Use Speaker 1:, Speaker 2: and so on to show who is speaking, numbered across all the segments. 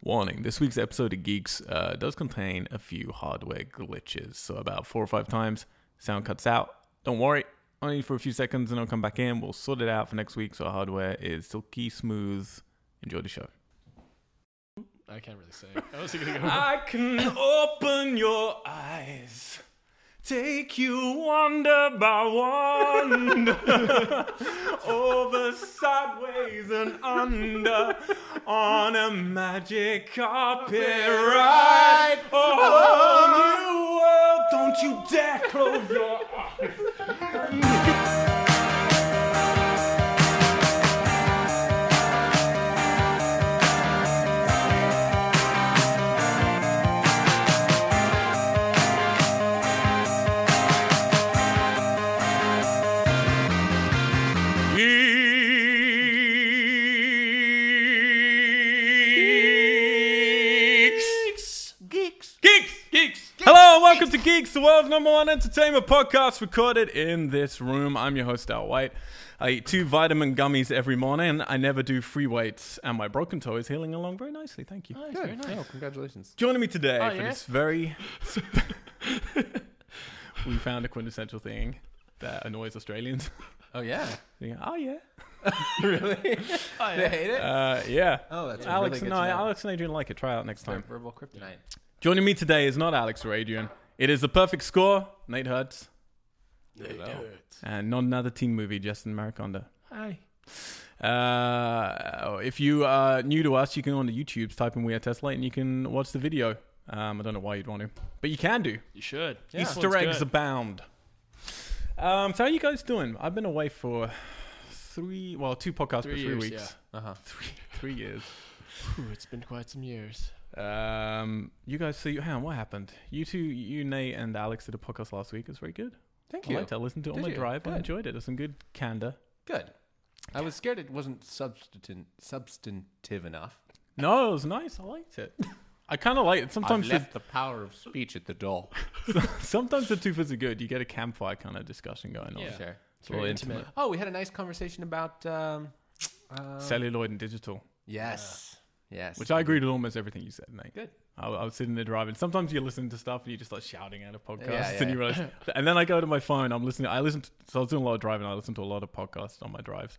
Speaker 1: Warning this week's episode of Geeks uh, does contain a few hardware glitches. So, about four or five times, sound cuts out. Don't worry, only for a few seconds and I'll come back in. We'll sort it out for next week so our hardware is silky smooth. Enjoy the show.
Speaker 2: I can't really sing. I was thinking of
Speaker 1: I can open your eyes, take you wonder by wonder, over sideways and under, on a magic carpet ride. Oh, new world, don't you dare close your eyes. Geeks. Geeks. Geeks. Geeks. Hello and welcome to Geeks, the world's number one entertainment podcast recorded in this room. I'm your host, Al White. I eat two vitamin gummies every morning. I never do free weights, and my broken toe is healing along very nicely. Thank you.
Speaker 2: very nice.
Speaker 3: congratulations.
Speaker 1: Joining me today
Speaker 2: Oh,
Speaker 1: for
Speaker 2: yeah?
Speaker 1: this very. sp- we found a quintessential thing that annoys Australians.
Speaker 3: Oh yeah,
Speaker 1: Yeah, oh, yeah.
Speaker 3: really?
Speaker 2: Oh,
Speaker 3: They
Speaker 2: yeah.
Speaker 3: hate it.
Speaker 1: Uh, yeah.
Speaker 3: Oh,
Speaker 1: Alex,
Speaker 3: that's really good
Speaker 1: and
Speaker 3: to
Speaker 1: I,
Speaker 3: know.
Speaker 1: Alex and Adrian like it. Try it out next time.
Speaker 3: verbal kryptonite.
Speaker 1: Joining me today is not Alex or Adrian. It is the perfect score, Nate Hertz, and Uh, not another teen movie, Justin Mariconda.
Speaker 2: Hi.
Speaker 1: Uh, if you are new to us, you can go on the YouTubes, type in We Are Tesla, and you can watch the video. Um, I don't know why you'd want to, but you can do.
Speaker 2: You should.
Speaker 1: Easter eggs abound. Um, so how you guys doing? I've been away for three, well, two podcasts
Speaker 2: Three
Speaker 1: for three
Speaker 2: years,
Speaker 1: weeks.
Speaker 3: Uh huh.
Speaker 1: Three, three years.
Speaker 2: it's been quite some years.
Speaker 1: Um, you guys, so you, hang on, what happened? You two, you Nate and Alex did a podcast last week. It was very good.
Speaker 3: Thank
Speaker 1: I
Speaker 3: you.
Speaker 1: liked it. I listened to it on
Speaker 3: Did
Speaker 1: my
Speaker 3: you?
Speaker 1: drive. I
Speaker 3: Good.
Speaker 1: enjoyed it. There's some good candor.
Speaker 3: Good. I was scared it wasn't substantive substantive enough.
Speaker 1: No, it was nice. I liked it. I kind of like it. Sometimes, the,
Speaker 3: the power of speech at the door.
Speaker 1: sometimes the twofers are good. You get a campfire kind of discussion going on.
Speaker 2: Yeah.
Speaker 3: Sure.
Speaker 1: It's a little
Speaker 2: Very
Speaker 1: intimate.
Speaker 2: intimate.
Speaker 3: Oh, we had a nice conversation about. Um, uh,
Speaker 1: Celluloid and digital,
Speaker 3: yes. Yes.
Speaker 1: which I agreed with almost everything you said, Nate.
Speaker 3: Good.
Speaker 1: I, I was sitting there driving. Sometimes you listen to stuff and you just like shouting at a podcast,
Speaker 3: Yeah, yeah.
Speaker 1: and you realize. and then I go to my phone. I'm listening. I listen. To, so I was doing a lot of driving. I listened to a lot of podcasts on my drives,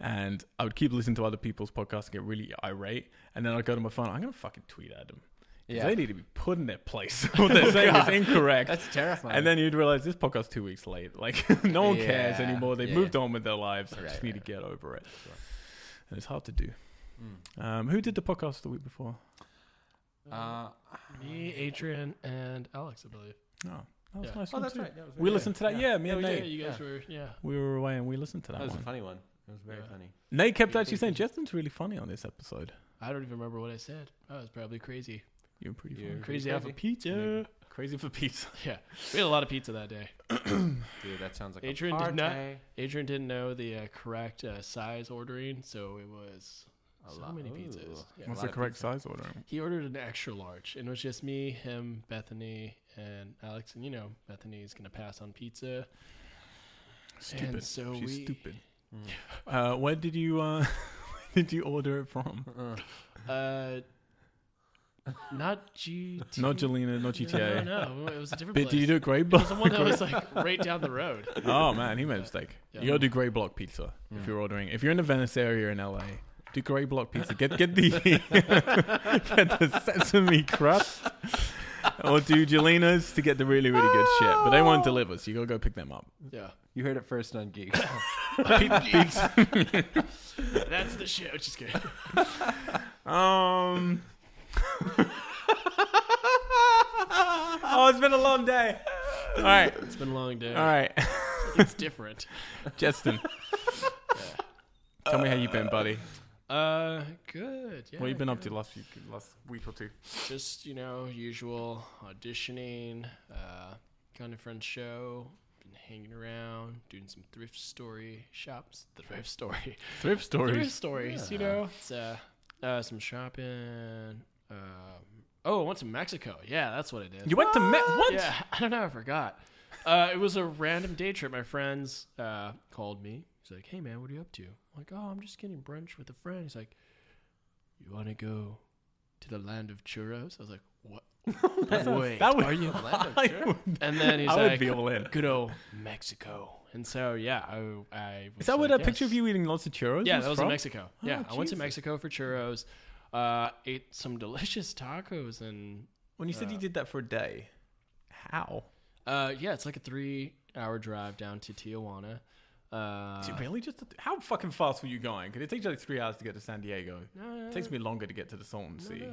Speaker 1: and I would keep listening to other people's podcasts and get really irate. And then I would go to my phone. I'm gonna fucking tweet at them. 'Cause
Speaker 3: Yeah.
Speaker 1: They need to be put in their place. what they're saying is incorrect.
Speaker 3: That's terrifying.
Speaker 1: and then you'd realize this podcast's two weeks late. Like no one cares
Speaker 3: Yeah,
Speaker 1: anymore. They've
Speaker 3: yeah.
Speaker 1: moved on with their lives. I
Speaker 3: Right,
Speaker 1: just
Speaker 3: right,
Speaker 1: need to get over it. And it's hard to do.
Speaker 3: Hmm.
Speaker 1: Um, who did the podcast the week before?
Speaker 3: Uh,
Speaker 2: Me, Adrian, and Alex, I believe.
Speaker 1: Oh, that was
Speaker 2: Yeah.
Speaker 1: a nice.
Speaker 3: oh,
Speaker 1: one
Speaker 3: that's
Speaker 1: too.
Speaker 3: right. That was
Speaker 1: We
Speaker 3: very-
Speaker 1: listened to that. Yeah, me
Speaker 2: Yeah,
Speaker 1: and
Speaker 2: we
Speaker 1: Nate.
Speaker 2: did. You guys
Speaker 3: Yeah.
Speaker 2: were, yeah.
Speaker 1: We were away and we listened to that,
Speaker 3: That was a
Speaker 1: one.
Speaker 3: funny one. It was very
Speaker 2: Yeah.
Speaker 3: funny.
Speaker 1: Nate kept
Speaker 2: Yeah,
Speaker 1: actually saying,
Speaker 2: yeah.
Speaker 1: Justin's really funny on this episode.
Speaker 2: I don't even remember what I said. I was probably crazy.
Speaker 1: You're pretty
Speaker 3: Yeah.
Speaker 1: funny.
Speaker 2: Crazy
Speaker 3: crazy.
Speaker 2: off of pizza.
Speaker 1: Crazy for pizza.
Speaker 2: Yeah. We had a lot of pizza that day.
Speaker 3: Dude, that sounds like
Speaker 2: Adrian
Speaker 3: a
Speaker 2: did not-
Speaker 3: party.
Speaker 2: Adrian didn't know the uh, correct uh, size ordering, so it was
Speaker 3: A
Speaker 2: so
Speaker 3: lot-
Speaker 2: many
Speaker 3: ooh.
Speaker 2: pizzas. Yeah.
Speaker 3: Well,
Speaker 1: What's
Speaker 3: lot
Speaker 1: the
Speaker 3: of
Speaker 1: correct
Speaker 3: pizza.
Speaker 1: size order?
Speaker 2: He ordered an extra large, and it was just me, him, Bethany, and Alex. And you know, Bethany's gonna pass on pizza.
Speaker 1: Stupid.
Speaker 2: And so
Speaker 1: She's
Speaker 2: we,
Speaker 1: stupid. Uh, where did you uh, where did you order it from?
Speaker 2: Uh, not G.
Speaker 1: Not Jelena, not
Speaker 2: No,
Speaker 1: GTA.
Speaker 2: no, it was a different
Speaker 1: But
Speaker 2: place.
Speaker 1: did you do Grey
Speaker 2: it
Speaker 1: Block?
Speaker 2: was the one that was like right down the road.
Speaker 1: oh man, he made a mistake.
Speaker 2: Yeah.
Speaker 1: You gotta do Grey Block pizza if
Speaker 3: Mm.
Speaker 1: you're ordering. If you're in the Venice area in LA, do Grey Block pizza. Get get the get the sesame crust. or do Jelena's to get the really, really good shit. But they won't deliver, so you gotta go pick them up.
Speaker 2: Yeah,
Speaker 3: You heard it first on Geek.
Speaker 2: that's the show. Just kidding.
Speaker 1: Um. oh, it's been a long day. All right,
Speaker 2: It's been a long day.
Speaker 1: all right,
Speaker 2: It's different.
Speaker 1: Justin. Tell me how you been, buddy.
Speaker 2: Uh, good. Yeah,
Speaker 1: what you been up to
Speaker 2: good.
Speaker 1: last few, last week or two?
Speaker 2: Just you know, usual auditioning. Uh, kind of friend's show. Been hanging around, doing some thrift story shops. Thrift story.
Speaker 1: Thrift
Speaker 2: Thrift stories, you know. It's uh, uh some shopping. Um, oh, I went to Mexico. Yeah, that's what I did.
Speaker 1: You went to Met. What?
Speaker 2: yeah, I don't know, I forgot. Uh, it was a random day trip. My friends uh, called me. He's like, "Hey man, what are you up to?" I'm like, "Oh, I'm just getting brunch with a friend." He's like, "You want to go to the land of churros. I was like, what? Wait,
Speaker 1: that would-
Speaker 2: are you in the land of
Speaker 1: I
Speaker 2: churros?
Speaker 1: would-
Speaker 2: and then he's
Speaker 1: I would
Speaker 2: like,
Speaker 1: be all in.
Speaker 2: good old Mexico. And so, yeah, I, I was
Speaker 1: Is that
Speaker 2: like,
Speaker 1: what a picture of
Speaker 2: yes.
Speaker 1: you eating lots of churros?
Speaker 2: Yeah,
Speaker 1: was
Speaker 2: that was
Speaker 1: from? Oh,
Speaker 2: in Mexico. yeah, I went to
Speaker 1: Jesus.
Speaker 2: Mexico for churros, uh, ate some delicious tacos, and
Speaker 1: When you said you did that for a day, how?
Speaker 2: uh, yeah, it's like a three-hour drive down to Tijuana. Uh,
Speaker 1: Dude, really? Just how fucking fast were you going? Because it takes like three hours to get to San Diego. It takes me longer to get to the Salton Sea.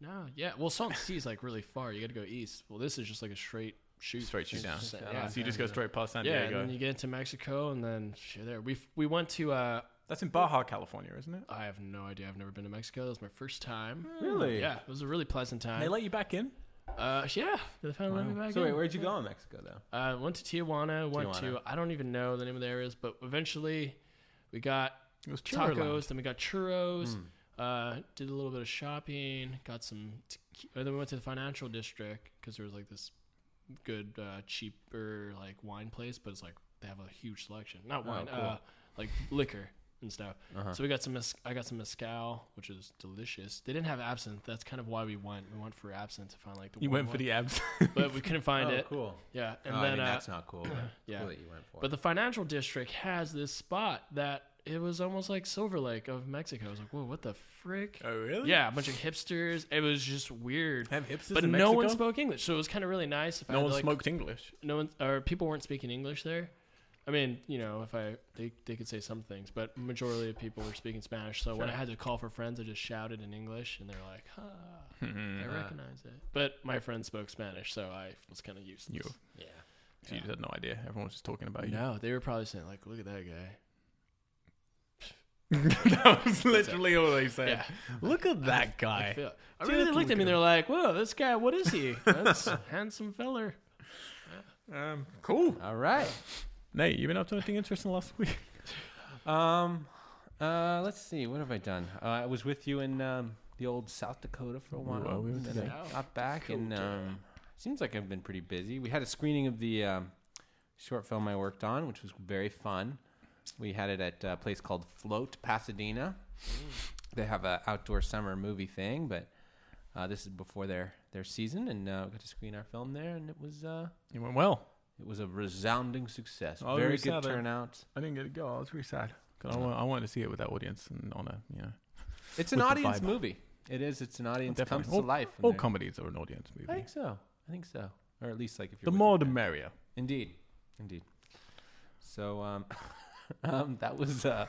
Speaker 2: no, no, yeah. Well, Salt Sea is like really far. You got to go east. Well, this is just like a straight shoot.
Speaker 1: Straight shoot down.
Speaker 2: Just- uh,
Speaker 1: Yeah, so you just go straight past San
Speaker 2: Yeah, and
Speaker 1: Diego.
Speaker 2: then you get into Mexico, and then shit, there we we went to. Uh,
Speaker 1: That's in Baja, California, isn't it?
Speaker 2: I have no idea. I've never been to Mexico. That was my first time.
Speaker 1: Really?
Speaker 2: Yeah, it was a really pleasant time.
Speaker 1: They let you back in?
Speaker 2: uh, yeah, they found wow. back
Speaker 3: So wait,
Speaker 2: in.
Speaker 3: where'd you go in Mexico though?
Speaker 2: Uh, went to Tijuana. Went
Speaker 3: Tijuana.
Speaker 2: to I don't even know the name of the areas, but eventually we got
Speaker 1: It was churro
Speaker 2: tacos.
Speaker 1: land.
Speaker 2: Then we got churros.
Speaker 3: Hmm.
Speaker 2: Uh, did a little bit of shopping. Got some. tequi- Or then we went to the financial district because there was like this good uh, cheaper like wine place, but it's like they have a huge selection. Not wine,
Speaker 3: Oh, cool. Uh-huh.
Speaker 2: uh, like liquor and stuff. So we got some. Mes- I got some mezcal, which is delicious. They didn't have absinthe. That's kind of why we went. We went for absinthe to find like the.
Speaker 1: You
Speaker 2: warm
Speaker 1: went for
Speaker 2: one,
Speaker 1: the abs.
Speaker 2: but we couldn't find
Speaker 3: oh,
Speaker 2: it.
Speaker 3: cool.
Speaker 2: Yeah, and
Speaker 3: oh,
Speaker 2: then
Speaker 3: I mean,
Speaker 2: uh,
Speaker 3: that's not cool. But
Speaker 2: yeah.
Speaker 3: cool that you went for.
Speaker 2: but the financial district has this spot that it was almost like Silver Lake of Mexico. I was like, whoa, what the frick?
Speaker 1: oh, really?
Speaker 2: Yeah, a bunch of hipsters. It was just weird.
Speaker 1: Have hipsters
Speaker 2: But
Speaker 1: in
Speaker 2: no one
Speaker 1: Mexico?
Speaker 2: spoke English, so it was kind of really nice. If I
Speaker 1: No
Speaker 2: had
Speaker 1: one
Speaker 2: to, like,
Speaker 1: smoked English.
Speaker 2: No one, or people weren't speaking English there. I mean, you know, if I they, they could say some things, but majority of people were speaking Spanish. So when I
Speaker 1: Sure.
Speaker 2: had to call for friends, I just shouted in English, and they're like, "Ah, I
Speaker 1: Uh-huh.
Speaker 2: recognize it." But my friend spoke Spanish, so I was kind of useless.
Speaker 1: You,
Speaker 3: yeah.
Speaker 1: so you had no idea. Everyone was just talking about you.
Speaker 2: No, they were probably saying like, "Look at that guy."
Speaker 1: that was literally all they said.
Speaker 2: Yeah.
Speaker 1: Look at that
Speaker 2: I,
Speaker 1: guy.
Speaker 2: feel, I
Speaker 1: Dude,
Speaker 2: really
Speaker 1: look
Speaker 2: looked at
Speaker 1: at
Speaker 2: me. and They're like, "Whoa, this guy, what is he? That's handsome feller."
Speaker 1: Um, cool.
Speaker 3: All right.
Speaker 1: Nate, you been up to anything interesting last week?
Speaker 3: Um, uh, let's see. What have I done? Uh, I was with you in um, the old South Dakota for a while.
Speaker 1: are uh, we
Speaker 3: and
Speaker 1: with
Speaker 3: then
Speaker 2: today?
Speaker 3: I got back, and
Speaker 2: Dakota.
Speaker 3: um, seems like I've been pretty busy. We had a screening of the um, short film I worked on, which was very fun. We had it at a place called Float Pasadena.
Speaker 1: Mm.
Speaker 3: They have a outdoor summer movie thing, but uh, this is before their their season, and uh, we got to screen our film there, and it was uh,
Speaker 1: It went well.
Speaker 3: it was a resounding success.
Speaker 1: Oh, we
Speaker 3: very
Speaker 1: saw
Speaker 3: good
Speaker 1: that.
Speaker 3: turnout.
Speaker 1: I didn't get to go. I was really sad. 'Cause I, wa- I wanted to see it with that audience and on a, you know.
Speaker 3: It's an
Speaker 1: with the
Speaker 3: audience
Speaker 1: vibe.
Speaker 3: movie. It is. It's an audience
Speaker 1: Definitely. oh,
Speaker 3: comes to
Speaker 1: All-
Speaker 3: life. in
Speaker 1: All
Speaker 3: there.
Speaker 1: comedies are an audience movie.
Speaker 3: I think so. I think so. Or at least like if you're
Speaker 1: the
Speaker 3: with
Speaker 1: more
Speaker 3: your
Speaker 1: the
Speaker 3: friends.
Speaker 1: merrier.
Speaker 3: Indeed, indeed. So um, um, that was uh,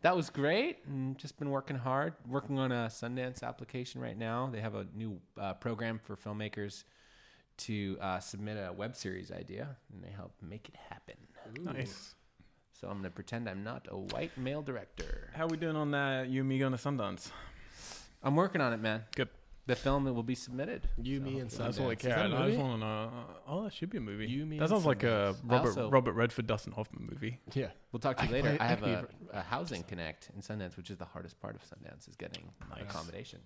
Speaker 3: that was great, and just been working hard, working on a Sundance application right now. They have a new uh, program for filmmakers to uh, submit a web series idea, and they help make it happen.
Speaker 1: Nice.
Speaker 3: So I'm gonna pretend I'm not a white male director.
Speaker 1: How we doing on that? You and me going to Sundance?
Speaker 3: I'm working on it, man.
Speaker 1: Good.
Speaker 3: The film that will be submitted.
Speaker 2: You, me, and
Speaker 1: That's all I
Speaker 2: Sundance. Is that
Speaker 1: care.
Speaker 2: a
Speaker 1: I just
Speaker 2: movie?
Speaker 1: want to know. Oh, that should be a movie.
Speaker 2: You, me,
Speaker 1: that
Speaker 2: and
Speaker 1: sounds like a
Speaker 2: Sundance.
Speaker 1: Robert
Speaker 3: Also-
Speaker 1: Robert Redford Dustin Hoffman movie.
Speaker 2: Yeah.
Speaker 3: We'll talk to you
Speaker 2: I
Speaker 3: later.
Speaker 2: play-
Speaker 3: I
Speaker 2: I
Speaker 3: have
Speaker 2: play
Speaker 3: a,
Speaker 2: for-
Speaker 3: a housing connect in Sundance, which is the hardest part of Sundance is getting accommodation.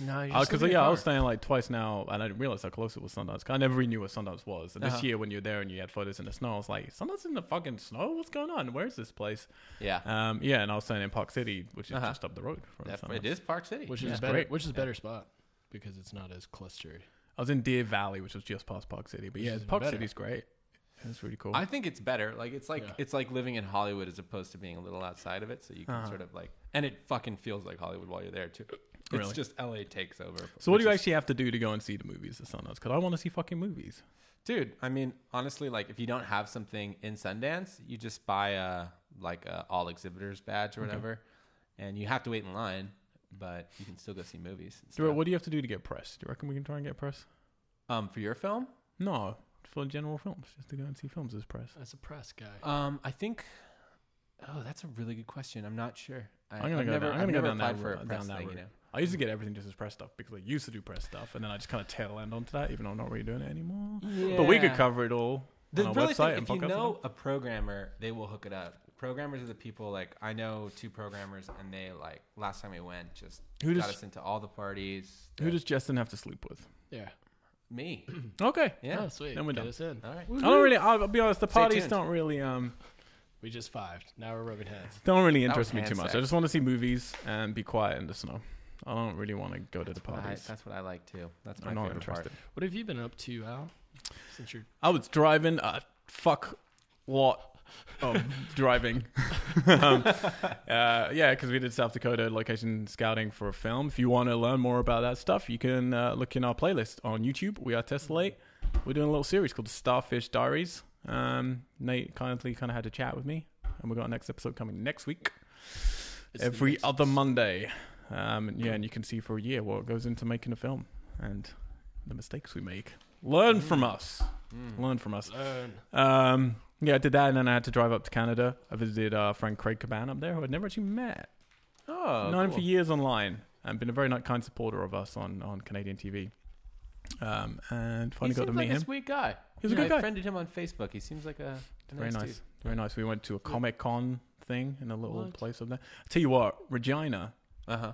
Speaker 2: No,
Speaker 1: Because Oh, Uh, yeah, I was staying like twice now, and I didn't realize how close it was Sundance. 'Cause I never really knew what Sundance was. And this
Speaker 3: Uh-huh.
Speaker 1: year, when you were there and you had photos in the snow, I was like, Sundance in the fucking snow? What's going on? Where is this place?
Speaker 3: Yeah,
Speaker 1: Um, yeah, and I was staying in Park City, which is
Speaker 3: Uh-huh.
Speaker 1: just up the road from
Speaker 3: That-
Speaker 1: Sundance.
Speaker 3: it is Park City,
Speaker 2: which is
Speaker 3: Yeah.
Speaker 2: better.
Speaker 1: great.
Speaker 2: Which is a better spot because it's not as clustered.
Speaker 1: I was in Deer Valley, which was just past Park City. But
Speaker 2: Which
Speaker 1: yeah,
Speaker 2: is even
Speaker 1: Park
Speaker 2: better.
Speaker 1: City's great. It's really cool.
Speaker 3: I think it's better. Like it's like
Speaker 2: Yeah.
Speaker 3: it's like living in Hollywood as opposed to being a little outside of it, so you can
Speaker 1: Uh-huh.
Speaker 3: sort of like, and it fucking feels like Hollywood while you're there too. It's
Speaker 1: Really?
Speaker 3: just LA takes over.
Speaker 1: so what do
Speaker 3: which
Speaker 1: you
Speaker 3: is-
Speaker 1: actually have to do to go and see the movies at Sundance? Because I want to see fucking movies.
Speaker 3: dude? I mean, honestly, like if you don't have something in Sundance, you just buy a like a all exhibitors badge or whatever, and you have to wait in line, but you can still go see movies. and
Speaker 1: Do-
Speaker 3: stuff.
Speaker 1: What do you have to do to get press? Do you reckon we can try and get press?
Speaker 3: Um, for your film,
Speaker 1: No, for general films, just to go and see films as press.
Speaker 2: That's a press guy.
Speaker 1: Uh,
Speaker 3: um, I think. Oh, that's a really good question. I'm not sure. I,
Speaker 1: I'm gonna
Speaker 3: I've
Speaker 1: go
Speaker 3: never,
Speaker 1: down- I'm
Speaker 3: I've
Speaker 1: gonna go
Speaker 3: never
Speaker 1: down that
Speaker 3: applied for
Speaker 1: route-
Speaker 3: a press
Speaker 1: down that
Speaker 3: thing, you
Speaker 1: route.
Speaker 3: know.
Speaker 1: I used to get everything just as press stuff because I used to do press stuff, and then I just kind of tail end onto that, even though I'm not really doing it anymore. But we could
Speaker 3: Yeah.
Speaker 1: cover it all
Speaker 3: The
Speaker 1: on our
Speaker 3: really
Speaker 1: website
Speaker 3: thing,
Speaker 1: and
Speaker 3: if you
Speaker 1: podcast.
Speaker 3: know a programmer, they will hook it up. Programmers are the people like I know two programmers, and they like last time we went just
Speaker 1: Who
Speaker 3: got
Speaker 1: does-
Speaker 3: us into all the parties.
Speaker 1: Who does Justin have to sleep with?
Speaker 2: yeah.
Speaker 3: me?
Speaker 1: Okay.
Speaker 3: Yeah.
Speaker 2: Oh, sweet.
Speaker 1: Then we're
Speaker 2: Get
Speaker 1: done.
Speaker 2: us in.
Speaker 3: all right.
Speaker 1: I don't really. I'll, I'll be honest. The
Speaker 3: Stay
Speaker 1: parties
Speaker 3: tuned.
Speaker 1: don't really um
Speaker 2: We just fived. Now we're rubbing heads.
Speaker 1: don't really
Speaker 3: That
Speaker 1: interest
Speaker 3: was
Speaker 1: me
Speaker 3: hand
Speaker 1: too much. I
Speaker 3: sex.
Speaker 1: just want to see movies and be quiet in the snow. I don't really want to go to the
Speaker 3: What I-
Speaker 1: parties.
Speaker 3: that's what I like too. That's my
Speaker 1: I'm not
Speaker 3: favorite
Speaker 1: interested.
Speaker 3: part.
Speaker 2: What have you been up to, Al? Since you're
Speaker 1: I was driving a fuck lot of driving. um, uh, yeah, because we did South Dakota location scouting for a film. If you want to learn more about that stuff, you can uh, look in our playlist on YouTube. We are Tessellate. We're doing a little series called Starfish Diaries. Um, Nate kindly kind of had a chat with me, and we got our next episode coming next week,
Speaker 2: it's the
Speaker 1: every
Speaker 2: next-
Speaker 1: other Monday. Um, and yeah, and you can see for a year what goes into making a film and the mistakes we make. Learn from
Speaker 3: Mm.
Speaker 1: us. Learn from us.
Speaker 2: learn.
Speaker 1: Um, yeah, I did that, and then I had to drive up to Canada. I visited uh, friend Craig Caban up there, who I'd never actually met.
Speaker 3: Oh,
Speaker 1: Known him
Speaker 3: cool.
Speaker 1: for years online, and been a very not kind supporter of us on, on Canadian TV. Um, and
Speaker 3: He
Speaker 1: finally got to
Speaker 3: seems
Speaker 1: meet
Speaker 3: like a
Speaker 1: him.
Speaker 3: sweet guy.
Speaker 1: He was a
Speaker 3: Yeah,
Speaker 1: good guy.
Speaker 3: I friended him on Facebook. He seems like a, a
Speaker 1: very nice,
Speaker 3: dude.
Speaker 1: very nice. We went to a Comic Con thing in a little
Speaker 2: What?
Speaker 1: place up there. I tell you what, Regina.
Speaker 3: Uh huh.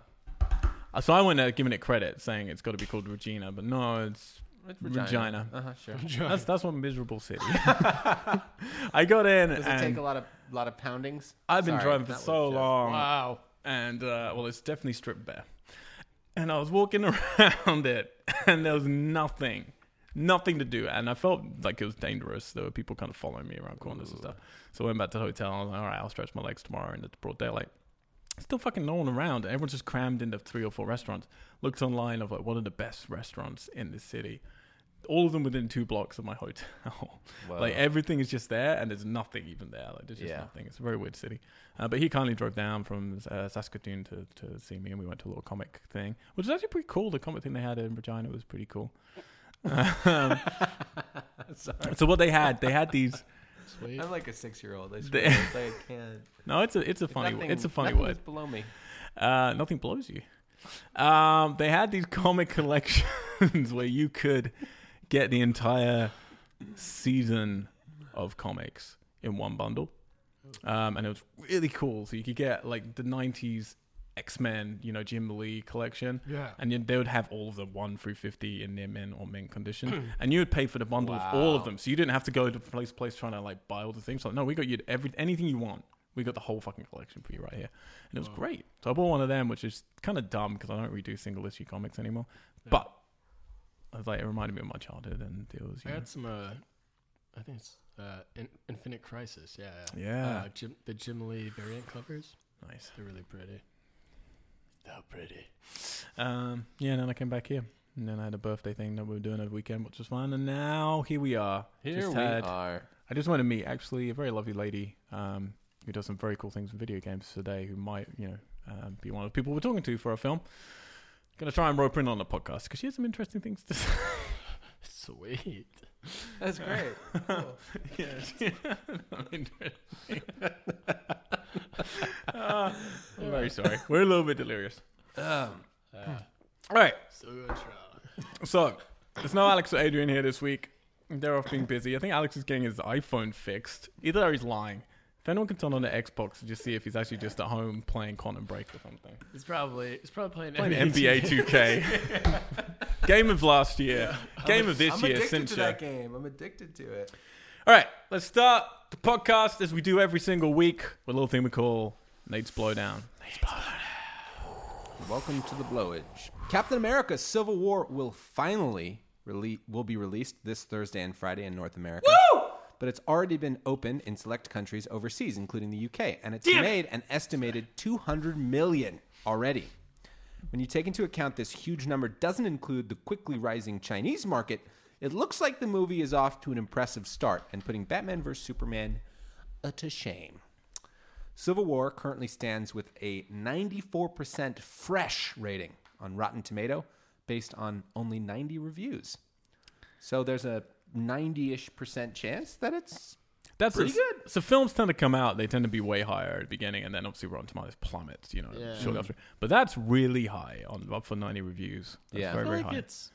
Speaker 1: Uh, So I went uh, giving it credit, saying it's got to be called Regina, but no, it's
Speaker 3: It's
Speaker 1: Regina.
Speaker 3: Uh huh. Sure.
Speaker 1: that's that's one miserable city. I got in
Speaker 3: Does it
Speaker 1: and
Speaker 3: take a lot of lot of poundings?
Speaker 1: I've been
Speaker 3: Sorry,
Speaker 1: driving for
Speaker 3: that was
Speaker 1: so
Speaker 3: just-
Speaker 1: long.
Speaker 2: Wow.
Speaker 1: and uh, well, it's definitely stripped bare. And I was walking around it, and there was nothing, nothing to do. And I felt like it was dangerous. There were people kind of following me around corners and stuff. So I went back to the hotel. And I was like, all right, I'll stretch my legs tomorrow in the broad daylight. Still fucking no one around. Everyone's just crammed into three or four restaurants. Looked online of like one of the best restaurants in this city. All of them within two blocks of my hotel.
Speaker 3: Whoa.
Speaker 1: Like everything is just there, and there's nothing even there. Like there's just
Speaker 3: Yeah.
Speaker 1: nothing. It's a very weird city. Uh, but he kindly drove down from uh, Saskatoon to, to see me, and we went to a little comic thing, which is actually pretty cool. The comic thing they had in Regina was pretty cool. Um, so what they had, they had these.
Speaker 2: Sweet.
Speaker 3: I'm like a six year old. I
Speaker 1: The-
Speaker 3: swear. It's like I can't.
Speaker 1: No, it's a it's a funny
Speaker 3: Nothing-
Speaker 1: it's a funny
Speaker 3: nothing
Speaker 1: word.
Speaker 3: is below me.
Speaker 1: Uh, nothing blows you. Um, they had these comic collections where you could get the entire season of comics in one bundle. Um, and it was really cool. So you could get like the 90s X Men, you know, Jim Lee collection.
Speaker 2: Yeah.
Speaker 1: And then they would have all of them, 1 through 50 in near mint or mint condition. and you would pay for the bundle of all of
Speaker 3: Hmm. Wow.
Speaker 1: them. So you didn't have to go to place place trying to like buy all the things. Like, no, we got you every anything you want. We got the whole fucking collection for you right here. And it was great. So I bought one of them, which is kind of dumb because I don't really do single issue comics anymore. But I was like, it reminded me of my childhood and it was, you
Speaker 2: I
Speaker 1: know,
Speaker 2: had some. Uh, I think it's uh, In- Infinite Crisis. Yeah.
Speaker 1: Yeah.
Speaker 2: Uh, Jim, the Jim Lee variant covers.
Speaker 1: nice.
Speaker 2: They're really pretty. They're pretty.
Speaker 1: Um, yeah, and then I came back here. And then I had a birthday thing that we were doing over the weekend, which was fun. And now here we are.
Speaker 3: Here
Speaker 1: Just
Speaker 3: we
Speaker 1: had-
Speaker 3: are.
Speaker 1: I just want to meet actually a very lovely lady um, who does some very cool things in video games today, who might you know um, be one of the people we're talking to for our film. Going to try and rope her in on the podcast because she has some interesting things to say.
Speaker 2: Sweet.
Speaker 3: That's great.
Speaker 1: yeah, interesting. Uh, I'm very sorry. We're a little bit delirious.
Speaker 3: um,
Speaker 2: Uh,
Speaker 1: All right,
Speaker 2: so good, Charles.
Speaker 1: so there's no Alex or Adrian here this week. They're off being busy. I think Alex is getting his iPhone fixed. Either that or he's lying. If anyone can turn on the Xbox and just see if he's actually just at home playing Quantum Break or something.
Speaker 2: It's probably it's probably playing,
Speaker 1: Playing
Speaker 2: NBA.
Speaker 1: NBA 2K. Game of last year. Game of this
Speaker 3: I'm
Speaker 1: year,
Speaker 3: addicted
Speaker 1: since
Speaker 3: to
Speaker 1: year.
Speaker 3: that game. I'm addicted to it.
Speaker 1: All right, let's start the podcast as we do every single week with a little thing we call Nate's Blowdown.
Speaker 3: Welcome to the blowage. Captain America: Civil War will finally rele- will be released this Thursday and Friday in North America. But it's already been open in select countries overseas, including the UK, and it's made an estimated 200 million already. When you take into account this huge number doesn't include the quickly rising Chinese market, it looks like the movie is off to an impressive start and putting Batman vs Superman uh, to shame. Civil War currently stands with a 94% fresh rating on Rotten Tomato based on only 90 reviews. So there's a 90 ish percent chance that it's.
Speaker 1: That's
Speaker 3: Pretty
Speaker 1: a-
Speaker 3: good.
Speaker 1: So films tend to come out; they tend to be way higher at the beginning, and then obviously Rotten Tomatoes plummets. You know,
Speaker 2: Yeah.
Speaker 1: shortly after. But that's really high on up for ninety reviews. That's
Speaker 3: Yeah.
Speaker 1: very,
Speaker 2: I feel
Speaker 1: very
Speaker 2: like
Speaker 1: high.
Speaker 2: it's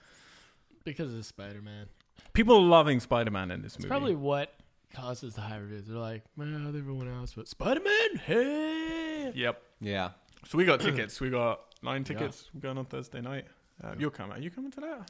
Speaker 2: because of Spider Man.
Speaker 1: People are loving Spider-Man in this
Speaker 2: It's
Speaker 1: movie.
Speaker 2: probably what causes the high reviews. They're like, well, everyone else, but Spider Man, hey.
Speaker 1: Yep.
Speaker 3: Yeah.
Speaker 1: So we got tickets. We got nine tickets. We're going on Thursday night. Uh, You're coming. Are you coming to that?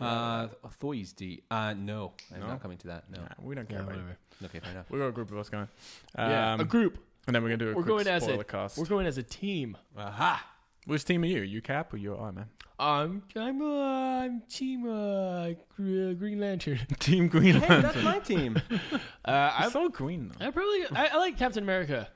Speaker 3: Uh, Thursday. Uh, no, I'm
Speaker 1: No?
Speaker 3: not coming to that. No.
Speaker 1: Nah, we don't care
Speaker 2: Yeah,
Speaker 1: about you.
Speaker 2: whatever.
Speaker 3: Okay, fair enough.
Speaker 1: We got a group of us going. Um,
Speaker 2: yeah, a group.
Speaker 1: and then we're gonna do a
Speaker 2: We're
Speaker 1: quick
Speaker 2: going as
Speaker 1: spoiler
Speaker 2: a
Speaker 1: cast.
Speaker 2: we're going as a team.
Speaker 3: Aha!
Speaker 1: Which team are you? You Cap or you I, man?
Speaker 2: Um, I'm uh, I'm team uh, Gr- Green Lantern.
Speaker 1: Team Green
Speaker 3: Hey, that's my team.
Speaker 2: Uh, I
Speaker 1: I'm so green though.
Speaker 2: I probably I, I like Captain America.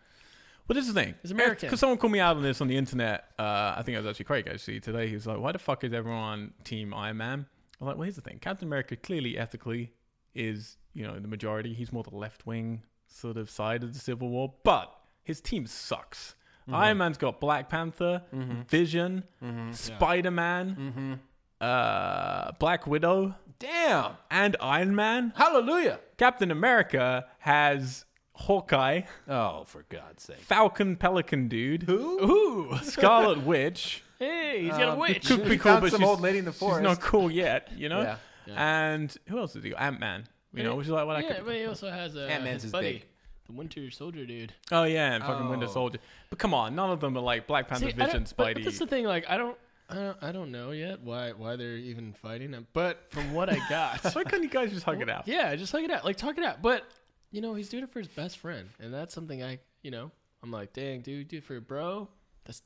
Speaker 1: Well, this is the thing.
Speaker 2: He's American.
Speaker 1: Because someone called me out on this on the internet. Uh, I think it was actually Craig actually today. He was like, "Why the fuck is everyone Team Iron Man?" I'm like, "Well, here's the thing. Captain America clearly ethically is you know the majority. He's more the left wing sort of side of the Civil War, but his team sucks. Iron Man's got Black Panther, Vision, Spider Man, uh, Black Widow,
Speaker 3: Damn.
Speaker 1: and Iron Man.
Speaker 3: Hallelujah.
Speaker 1: Captain America has Hawkeye,
Speaker 3: Oh, for God's sake.
Speaker 1: Falcon, Pelican dude.
Speaker 3: Who?
Speaker 2: Ooh,
Speaker 1: Scarlet Witch
Speaker 2: hey, he's got a witch.
Speaker 1: could be
Speaker 3: He
Speaker 1: cool,
Speaker 3: found
Speaker 1: but
Speaker 3: some
Speaker 1: she's,
Speaker 3: old lady in the
Speaker 1: she's
Speaker 3: forest.
Speaker 1: not cool yet, you know.
Speaker 3: Yeah.
Speaker 1: And who else did he? Ant Man. You know, which is like what I
Speaker 2: Yeah,
Speaker 1: could.
Speaker 2: but he also has uh,
Speaker 3: Ant-Man's
Speaker 2: his
Speaker 3: is
Speaker 2: buddy,
Speaker 3: big.
Speaker 2: the Winter Soldier dude.
Speaker 1: Oh yeah, and fucking Winter
Speaker 3: Oh.
Speaker 1: Soldier. But come on, none of them are like Black Panther,
Speaker 2: See, I
Speaker 1: Vision,
Speaker 2: don't- but- But
Speaker 1: Spidey.
Speaker 2: that's the thing. Like, I don't, I don't, I don't know yet why why they're even fighting him. But from what I got,
Speaker 1: Why couldn't you guys just hug it out?
Speaker 2: yeah, just like it out, like talk it out. But you know, he's doing it for his best friend, and that's something I, you know, I'm like, dang, dude, do it for your bro. That's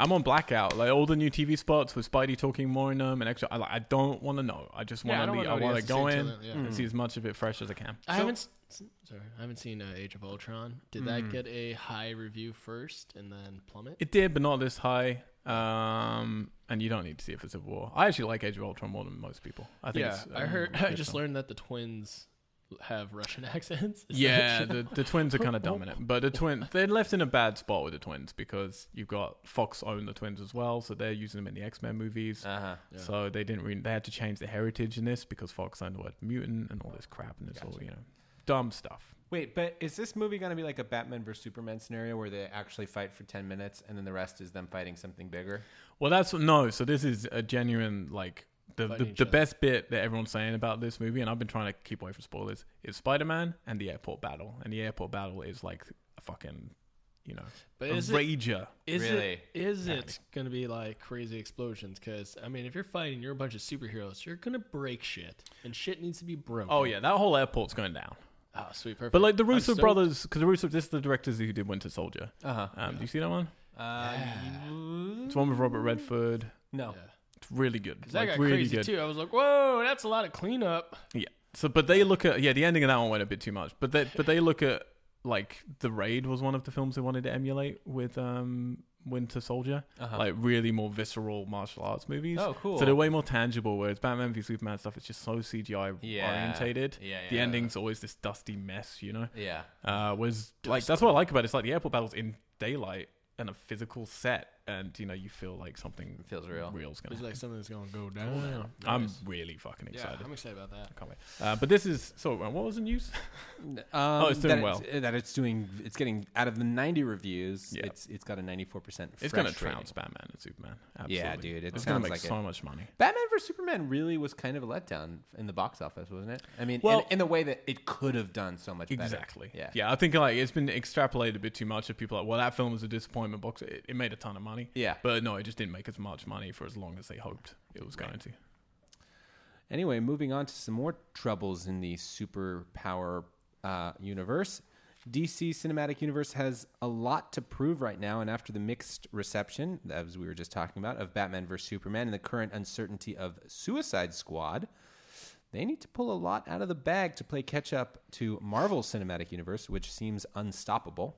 Speaker 1: I'm on blackout. Like all the new TV spots with Spidey talking more in them and extra. I, like, I don't want to know. I just
Speaker 2: Yeah,
Speaker 1: want
Speaker 2: I don't
Speaker 1: to. I
Speaker 2: wanna know what he
Speaker 1: want to
Speaker 2: has to Mm.
Speaker 1: go
Speaker 2: say
Speaker 1: in Mm.
Speaker 2: till then, yeah.
Speaker 1: and see as much of it fresh as I can.
Speaker 2: I haven't. s- s- Sorry, I haven't seen uh, Age of Ultron. Did
Speaker 1: Mm.
Speaker 2: that get a high review first and then plummet?
Speaker 1: It did, but not this high. Um, and you don't need to see it for Civil War. I actually like Age of Ultron more than most people. I think.
Speaker 2: yeah,
Speaker 1: it's,
Speaker 2: I
Speaker 1: um,
Speaker 2: heard.
Speaker 1: a
Speaker 2: I
Speaker 1: good
Speaker 2: just
Speaker 1: film.
Speaker 2: learned that the twins have Russian accents. Is that
Speaker 1: Yeah,
Speaker 2: true?
Speaker 1: the, the twins are kind of dominant, but the twin they're left in a bad spot with the twins because you've got Fox own the twins as well, so they're using them in the X Men movies.
Speaker 3: Uh huh.
Speaker 1: So they didn't really, they had to change the heritage in this because Fox owned the word mutant and all this crap and it's all you know dumb stuff.
Speaker 3: Wait, but is this movie going to be like a Batman versus Superman scenario where they actually fight for 10 minutes and then the rest is them fighting something bigger?
Speaker 1: Well, that's no. So this is a genuine like the
Speaker 2: Fighting
Speaker 1: the,
Speaker 2: each
Speaker 1: the
Speaker 2: other.
Speaker 1: best bit that everyone's saying about this movie, and I've been trying to keep away from spoilers. Is Spider Man and the airport battle, and the airport battle is like a fucking you know
Speaker 2: But
Speaker 1: a
Speaker 2: is it-
Speaker 1: rager.
Speaker 2: Is
Speaker 3: Really?
Speaker 2: it is it gonna be like crazy explosions? Because I mean, if you're fighting, you're a bunch of superheroes. You're gonna break shit, and shit needs to be broken.
Speaker 1: Oh yeah, that whole airport's going down.
Speaker 2: oh sweet, perfect.
Speaker 1: But like the
Speaker 2: I'm
Speaker 1: Russo
Speaker 2: so-
Speaker 1: brothers, because the Russo, this is the directors who did Winter Soldier.
Speaker 3: Uh-huh.
Speaker 1: Um, Do you see that one?
Speaker 3: Uh Mm.
Speaker 1: It's one with Robert Redford.
Speaker 3: No.
Speaker 2: Yeah.
Speaker 1: It's really good.
Speaker 2: 'Cause that
Speaker 1: Like,
Speaker 2: got
Speaker 1: really
Speaker 2: crazy
Speaker 1: good.
Speaker 2: too. I was like, whoa, that's a lot of cleanup.
Speaker 1: Yeah. So, but they look at yeah, the ending of that one went a bit too much. But they but they look at like the Raid was one of the films they wanted to emulate with um Winter Soldier,
Speaker 3: Uh-huh.
Speaker 1: like really more visceral martial arts movies.
Speaker 3: Oh, cool.
Speaker 1: So they're way more tangible. Whereas Batman v Superman stuff, it's just so CGI
Speaker 3: Yeah.
Speaker 1: orientated.
Speaker 3: Yeah,
Speaker 1: The
Speaker 3: yeah.
Speaker 1: ending's always this dusty mess, you know.
Speaker 3: Yeah.
Speaker 1: uh, was like that's what I like about it. It's like the airport battles in daylight and a physical set, and you know you feel like something
Speaker 3: Feels real. oh,
Speaker 1: Real's gonna.
Speaker 2: It's
Speaker 1: happen.
Speaker 2: like something that's gonna go down.
Speaker 1: I'm
Speaker 2: Nice.
Speaker 1: really fucking
Speaker 2: yeah,
Speaker 1: excited.
Speaker 2: I'm excited about that.
Speaker 1: I can't wait. Uh, but this is so. uh, What was the news?
Speaker 3: Um,
Speaker 1: Oh, it's doing
Speaker 3: that
Speaker 1: well.
Speaker 3: It's, uh, that it's doing. It's getting out of the 90 reviews.
Speaker 1: Yeah.
Speaker 3: It's it's got a 94 percent.
Speaker 1: It's gonna trounce Batman and Superman. Absolutely.
Speaker 3: Yeah, dude, it
Speaker 1: it's gonna
Speaker 3: sounds
Speaker 1: make
Speaker 3: like
Speaker 1: so much money.
Speaker 3: Batman vs Superman really was kind of a letdown in the box office, wasn't it? I mean,
Speaker 1: Well-
Speaker 3: in, in the way that it could have done so much better.
Speaker 1: Exactly.
Speaker 3: Yeah.
Speaker 1: Yeah, I think like it's been extrapolated a bit too much. If people are like, well, that film was a disappointment box. It, it made a ton of money.
Speaker 3: Yeah.
Speaker 1: But no, it just didn't make as much money for as long as they hoped it was going to.
Speaker 3: Anyway, moving on to some more troubles in the superpower uh, universe. DC Cinematic Universe has a lot to prove right now, and after the mixed reception, as we were just talking about, of Batman vs. Superman and the current uncertainty of Suicide Squad, they need to pull a lot out of the bag to play catch up to Marvel Cinematic Universe, which seems unstoppable.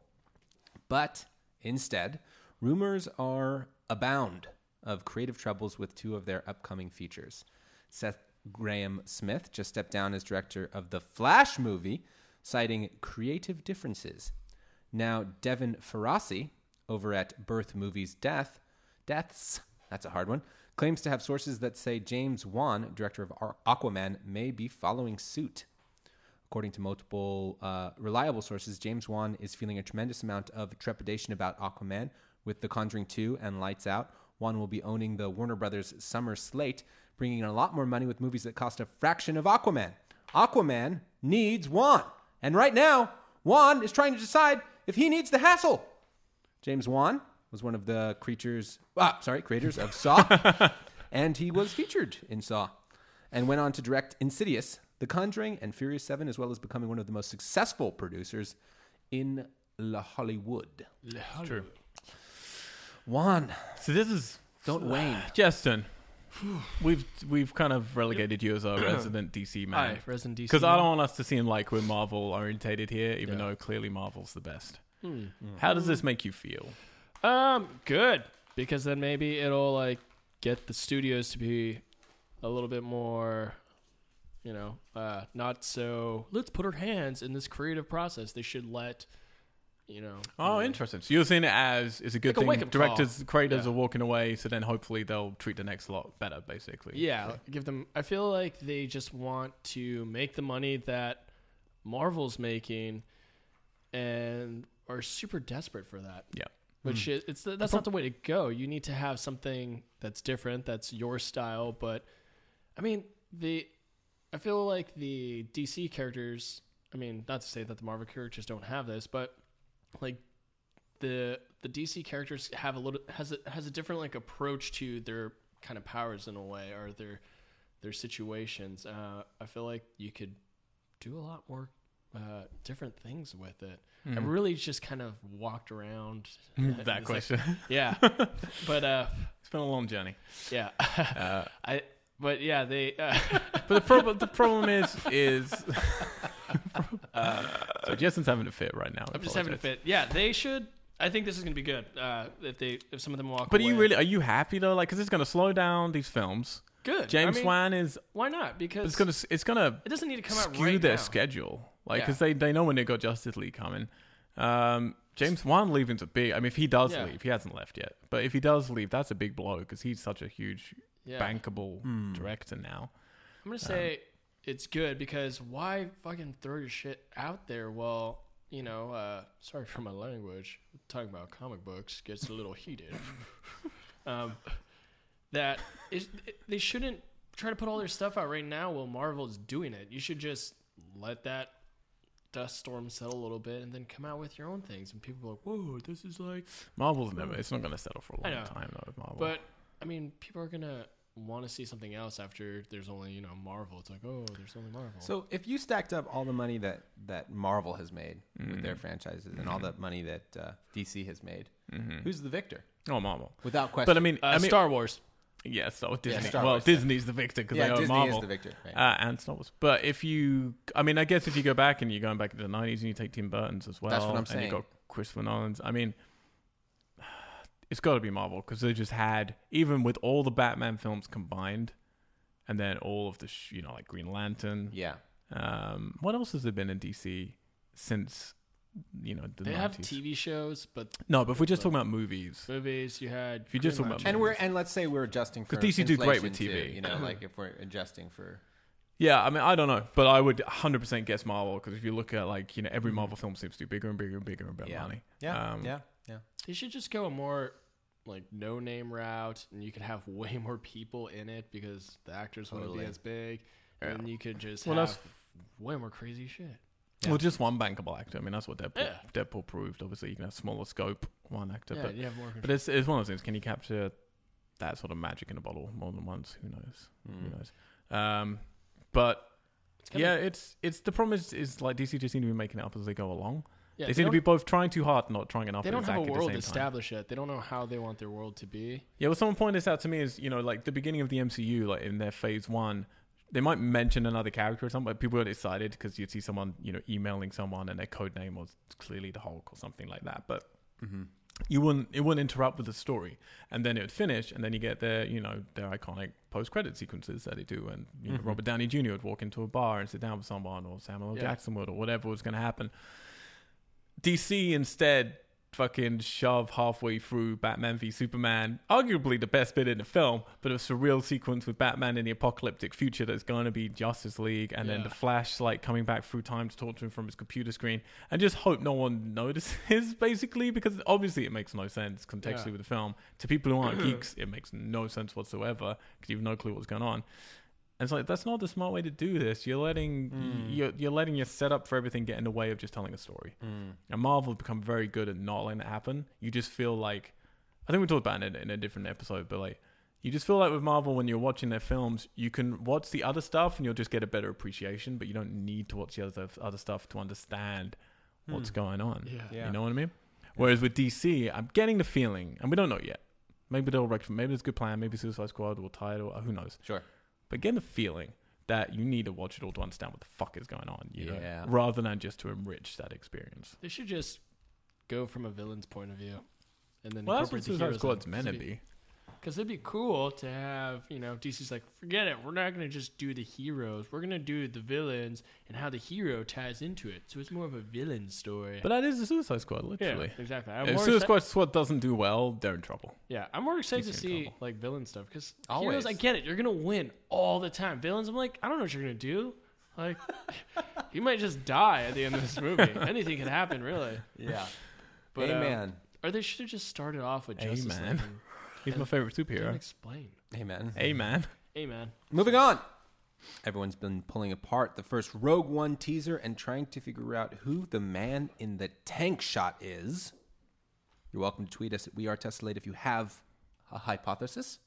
Speaker 3: But instead, rumors are abound of creative troubles with two of their upcoming features. Seth Graham Smith just stepped down as director of the Flash movie, citing creative differences. Now, Devin Ferrasi over at Birth Movies Death, Deaths, that's a hard one, claims to have sources that say James Wan, director of Ar- Aquaman, may be following suit. According to multiple uh, reliable sources, James Wan is feeling a tremendous amount of trepidation about Aquaman. With The Conjuring 2 and Lights Out, Wan will be owning the Warner Brothers summer slate, bringing in a lot more money with movies that cost a fraction of Aquaman. Aquaman needs Wan. And right now, Wan is trying to decide if he needs the hassle. James Wan was one of the creatures, ah, sorry, creators of Saw, and he was featured in Saw, and went on to direct Insidious, The Conjuring, and Furious Seven, as well as becoming one of the most successful producers in La Hollywood.
Speaker 2: True.
Speaker 3: Juan,
Speaker 1: So this is
Speaker 3: don't wane.
Speaker 1: Justin. We've we've kind of relegated you as our resident DC man.
Speaker 2: Hi, Resident DC.
Speaker 1: Because I don't want us to seem like we're Marvel orientated here, even
Speaker 2: Yeah. Hmm.
Speaker 1: though clearly Marvel's the best. Mm. How does this make you feel?
Speaker 2: Um, good because then maybe it'll like get the studios to be a little bit more, you know, uh, not so. Let's put our hands in this creative process. They should let, you know.
Speaker 1: Oh, interesting. So you're seeing it as it's a good
Speaker 2: Hmm. Like
Speaker 1: thing.
Speaker 2: a wake-up
Speaker 1: Directors,
Speaker 2: call.
Speaker 1: creators
Speaker 2: Yeah.
Speaker 1: are walking away, so then hopefully they'll treat the next lot better, basically.
Speaker 2: Yeah, like, give them. I feel like they just want to make the money that Marvel's making, and are super desperate for that.
Speaker 1: Yeah.
Speaker 2: Which i- it's that's not Hmm. the way to go. You need to have something that's different, that's your style. But I mean, the I feel like the DC characters. I mean, not to say that the Marvel characters don't have this, but like the the DC characters have a little has a has a different like approach to their kind of powers in a way or their their situations. Uh, I feel like you could do a lot more uh, different things with it.
Speaker 1: Hmm.
Speaker 2: I really just kind of walked around Hmm. It's
Speaker 1: That
Speaker 2: like-
Speaker 1: question.
Speaker 2: yeah, but uh,
Speaker 1: it's been a long journey.
Speaker 2: yeah,
Speaker 1: Uh,
Speaker 2: I but yeah they. Uh,
Speaker 1: But the problem, the problem is, is uh, so Justin's having a fit right now. I
Speaker 2: I'm just having a
Speaker 1: apologize.
Speaker 2: fit. Yeah, they should. I think this is gonna be good. Uh, if they if some of them walk.
Speaker 1: But are you
Speaker 2: away.
Speaker 1: really are you happy though? Like, because it's going to slow down these films.
Speaker 2: good?
Speaker 1: James
Speaker 2: I mean,
Speaker 1: Wan is
Speaker 2: Why not? Because
Speaker 1: it's going to it's going to
Speaker 2: It doesn't need to come out
Speaker 1: skew
Speaker 2: right
Speaker 1: their
Speaker 2: now.
Speaker 1: schedule. Like,
Speaker 2: Yeah.
Speaker 1: because they they know when they got Justice League coming. Um, James Wan leaving's a big. I mean, if he does
Speaker 2: Yeah.
Speaker 1: leave, he hasn't left yet. But if he does leave, that's a big blow because he's such a huge
Speaker 2: Yeah.
Speaker 1: bankable
Speaker 3: Hmm.
Speaker 1: director now.
Speaker 2: I'm gonna say it's good because why fucking throw your shit out there? Well, you know, uh, sorry for my language. Talking about comic books gets a little heated. um, that is, they shouldn't try to put all their stuff out right now while Marvel's doing it. You should just let that dust storm settle a little bit and then come out with your own things. And people are like, "Whoa, this is like."
Speaker 1: Marvel's never. It's not going to settle for a
Speaker 2: I
Speaker 1: long
Speaker 2: know.
Speaker 1: time though. With Marvel.
Speaker 2: But I mean, people are gonna want to see something else after there's only you know Marvel. It's like, oh, there's only Marvel.
Speaker 3: So if you stacked up all the money that that Marvel has made
Speaker 1: Mm-hmm.
Speaker 3: with their franchises and all the money that uh, DC has made, who's the victor?
Speaker 1: Mm-hmm. oh, Marvel.
Speaker 3: Without question.
Speaker 1: But I mean,
Speaker 2: Uh,
Speaker 1: I mean,
Speaker 2: Star Wars.
Speaker 1: Yeah, Star Wars, Disney.
Speaker 3: Star
Speaker 1: well,
Speaker 3: Wars, yeah.
Speaker 1: Disney's the victor because
Speaker 3: yeah,
Speaker 1: they own
Speaker 3: Disney
Speaker 1: oh, Marvel
Speaker 3: is the victor. Right?
Speaker 1: Uh, and Star Wars. But if you, I mean, I guess if you go back and you're going back to the '90s and you take Tim Burton's as well,
Speaker 3: That's what I'm
Speaker 1: and
Speaker 3: saying.
Speaker 1: you got Christopher Nolan's. I mean, it's got to be Marvel because they just had even with all the Batman films combined, and then all of the sh- you know like Green Lantern.
Speaker 3: yeah.
Speaker 1: Um, what else has there been in DC since you know the
Speaker 2: They
Speaker 1: 90s?
Speaker 2: have TV shows, but
Speaker 1: no, but if we're just talking about movies,
Speaker 2: movies you had.
Speaker 1: If you just
Speaker 2: pretty
Speaker 1: talk about
Speaker 2: much-
Speaker 3: And we're and let's say we're adjusting for
Speaker 1: 'Cause DC do great
Speaker 3: inflation,
Speaker 1: with TV.
Speaker 3: too, you know, like if we're adjusting for
Speaker 1: Yeah, I mean, I don't know, but I would 100% guess Marvel because if you look at like you know every Marvel film seems to do bigger and bigger and bigger and better
Speaker 3: Mm. yeah,
Speaker 1: money.
Speaker 3: yeah,
Speaker 1: Um,
Speaker 3: yeah, yeah.
Speaker 2: they should just go a more like no name route, and you could have way more people in it because the actors wouldn't
Speaker 3: Totally.
Speaker 2: be as big,
Speaker 1: Yeah.
Speaker 2: and you could just
Speaker 1: Well,
Speaker 2: have
Speaker 1: that's-
Speaker 2: way more crazy shit.
Speaker 1: Well, just one bankable actor. I mean, that's what Deadpool,
Speaker 2: Yeah.
Speaker 1: Deadpool proved. Obviously, you can have smaller scope, one actor,
Speaker 2: yeah,
Speaker 1: but
Speaker 2: you have more.
Speaker 1: but it's it's one of those things. Can you capture that sort of magic in a bottle more than once? Who knows?
Speaker 2: Hmm.
Speaker 1: Who knows? Um, but
Speaker 2: It's kinda-
Speaker 1: yeah, it's it's the problem is is like DC just seem to be making it up as they go along.
Speaker 2: yeah,
Speaker 1: they seem to
Speaker 2: don't-
Speaker 1: be both trying too hard, not trying enough.
Speaker 2: They
Speaker 1: at
Speaker 2: don't
Speaker 1: exactly
Speaker 2: have a world
Speaker 1: the same time.
Speaker 2: established yet. They don't know how they want their world to be.
Speaker 1: Yeah, well, someone pointed this out to me is, you know, like the beginning of the MCU, like in their phase one, they might mention another character or something, but people got excited because you'd see someone, you know, emailing someone and their code name was clearly the Hulk or something like that. But
Speaker 3: Mm-hmm.
Speaker 1: you wouldn't, it wouldn't interrupt with the story. And then it would finish, and then you get their, you know, their iconic post credit sequences that they do. And, you know, Robert Downey Jr. would walk into a bar and sit down with someone, or Samuel L.
Speaker 2: Mm-hmm. Yeah.
Speaker 1: Jackson would, or whatever was going to happen. DC instead fucking shove halfway through Batman v Superman, arguably the best bit in the film, but a surreal sequence with Batman in the apocalyptic future that's going to be Justice League, and then
Speaker 2: Yeah.
Speaker 1: the Flash like coming back through time to talk to him from his computer screen, and just hope no one notices basically, because obviously it makes no sense contextually
Speaker 2: Yeah.
Speaker 1: with the film. To people who aren't geeks, it makes no sense whatsoever because you have no clue what's going on. And it's like that's not the smart way to do this. You're letting you're, you're letting your setup for everything get in the way of just telling a story.
Speaker 3: Mm,
Speaker 1: And Marvel have become very good at not letting it happen. You just feel like I think we talked about it in a different episode, but like you just feel like with Marvel when you're watching their films, you can watch the other stuff and you'll just get a better appreciation, but you don't need to watch the other other stuff to understand what's going on.
Speaker 2: Yeah.
Speaker 3: Hmm. Yeah.
Speaker 1: You know what I mean? Whereas with DC, I'm getting the feeling, and we don't know yet. Maybe they'll rectify. Maybe it's a good plan. Maybe Suicide Squad will tie it, or who knows.
Speaker 3: Sure.
Speaker 1: But getting the feeling that you need to watch it all to understand what the fuck is going on. You Know?
Speaker 3: Yeah.
Speaker 1: Rather than just to enrich that experience.
Speaker 2: They should just go from a villain's point of view, and then
Speaker 1: Well, that's what
Speaker 2: incorporate the
Speaker 1: Suicide
Speaker 2: heroes
Speaker 1: Squad's meant to be.
Speaker 2: Because it'd be cool to have, you know, DC's like, forget it. We're not gonna just do the heroes. We're gonna do the villains and how the hero ties into it. So it's more of a villain story.
Speaker 1: But that is the Suicide Squad,
Speaker 2: yeah,
Speaker 1: literally.
Speaker 2: exactly. I'm
Speaker 1: If
Speaker 2: more
Speaker 1: Suicide
Speaker 2: exci-
Speaker 1: Squad, Squad doesn't do well, they're in trouble.
Speaker 2: Yeah, I'm more excited to
Speaker 1: DC in
Speaker 2: see
Speaker 1: trouble.
Speaker 2: like villain stuff because
Speaker 3: Always.
Speaker 2: heroes. I get it. You're gonna win all the time. Villains. I'm like, I don't know what you're gonna do. Like, you might just die at the end of this movie. Anything could happen, really.
Speaker 3: Yeah.
Speaker 2: But, uh,
Speaker 3: Amen.
Speaker 2: Or they should have just started off with Justice
Speaker 1: Amen.
Speaker 2: League.
Speaker 1: He's my favorite
Speaker 2: Can't
Speaker 1: superhero.
Speaker 2: explain.
Speaker 3: Amen.
Speaker 1: Hey man,
Speaker 2: Hey, man.
Speaker 3: Moving on. Everyone's been pulling apart the first Rogue One teaser and trying to figure out who the man in the tank shot is. You're welcome to tweet us at We Are Tessellate if you have a hypothesis.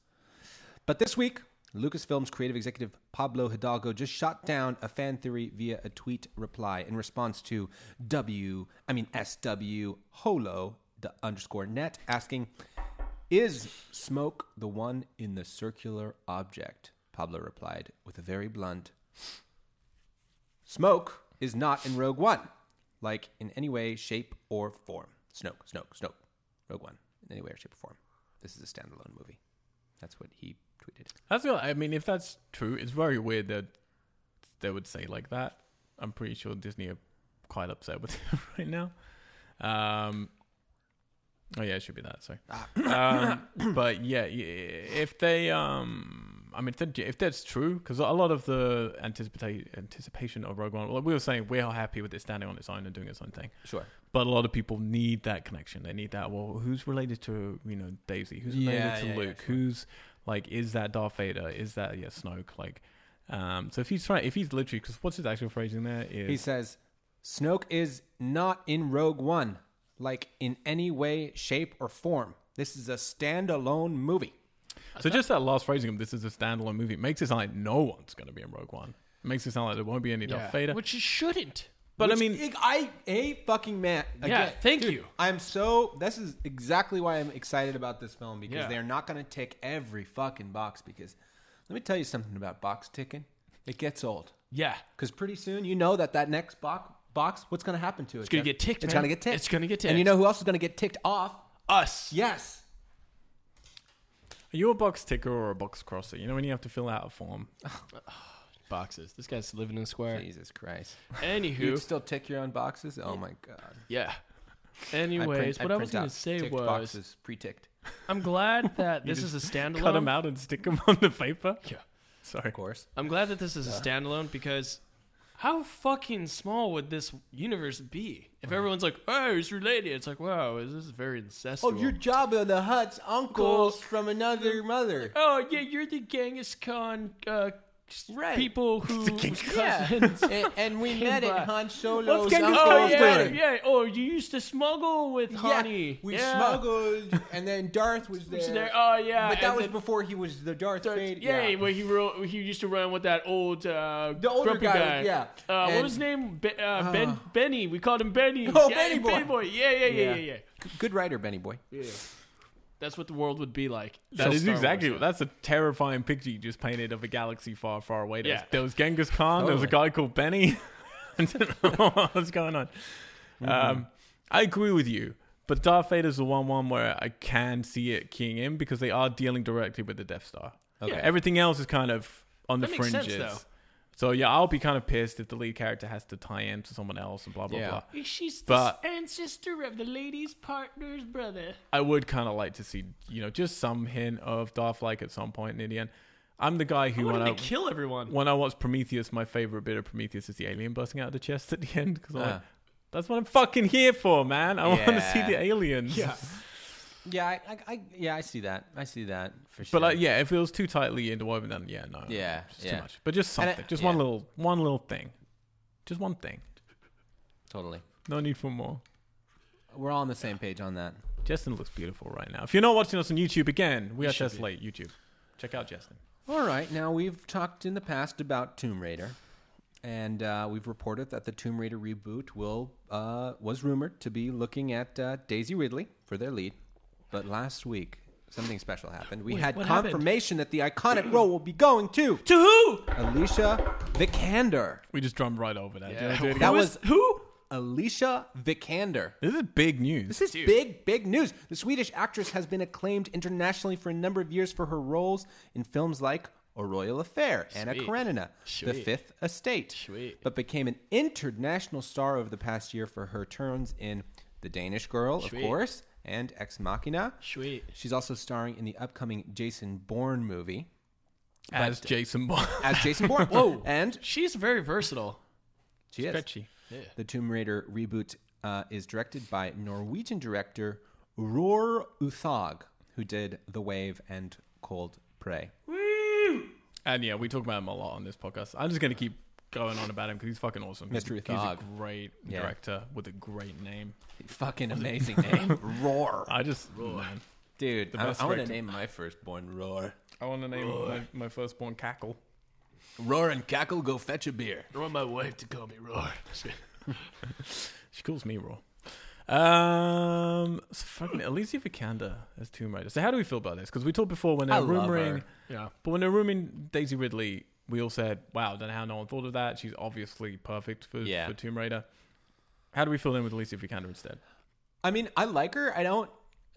Speaker 3: But this week, Lucasfilm's creative executive Pablo Hidalgo just shot down a fan theory via a tweet reply in response to W, I mean SW Holo the underscore net asking, "Is smoke the one in the circular object?" Pablo replied with a very blunt, "Smoke is not in Rogue One, like in any way, shape, or form." Snoke, Snoke, Snoke, Rogue One, in any way, or shape, or form. This is a standalone movie. That's what he tweeted.
Speaker 1: that's not, I mean, if that's true, it's very weird that they would say like that. I'm pretty sure Disney are quite upset with him right now. Um, oh yeah, it should be that. Sorry. um, but yeah, y- if they, um, I mean, if, that- if that's true, because a lot of the anticipation anticipation of Rogue One, like we were saying, we're happy with it standing on its own and doing its own thing.
Speaker 3: Sure.
Speaker 1: But a lot of people need that connection. They need that. Well, who's related to you know Daisy? Who's related
Speaker 3: Yeah,
Speaker 1: to
Speaker 3: yeah, yeah,
Speaker 1: Luke?
Speaker 3: sure.
Speaker 1: Who's like is that Darth Vader? Is that yeah Snoke? Like, um. So if he's trying, if he's literally, because what's his actual phrasing there is
Speaker 3: He says, Snoke is not in Rogue One, like in any way, shape, or form. This is a standalone movie.
Speaker 1: so just that last phrasing of this is a standalone movie it makes it sound like no one's going to be in Rogue One. It makes it sound like there won't be any Darth Vader.
Speaker 2: Which you shouldn't.
Speaker 1: but I
Speaker 3: Which
Speaker 1: mean,
Speaker 3: I, I a fucking man.
Speaker 2: Yeah,
Speaker 3: Again,
Speaker 2: thank
Speaker 3: dude,
Speaker 2: you.
Speaker 3: I'm so. This is exactly why I'm excited about this film because
Speaker 2: Yeah.
Speaker 3: they're not going to tick every fucking box. Because let me tell you something about box ticking. It gets old.
Speaker 2: Yeah.
Speaker 3: Because pretty soon you know that that next box, box what's going to happen to it? It's
Speaker 2: gonna get ticked,
Speaker 3: It's
Speaker 2: man.
Speaker 3: going to get ticked.
Speaker 2: It's gonna get
Speaker 3: And you
Speaker 2: ticked.
Speaker 3: know who else is going to get ticked off?
Speaker 2: Us.
Speaker 3: Yes.
Speaker 1: are you a box ticker or a box crosser? You know when you have to fill out a form.
Speaker 2: Boxes. This guy's living in a square.
Speaker 3: Jesus Christ. You'd
Speaker 2: Anywho.
Speaker 3: still tick your own boxes? Oh my god.
Speaker 2: Yeah. Anyways, what I was going to say was
Speaker 3: boxes pre-ticked,
Speaker 2: I'm glad that this is a standalone.
Speaker 1: Cut them out and stick them on the paper.
Speaker 2: Yeah.
Speaker 1: Sorry.
Speaker 3: of course.
Speaker 2: I'm glad that this is a standalone because how fucking small would this universe be if everyone's like, "Oh, it's related." It's like, "Wow, this is very incestual."
Speaker 3: Oh, you're Jabba the Hutt's uncles from another mother.
Speaker 2: Oh, yeah, you're the Genghis Khan uh,
Speaker 3: Right.
Speaker 2: people who
Speaker 1: Genghis-
Speaker 2: cousins.
Speaker 3: and, and we met
Speaker 2: by.
Speaker 3: at Han Solo's
Speaker 1: Genghis
Speaker 3: uncle's
Speaker 2: Oh
Speaker 1: Khan's
Speaker 2: yeah,
Speaker 1: doing?
Speaker 3: wedding.
Speaker 2: yeah. Oh, you used to smuggle with honey.
Speaker 3: we
Speaker 2: yeah.
Speaker 3: smuggled, and then Darth was there.
Speaker 2: Was there- Oh yeah,
Speaker 3: but that
Speaker 2: and
Speaker 3: was
Speaker 2: then-
Speaker 3: before he was the Darth, Vader.
Speaker 2: yeah, well, he ro- he used to run with that old uh,
Speaker 3: The older
Speaker 2: grumpy guy.
Speaker 3: guy, yeah.
Speaker 2: Uh,
Speaker 3: And-
Speaker 2: what was his name? Be- uh, ben Benny. We called him Benny.
Speaker 3: Oh,
Speaker 2: yeah,
Speaker 3: Benny boy.
Speaker 2: Benny boy. Yeah, yeah, yeah, yeah,
Speaker 3: Yeah.
Speaker 2: yeah.
Speaker 3: Good writer, Benny boy.
Speaker 2: Yeah. That's what the world would be like.
Speaker 1: That
Speaker 2: So
Speaker 1: is
Speaker 2: Star Wars,
Speaker 1: exactly
Speaker 2: yeah.
Speaker 1: that's a terrifying picture you just painted of a galaxy far, far away. There, was,
Speaker 2: Yeah.
Speaker 1: there was Genghis Khan. There was a guy called Benny. I don't know what's going on.
Speaker 2: Mm-hmm.
Speaker 1: Um, I agree with you, but Darth Vader's the one one where I can see it keying in because they are dealing directly with the Death Star.
Speaker 3: Okay.
Speaker 1: Everything else is kind of on the
Speaker 2: That makes sense,
Speaker 1: fringes.
Speaker 2: though.
Speaker 1: so yeah, I'll be kind of pissed if the lead character has to tie into someone else and blah blah
Speaker 3: Yeah.
Speaker 1: blah.
Speaker 2: She's the
Speaker 1: But-
Speaker 2: ancestor of the lady's partner's brother.
Speaker 1: I would kind of like to see, you know, just some hint of Darth like at some point in the end. I'm the guy who
Speaker 2: Why
Speaker 1: when
Speaker 2: did
Speaker 1: I
Speaker 2: they kill everyone?
Speaker 1: when I watched Prometheus, my favorite bit of Prometheus is the alien busting out of the chest at the end because I'm
Speaker 3: Ah.
Speaker 1: like, that's what I'm fucking here for, man. I want to see
Speaker 3: Yeah.
Speaker 1: the aliens.
Speaker 2: Yeah.
Speaker 3: Yeah, I, I, I, yeah, I see that. I see that for sure.
Speaker 1: But like, yeah, if it was too tightly interwoven, then yeah, no,
Speaker 3: Yeah,
Speaker 1: it's
Speaker 3: yeah.
Speaker 1: too much. But just
Speaker 3: And I-
Speaker 1: something, just one
Speaker 3: yeah.
Speaker 1: little, one little thing, just one thing.
Speaker 3: totally.
Speaker 1: No need for more.
Speaker 3: We're all on the same page on that.
Speaker 1: Justin looks beautiful right now. If you're not watching us on YouTube again, we are
Speaker 2: should
Speaker 1: just
Speaker 2: be.
Speaker 1: late YouTube. Check out Justin.
Speaker 3: All right, now we've talked in the past about Tomb Raider. and uh, we've reported that the Tomb Raider reboot will uh, was rumored to be looking at uh, Daisy Ridley for their lead. But last week, something special happened. We had
Speaker 2: what happened?
Speaker 3: confirmation that the iconic role will be going to
Speaker 2: To who?
Speaker 3: Alicia Vikander.
Speaker 1: We just drummed right over that.
Speaker 2: Yeah.
Speaker 1: Do it again.
Speaker 3: That
Speaker 2: Who
Speaker 3: was
Speaker 2: is- who?
Speaker 3: Alicia Vikander.
Speaker 1: This is big news.
Speaker 3: This is big, big news. The Swedish actress has been acclaimed internationally for a number of years for her roles in films like A Royal Affair, Anna
Speaker 2: Sweet.
Speaker 3: Karenina, The
Speaker 2: Sweet.
Speaker 3: Fifth Estate,
Speaker 2: Sweet.
Speaker 3: but became an international star over the past year for her turns in The Danish Girl,
Speaker 2: Sweet.
Speaker 3: of course, and Ex Machina.
Speaker 2: Sweet.
Speaker 3: She's also starring in the upcoming Jason Bourne movie
Speaker 1: As Jason Bond.
Speaker 3: as Jason Bourne.
Speaker 2: Whoa.
Speaker 3: And
Speaker 2: She's very versatile.
Speaker 3: she is. The Tomb Raider reboot uh, is directed by Norwegian director Roar Uthag, who did The Wave and Cold Prey.
Speaker 1: And yeah, we talk about him a lot on this podcast. I'm just going to keep going on about him because he's fucking awesome.
Speaker 3: Mr.
Speaker 1: He's- He's a
Speaker 3: Thug.
Speaker 1: great
Speaker 3: Yeah.
Speaker 1: director with a great name.
Speaker 3: Fucking amazing name, Roar,
Speaker 1: I just, man,
Speaker 3: dude. I,
Speaker 1: best
Speaker 3: I want to
Speaker 1: director.
Speaker 3: name my firstborn Roar.
Speaker 1: I want to name my, my firstborn Cackle.
Speaker 3: Roar and cackle, go fetch a beer.
Speaker 2: I want my wife to call me Roar.
Speaker 1: She calls me Raw. Um, so fucking Alicia Vikander as Tomb Raider. So how do we feel about this? Because we talked before when
Speaker 3: I
Speaker 1: they're
Speaker 3: love
Speaker 1: rumoring,
Speaker 3: her.
Speaker 2: yeah.
Speaker 1: but when they're rumoring Daisy Ridley, we all said, "Wow, don't know how no one thought of that." She's obviously perfect for,
Speaker 3: Yeah.
Speaker 1: for Tomb Raider. How do we fill in with Alicia Vikander instead?
Speaker 3: I mean, I like her. I don't.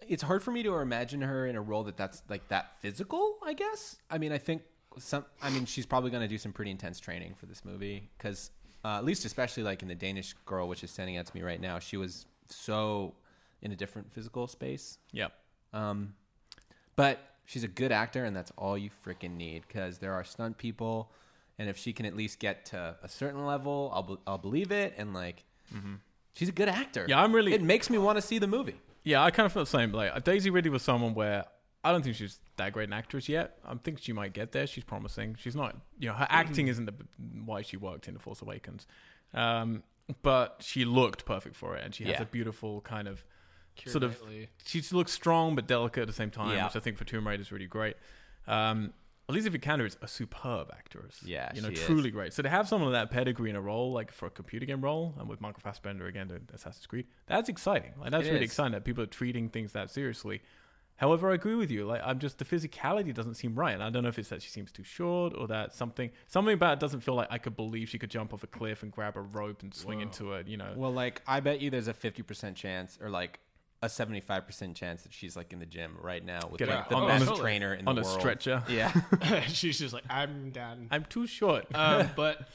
Speaker 3: It's hard for me to imagine her in a role that that's like that physical. I guess. I mean, I think some. I mean, she's probably going to do some pretty intense training for this movie because, uh, at least especially like in the Danish girl, which is standing out to me right now, she was so in a different physical space.
Speaker 1: Yep.
Speaker 3: Um, but she's a good actor, and that's all you freaking need because there are stunt people, and if she can at least get to a certain level, I'll be- I'll believe it. And like, she's a good actor.
Speaker 1: Mm-hmm. Yeah, I'm really-
Speaker 3: It makes me want to see the movie.
Speaker 1: Yeah, I kind of felt the same. Like Daisy Ridley was someone where I don't think she's that great an actress yet. I think she might get there. She's promising. She's not, you know, her acting isn't the, why she worked in The Force Awakens, um, but she looked perfect for it, and she has
Speaker 3: Yeah.
Speaker 1: a beautiful kind of
Speaker 2: Keira
Speaker 1: sort of.
Speaker 2: Knightley.
Speaker 1: She looks strong but delicate at the same time,
Speaker 3: Yeah.
Speaker 1: which I think for Tomb Raider is really great. Um, Alicia Vikander is a superb actress.
Speaker 3: Yeah,
Speaker 1: you know,
Speaker 3: she is.
Speaker 1: truly great. So to have someone of that pedigree in a role, like for a computer game role, and with Michael Fassbender again to Assassin's Creed, that's exciting. Like that's
Speaker 3: It
Speaker 1: really
Speaker 3: is.
Speaker 1: exciting that people are treating things that seriously. However, I agree with you. Like I'm just the physicality doesn't seem right. And I don't know if it's that she seems too short or that something something about it doesn't feel like I could believe she could jump off a cliff and grab a rope and swing into it. You know,
Speaker 3: Well, like I bet you there's a 50% chance or like a 75% chance that she's like in the gym right now with
Speaker 1: Get
Speaker 3: like
Speaker 1: out.
Speaker 3: the
Speaker 1: On a-
Speaker 3: best
Speaker 2: totally.
Speaker 3: trainer in
Speaker 1: on
Speaker 3: the
Speaker 1: a
Speaker 3: world.
Speaker 1: stretcher.
Speaker 3: Yeah.
Speaker 2: She's just like, I'm done.
Speaker 1: I'm too short.
Speaker 2: um, but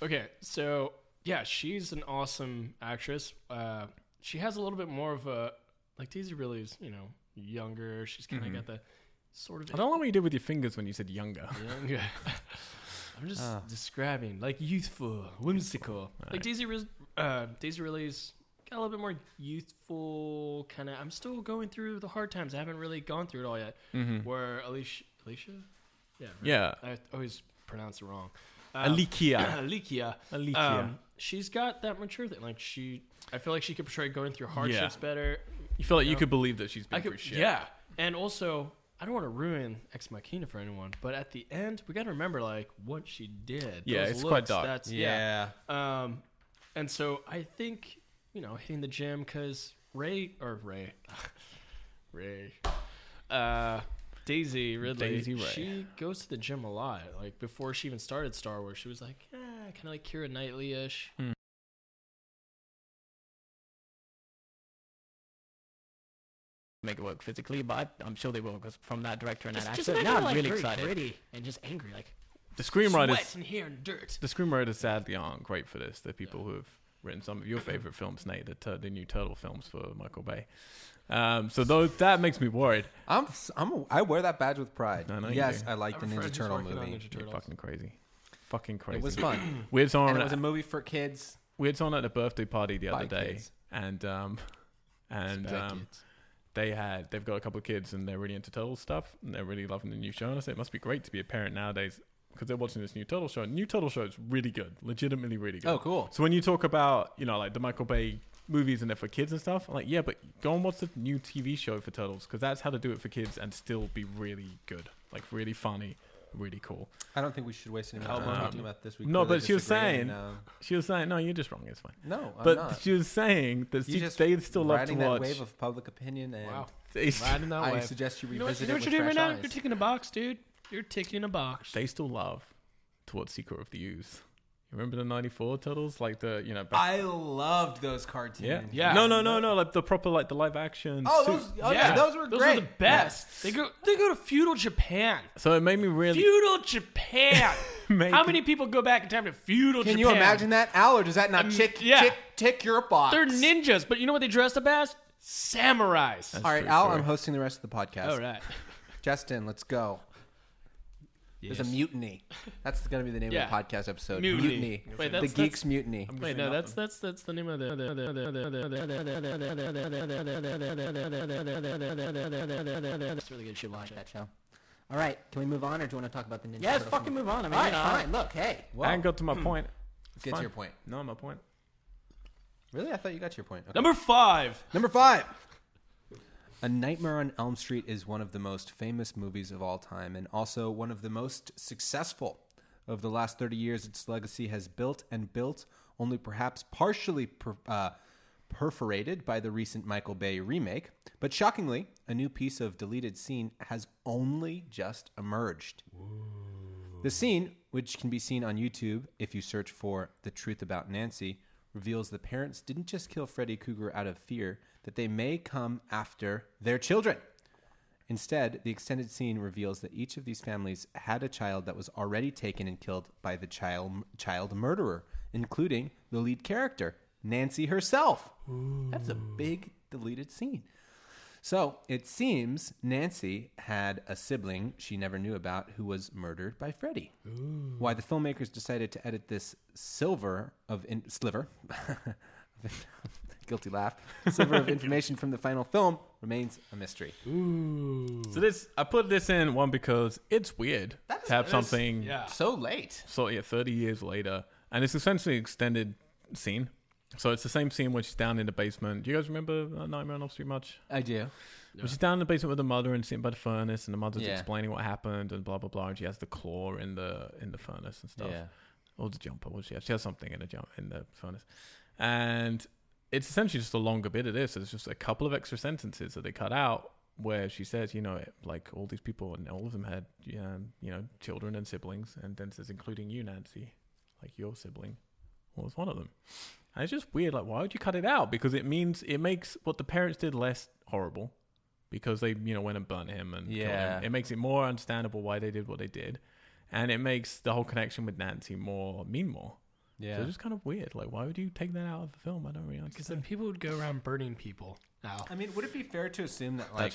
Speaker 2: okay, so yeah, she's an awesome actress. Uh, she has a little bit more of a like Daisy really is, you know, younger. She's kind of got the sort
Speaker 1: I
Speaker 2: of
Speaker 1: don't like what you did with your fingers when you said younger.
Speaker 2: younger. I'm just
Speaker 1: Ah.
Speaker 2: describing like youthful, whimsical. Like Daisy, Riz- uh, Daisy really's got a little bit more youthful kind of. I'm still going through the hard times. I haven't really gone through it all yet. Where Alicia, Alicia, yeah, right.
Speaker 1: Mm-hmm. Mm. Yeah.
Speaker 2: I always pronounce it wrong. Um,
Speaker 1: Alicia.
Speaker 2: Alicia.
Speaker 1: Alicia.
Speaker 2: Um, she's got that mature thing. Like she, I feel like she could portray going through hardships
Speaker 1: Yeah.
Speaker 2: better.
Speaker 1: You feel like you could believe that she's been
Speaker 2: I could,
Speaker 1: through shit.
Speaker 2: yeah. And also, I don't want to ruin Ex Machina for anyone, but at the end, we got to remember like what she did.
Speaker 1: Yeah,
Speaker 2: Those
Speaker 1: it's quite
Speaker 2: looks,
Speaker 1: dark.
Speaker 2: That's, yeah.
Speaker 3: Yeah.
Speaker 2: Um, and so I think you know hitting the gym because Ray or Ray, Ray, uh, Daisy Ridley.
Speaker 1: Daisy Ray.
Speaker 2: She goes to the gym a lot. Like before she even started Star Wars, she was like eh, kind of like Kira Knightley ish.
Speaker 4: make it work physically, but I'm sure they will because from that director and that
Speaker 2: Just- just
Speaker 4: actor.
Speaker 2: make
Speaker 4: Now
Speaker 2: her,
Speaker 4: I'm
Speaker 2: like,
Speaker 4: really
Speaker 2: very
Speaker 4: excited.
Speaker 2: gritty
Speaker 4: and just angry, like
Speaker 1: The screenwriters,
Speaker 2: Sweat and hair and dirt.
Speaker 1: the screenwriters sadly aren't great for this. The people who have written some of your favorite films, Nate, the, tur- the new Turtle films for Michael Bay. Um, so those, that makes me worried.
Speaker 3: I'm I'm a, I wear that badge with pride.
Speaker 1: I know you
Speaker 3: yes,
Speaker 1: do.
Speaker 3: I like the
Speaker 2: Our friend
Speaker 3: Ninja
Speaker 2: who's
Speaker 3: Turtle
Speaker 2: working on
Speaker 3: movie.
Speaker 2: Ninja
Speaker 1: You're
Speaker 2: Turtles.
Speaker 1: fucking crazy. Fucking crazy.
Speaker 3: It was fun.
Speaker 1: We had someone,
Speaker 3: and it was
Speaker 1: at,
Speaker 3: a movie for kids.
Speaker 1: we had someone at a birthday party the other
Speaker 3: By
Speaker 1: day,
Speaker 3: kids.
Speaker 1: and um, and
Speaker 2: Bad
Speaker 1: um,
Speaker 2: kids.
Speaker 1: they had they've got a couple of kids and they're really into turtle stuff and they're really loving the new show. And I said it must be great to be a parent nowadays because they're watching this new turtle show. New turtle show is really good, legitimately really good.
Speaker 3: Oh, cool.
Speaker 1: So when you talk about you know like the Michael Bay movies and they're for kids and stuff, I'm like yeah, but go and watch the new TV show for turtles because that's how to do it for kids and still be really good, like really funny really cool.
Speaker 3: I don't think we should waste any more time
Speaker 1: Um,
Speaker 3: talking about this. We
Speaker 1: no,
Speaker 3: clearly
Speaker 1: but she was
Speaker 3: disagree,
Speaker 1: saying-
Speaker 3: and, uh,
Speaker 1: She was saying, "No, you're just wrong. It's fine."
Speaker 3: no, I'm
Speaker 1: but
Speaker 3: not.
Speaker 1: she was saying that
Speaker 3: You
Speaker 1: she,
Speaker 3: just
Speaker 1: they still love to
Speaker 3: riding that
Speaker 1: watch.
Speaker 3: wave of public opinion, and
Speaker 2: Wow.
Speaker 1: they,
Speaker 2: Riding that
Speaker 3: I
Speaker 2: wave.
Speaker 3: suggest you
Speaker 2: You know what, you
Speaker 3: revisit
Speaker 2: know
Speaker 3: it
Speaker 2: what
Speaker 3: with
Speaker 2: you're doing right
Speaker 3: fresh
Speaker 2: now?
Speaker 3: eyes.
Speaker 2: You're ticking a box, dude. You're ticking a box.
Speaker 1: they still love to watch Secret of the Ooze. You remember the '94 Turtles, like the you know. Back,
Speaker 3: I loved those cartoons.
Speaker 1: yeah.
Speaker 2: Yeah.
Speaker 1: No, no, no, no. Like the proper, like the live action.
Speaker 3: Oh,
Speaker 1: suit.
Speaker 3: those, oh yeah. those were
Speaker 2: those
Speaker 3: great.
Speaker 2: are the best. They go they go to feudal Japan.
Speaker 1: so it made me really.
Speaker 2: Feudal Japan.
Speaker 1: Made
Speaker 2: How many people go back in time to feudal
Speaker 3: Can
Speaker 2: Japan? Um,
Speaker 3: you imagine that, Al? Or does that not tick,
Speaker 2: yeah.
Speaker 3: tick, tick your box?
Speaker 2: They're ninjas, but you know what they dressed up as? Samurais.
Speaker 1: That's
Speaker 3: All right,
Speaker 1: true
Speaker 3: Al,
Speaker 1: story.
Speaker 3: I'm hosting the rest of the podcast.
Speaker 2: All right.
Speaker 3: Justin, let's go. There's a mutiny. That's going to be the name
Speaker 2: Yeah.
Speaker 3: of the podcast episode.
Speaker 2: Mutiny. Wait,
Speaker 3: the
Speaker 2: that's-
Speaker 3: Geeks
Speaker 2: that's-
Speaker 3: Mutiny.
Speaker 2: Wait, no, that's that's that's the name of the. the- the- the- the- the- the- That's really good shit. Watch
Speaker 5: that show. All right, can we move on, or do you want to talk about the Ninja
Speaker 4: Yeah, let's
Speaker 5: Turtle
Speaker 4: fucking
Speaker 5: film?
Speaker 4: move on. I mean,
Speaker 5: All right,
Speaker 4: you know,
Speaker 5: fine. Look, hey,
Speaker 3: Whoa.
Speaker 1: I haven't got to my point.
Speaker 3: Let's get
Speaker 1: fine.
Speaker 3: to your point.
Speaker 1: No, my point.
Speaker 3: Really? I thought you got to your point. Okay.
Speaker 2: Number five.
Speaker 3: Number five. A Nightmare on Elm Street is one of the most famous movies of all time and also one of the most successful. Over the last 30 years, its legacy has built and built, only perhaps partially per, uh, perforated by the recent Michael Bay remake. But shockingly, a new piece of deleted scene has only just emerged. The scene, which can be seen on YouTube if you search for The Truth About Nancy, reveals the parents didn't just kill Freddy Krueger out of fear that they may come after their children. Instead, the extended scene reveals that each of these families had a child that was already taken and killed by the child child murderer, including the lead character, Nancy herself. That's a big deleted scene. So it seems Nancy had a sibling she never knew about who was murdered by Freddy. Why the filmmakers decided to edit this silver of in- sliver, guilty laugh, sliver of information from the final film remains a mystery.
Speaker 1: So this, I put this in one because it's weird
Speaker 3: That is-
Speaker 1: to have
Speaker 3: that is-
Speaker 1: something
Speaker 2: Yeah.
Speaker 3: So late.
Speaker 1: so yeah, 30 years later, and it's essentially an extended scene. So it's the same scene when she's down in the basement. Do you guys remember uh, Nightmare on Elm Street much?
Speaker 3: I do.
Speaker 1: When she's down in the basement with her mother and sitting by the furnace, and the mother's
Speaker 3: Yeah.
Speaker 1: explaining what happened and blah blah blah, and she has the claw in the in the furnace and stuff,
Speaker 3: Yeah.
Speaker 1: or the jumper. What does she have? She has something in the jump in the furnace, and it's essentially just a longer bit of this. It's just a couple of extra sentences that they cut out where she says, you know, it- like all these people and all of them had, um, you know, children and siblings, and then says, including you, Nancy, like your sibling was one of them. And it's just weird. Like, why would you cut it out? Because it means it makes what the parents did less horrible because they, you know, went and burnt him and killed him.
Speaker 3: Yeah.
Speaker 1: It makes it more understandable why they did what they did. And it makes the whole connection with Nancy more mean more. So
Speaker 3: Yeah.
Speaker 1: it's just kind of weird. Like, why would you take that out of the film? I don't really
Speaker 2: Because
Speaker 1: understand.
Speaker 2: then people would go around burning people. Now
Speaker 3: I mean, would it be fair to assume that like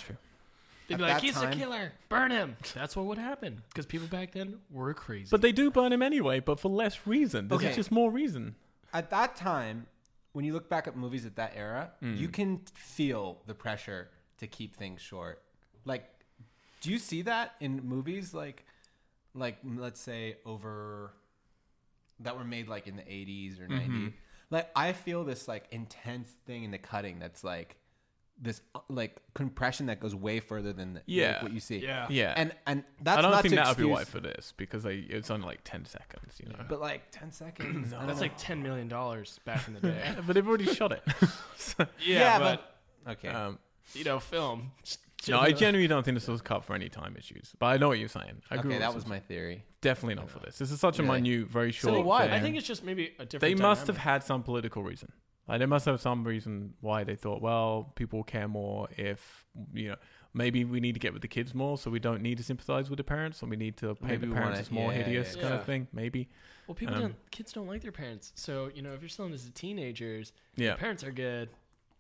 Speaker 2: they'd be
Speaker 3: At
Speaker 2: like,
Speaker 3: that
Speaker 2: "He's a
Speaker 3: time-
Speaker 2: killer. Burn him." That's what would happen. Because people back then were crazy.
Speaker 1: But they do burn him anyway, but for less reason. There's
Speaker 3: Okay.
Speaker 1: just more reason.
Speaker 3: at that time, when you look back at movies at that era,
Speaker 1: Mm.
Speaker 3: you can feel the pressure to keep things short. Like, do you see that in movies like, like let's say over that were made like in the eighties
Speaker 1: Mm-hmm.
Speaker 3: or 90s Like, I feel this like intense thing in the cutting that's like this uh, like compression that goes way further than the,
Speaker 1: Yeah.
Speaker 3: like, what you see.
Speaker 2: Yeah.
Speaker 1: Yeah.
Speaker 3: Uh, and and that's
Speaker 1: I don't
Speaker 3: not
Speaker 1: think
Speaker 3: to
Speaker 1: that would be
Speaker 3: excuse-
Speaker 1: why for this because they, it's only like 10 seconds, you know.
Speaker 3: But like ten seconds. I don't
Speaker 2: that's
Speaker 3: know.
Speaker 2: like ten million dollars back in the day.
Speaker 1: But, they've already shot it. So,
Speaker 2: yeah, but,
Speaker 3: okay.
Speaker 1: um,
Speaker 2: you know, film.
Speaker 1: no, I genuinely don't think this was cut for any time issues. But I know what you're saying. I agree
Speaker 3: okay,
Speaker 1: with
Speaker 3: that
Speaker 1: you.
Speaker 3: was my theory.
Speaker 1: definitely not for this. This is such a
Speaker 3: Really?
Speaker 1: minute, very short.
Speaker 3: why?
Speaker 2: I
Speaker 1: thing.
Speaker 2: think it's just maybe a different.
Speaker 1: they must have
Speaker 2: dynamic.
Speaker 1: had some political reason. Like they must have some reason why they thought, well, people care more if you know maybe we need to get with the kids more, so we don't need to sympathize with the parents, and we need to paint
Speaker 3: Maybe
Speaker 1: the
Speaker 3: we
Speaker 1: parents
Speaker 3: wanna-
Speaker 1: as more
Speaker 3: yeah,
Speaker 1: hideous
Speaker 2: yeah,
Speaker 1: kind
Speaker 2: yeah.
Speaker 1: of thing. Maybe,
Speaker 2: Well, people
Speaker 1: Um,
Speaker 2: don't. Kids don't like their parents. So you know, if you're still in this as teenagers,
Speaker 1: yeah,
Speaker 2: your parents are good.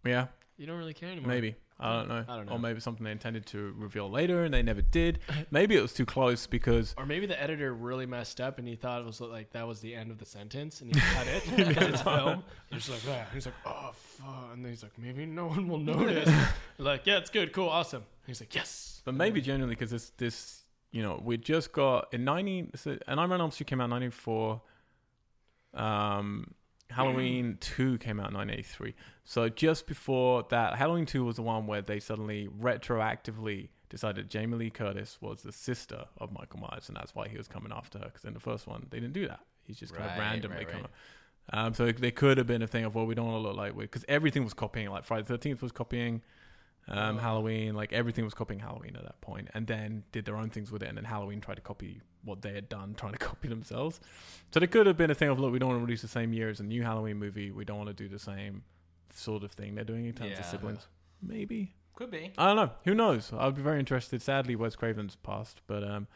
Speaker 1: yeah,
Speaker 2: You don't really care anymore.
Speaker 1: maybe. I don't know.
Speaker 2: I don't
Speaker 1: Or
Speaker 2: know.
Speaker 1: maybe something they intended to reveal later and they never did. Maybe it was too close because
Speaker 2: Or maybe the editor really messed up and he thought it was like that was the end of the sentence and he cut it because it's film. He's just like, ah. he's like, oh, fuck. And then he's like, maybe no one will notice. like, yeah, it's good, cool, awesome. And he's like, yes.
Speaker 1: But maybe generally because this, this, you know, we just got in 90, so, and I Run Elm Street came out in 94. Um, Halloween 2 came out in 1983. So just before that, Halloween 2 was the one where they suddenly retroactively decided Jamie Lee Curtis was the sister of Michael Myers, and that's why he was coming after her. Because in the first one, they didn't do that. He's just kind
Speaker 3: Right,
Speaker 1: of randomly
Speaker 3: right,
Speaker 1: coming.
Speaker 3: right.
Speaker 1: Um, so it- there could have been a thing of well, we don't want to look like because everything was copying. Like Friday the Thirteenth was copying um,
Speaker 2: Oh.
Speaker 1: Halloween. Like everything was copying Halloween at that point, and then did their own things with it. And then Halloween tried to copy what they had done, trying to copy themselves. So there could have been a thing of look, we don't want to release the same year as a new Halloween movie. We don't want to do the same sort of thing they're doing in terms
Speaker 3: Yeah.
Speaker 1: of siblings. Maybe
Speaker 3: Could be.
Speaker 1: I don't know. Who knows? I'd be very interested. Sadly, Wes Craven's passed, but um,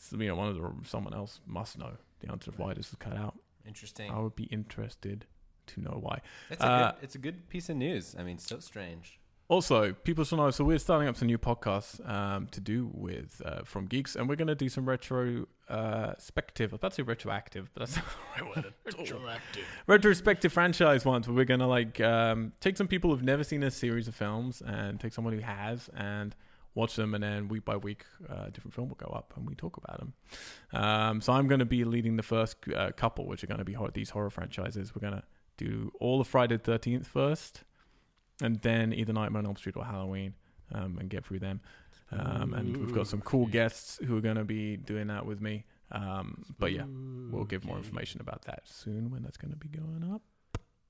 Speaker 1: s- you know, one of the someone else must know the answer of why this was cut out.
Speaker 3: Interesting.
Speaker 1: I would be interested to know why.
Speaker 3: It's a,
Speaker 1: Oh. Uh,
Speaker 3: good, it's a good piece of news. I mean, so strange.
Speaker 1: Also, people should know. So we're starting up some new podcasts um, to do with uh, from geeks, and we're going to do some retro uh, spective. I was about to say retroactive, but that's not the right word. at all.
Speaker 2: Retroactive.
Speaker 1: retrospective franchise ones where we're gonna like um, take some people who've never seen a series of films and take someone who has and watch them and then week by week uh, a different film will go up and we talk about them um, so i'm going to be leading the first uh, couple which are going to be hor- these horror franchises we're going to do all of friday the 13th first and then either nightmare on elm street or halloween um, and get through them um, and we've got some cool
Speaker 2: Spooky.
Speaker 1: guests who are going to be doing that with me um, but yeah We'll give more
Speaker 2: Okay.
Speaker 1: information about that soon when that's going to be going up.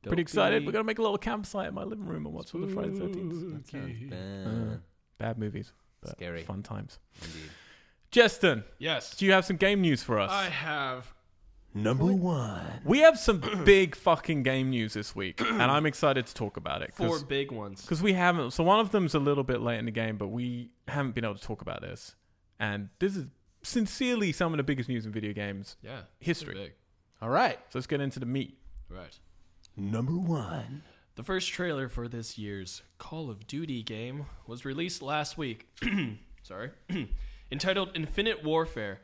Speaker 3: Don't
Speaker 1: Pretty excited.
Speaker 3: be-
Speaker 1: We're going to make a little campsite in my living room and watch all the Friday the 13th.
Speaker 3: That sounds
Speaker 2: Spooky.
Speaker 3: bad.
Speaker 1: Bad movies, Uh, but
Speaker 3: Scary.
Speaker 1: fun times.
Speaker 3: Indeed.
Speaker 1: Justin,
Speaker 2: Yes.
Speaker 1: do you have some game news for us?
Speaker 2: I have.
Speaker 3: Number one.
Speaker 1: we have some big fucking game news this week, and I'm excited to talk about it.
Speaker 2: Four big ones.
Speaker 1: Because we haven't. So one of them's a little bit late in the game, but we haven't been able to talk about this. And this is sincerely some of the biggest news in video games.
Speaker 2: Yeah.
Speaker 1: History.
Speaker 2: they're Big.
Speaker 3: All right.
Speaker 1: So let's get into the meat.
Speaker 2: Right.
Speaker 3: Number one.
Speaker 2: The first trailer for this year's Call of Duty game was released last week. Sorry. Entitled Infinite Warfare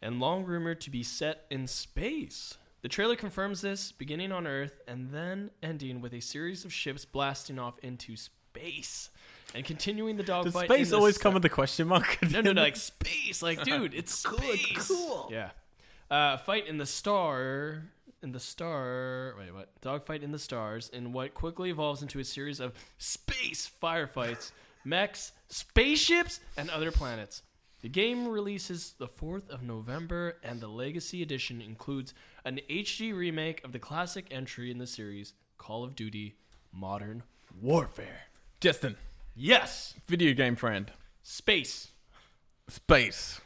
Speaker 2: and long rumored to be set in space. The trailer confirms this, beginning on Earth and then ending with a series of ships blasting off into space and continuing the
Speaker 1: Does
Speaker 2: dogfight.
Speaker 1: space
Speaker 2: in the
Speaker 1: always
Speaker 2: sky-
Speaker 1: come with a question mark?
Speaker 2: no, no, no, like space. Like, dude, it's cool. It's cool. Yeah. Uh, fight in the star. In the star. Wait, what? Dogfight in the stars in what quickly evolves into a series of space firefights, mechs, spaceships, and other planets. The game releases the 4th of November, and the Legacy Edition includes an HD remake of the classic entry in the series, Call of Duty Modern Warfare.
Speaker 1: Justin,
Speaker 2: Yes!
Speaker 1: video game friend.
Speaker 2: Space.
Speaker 1: space.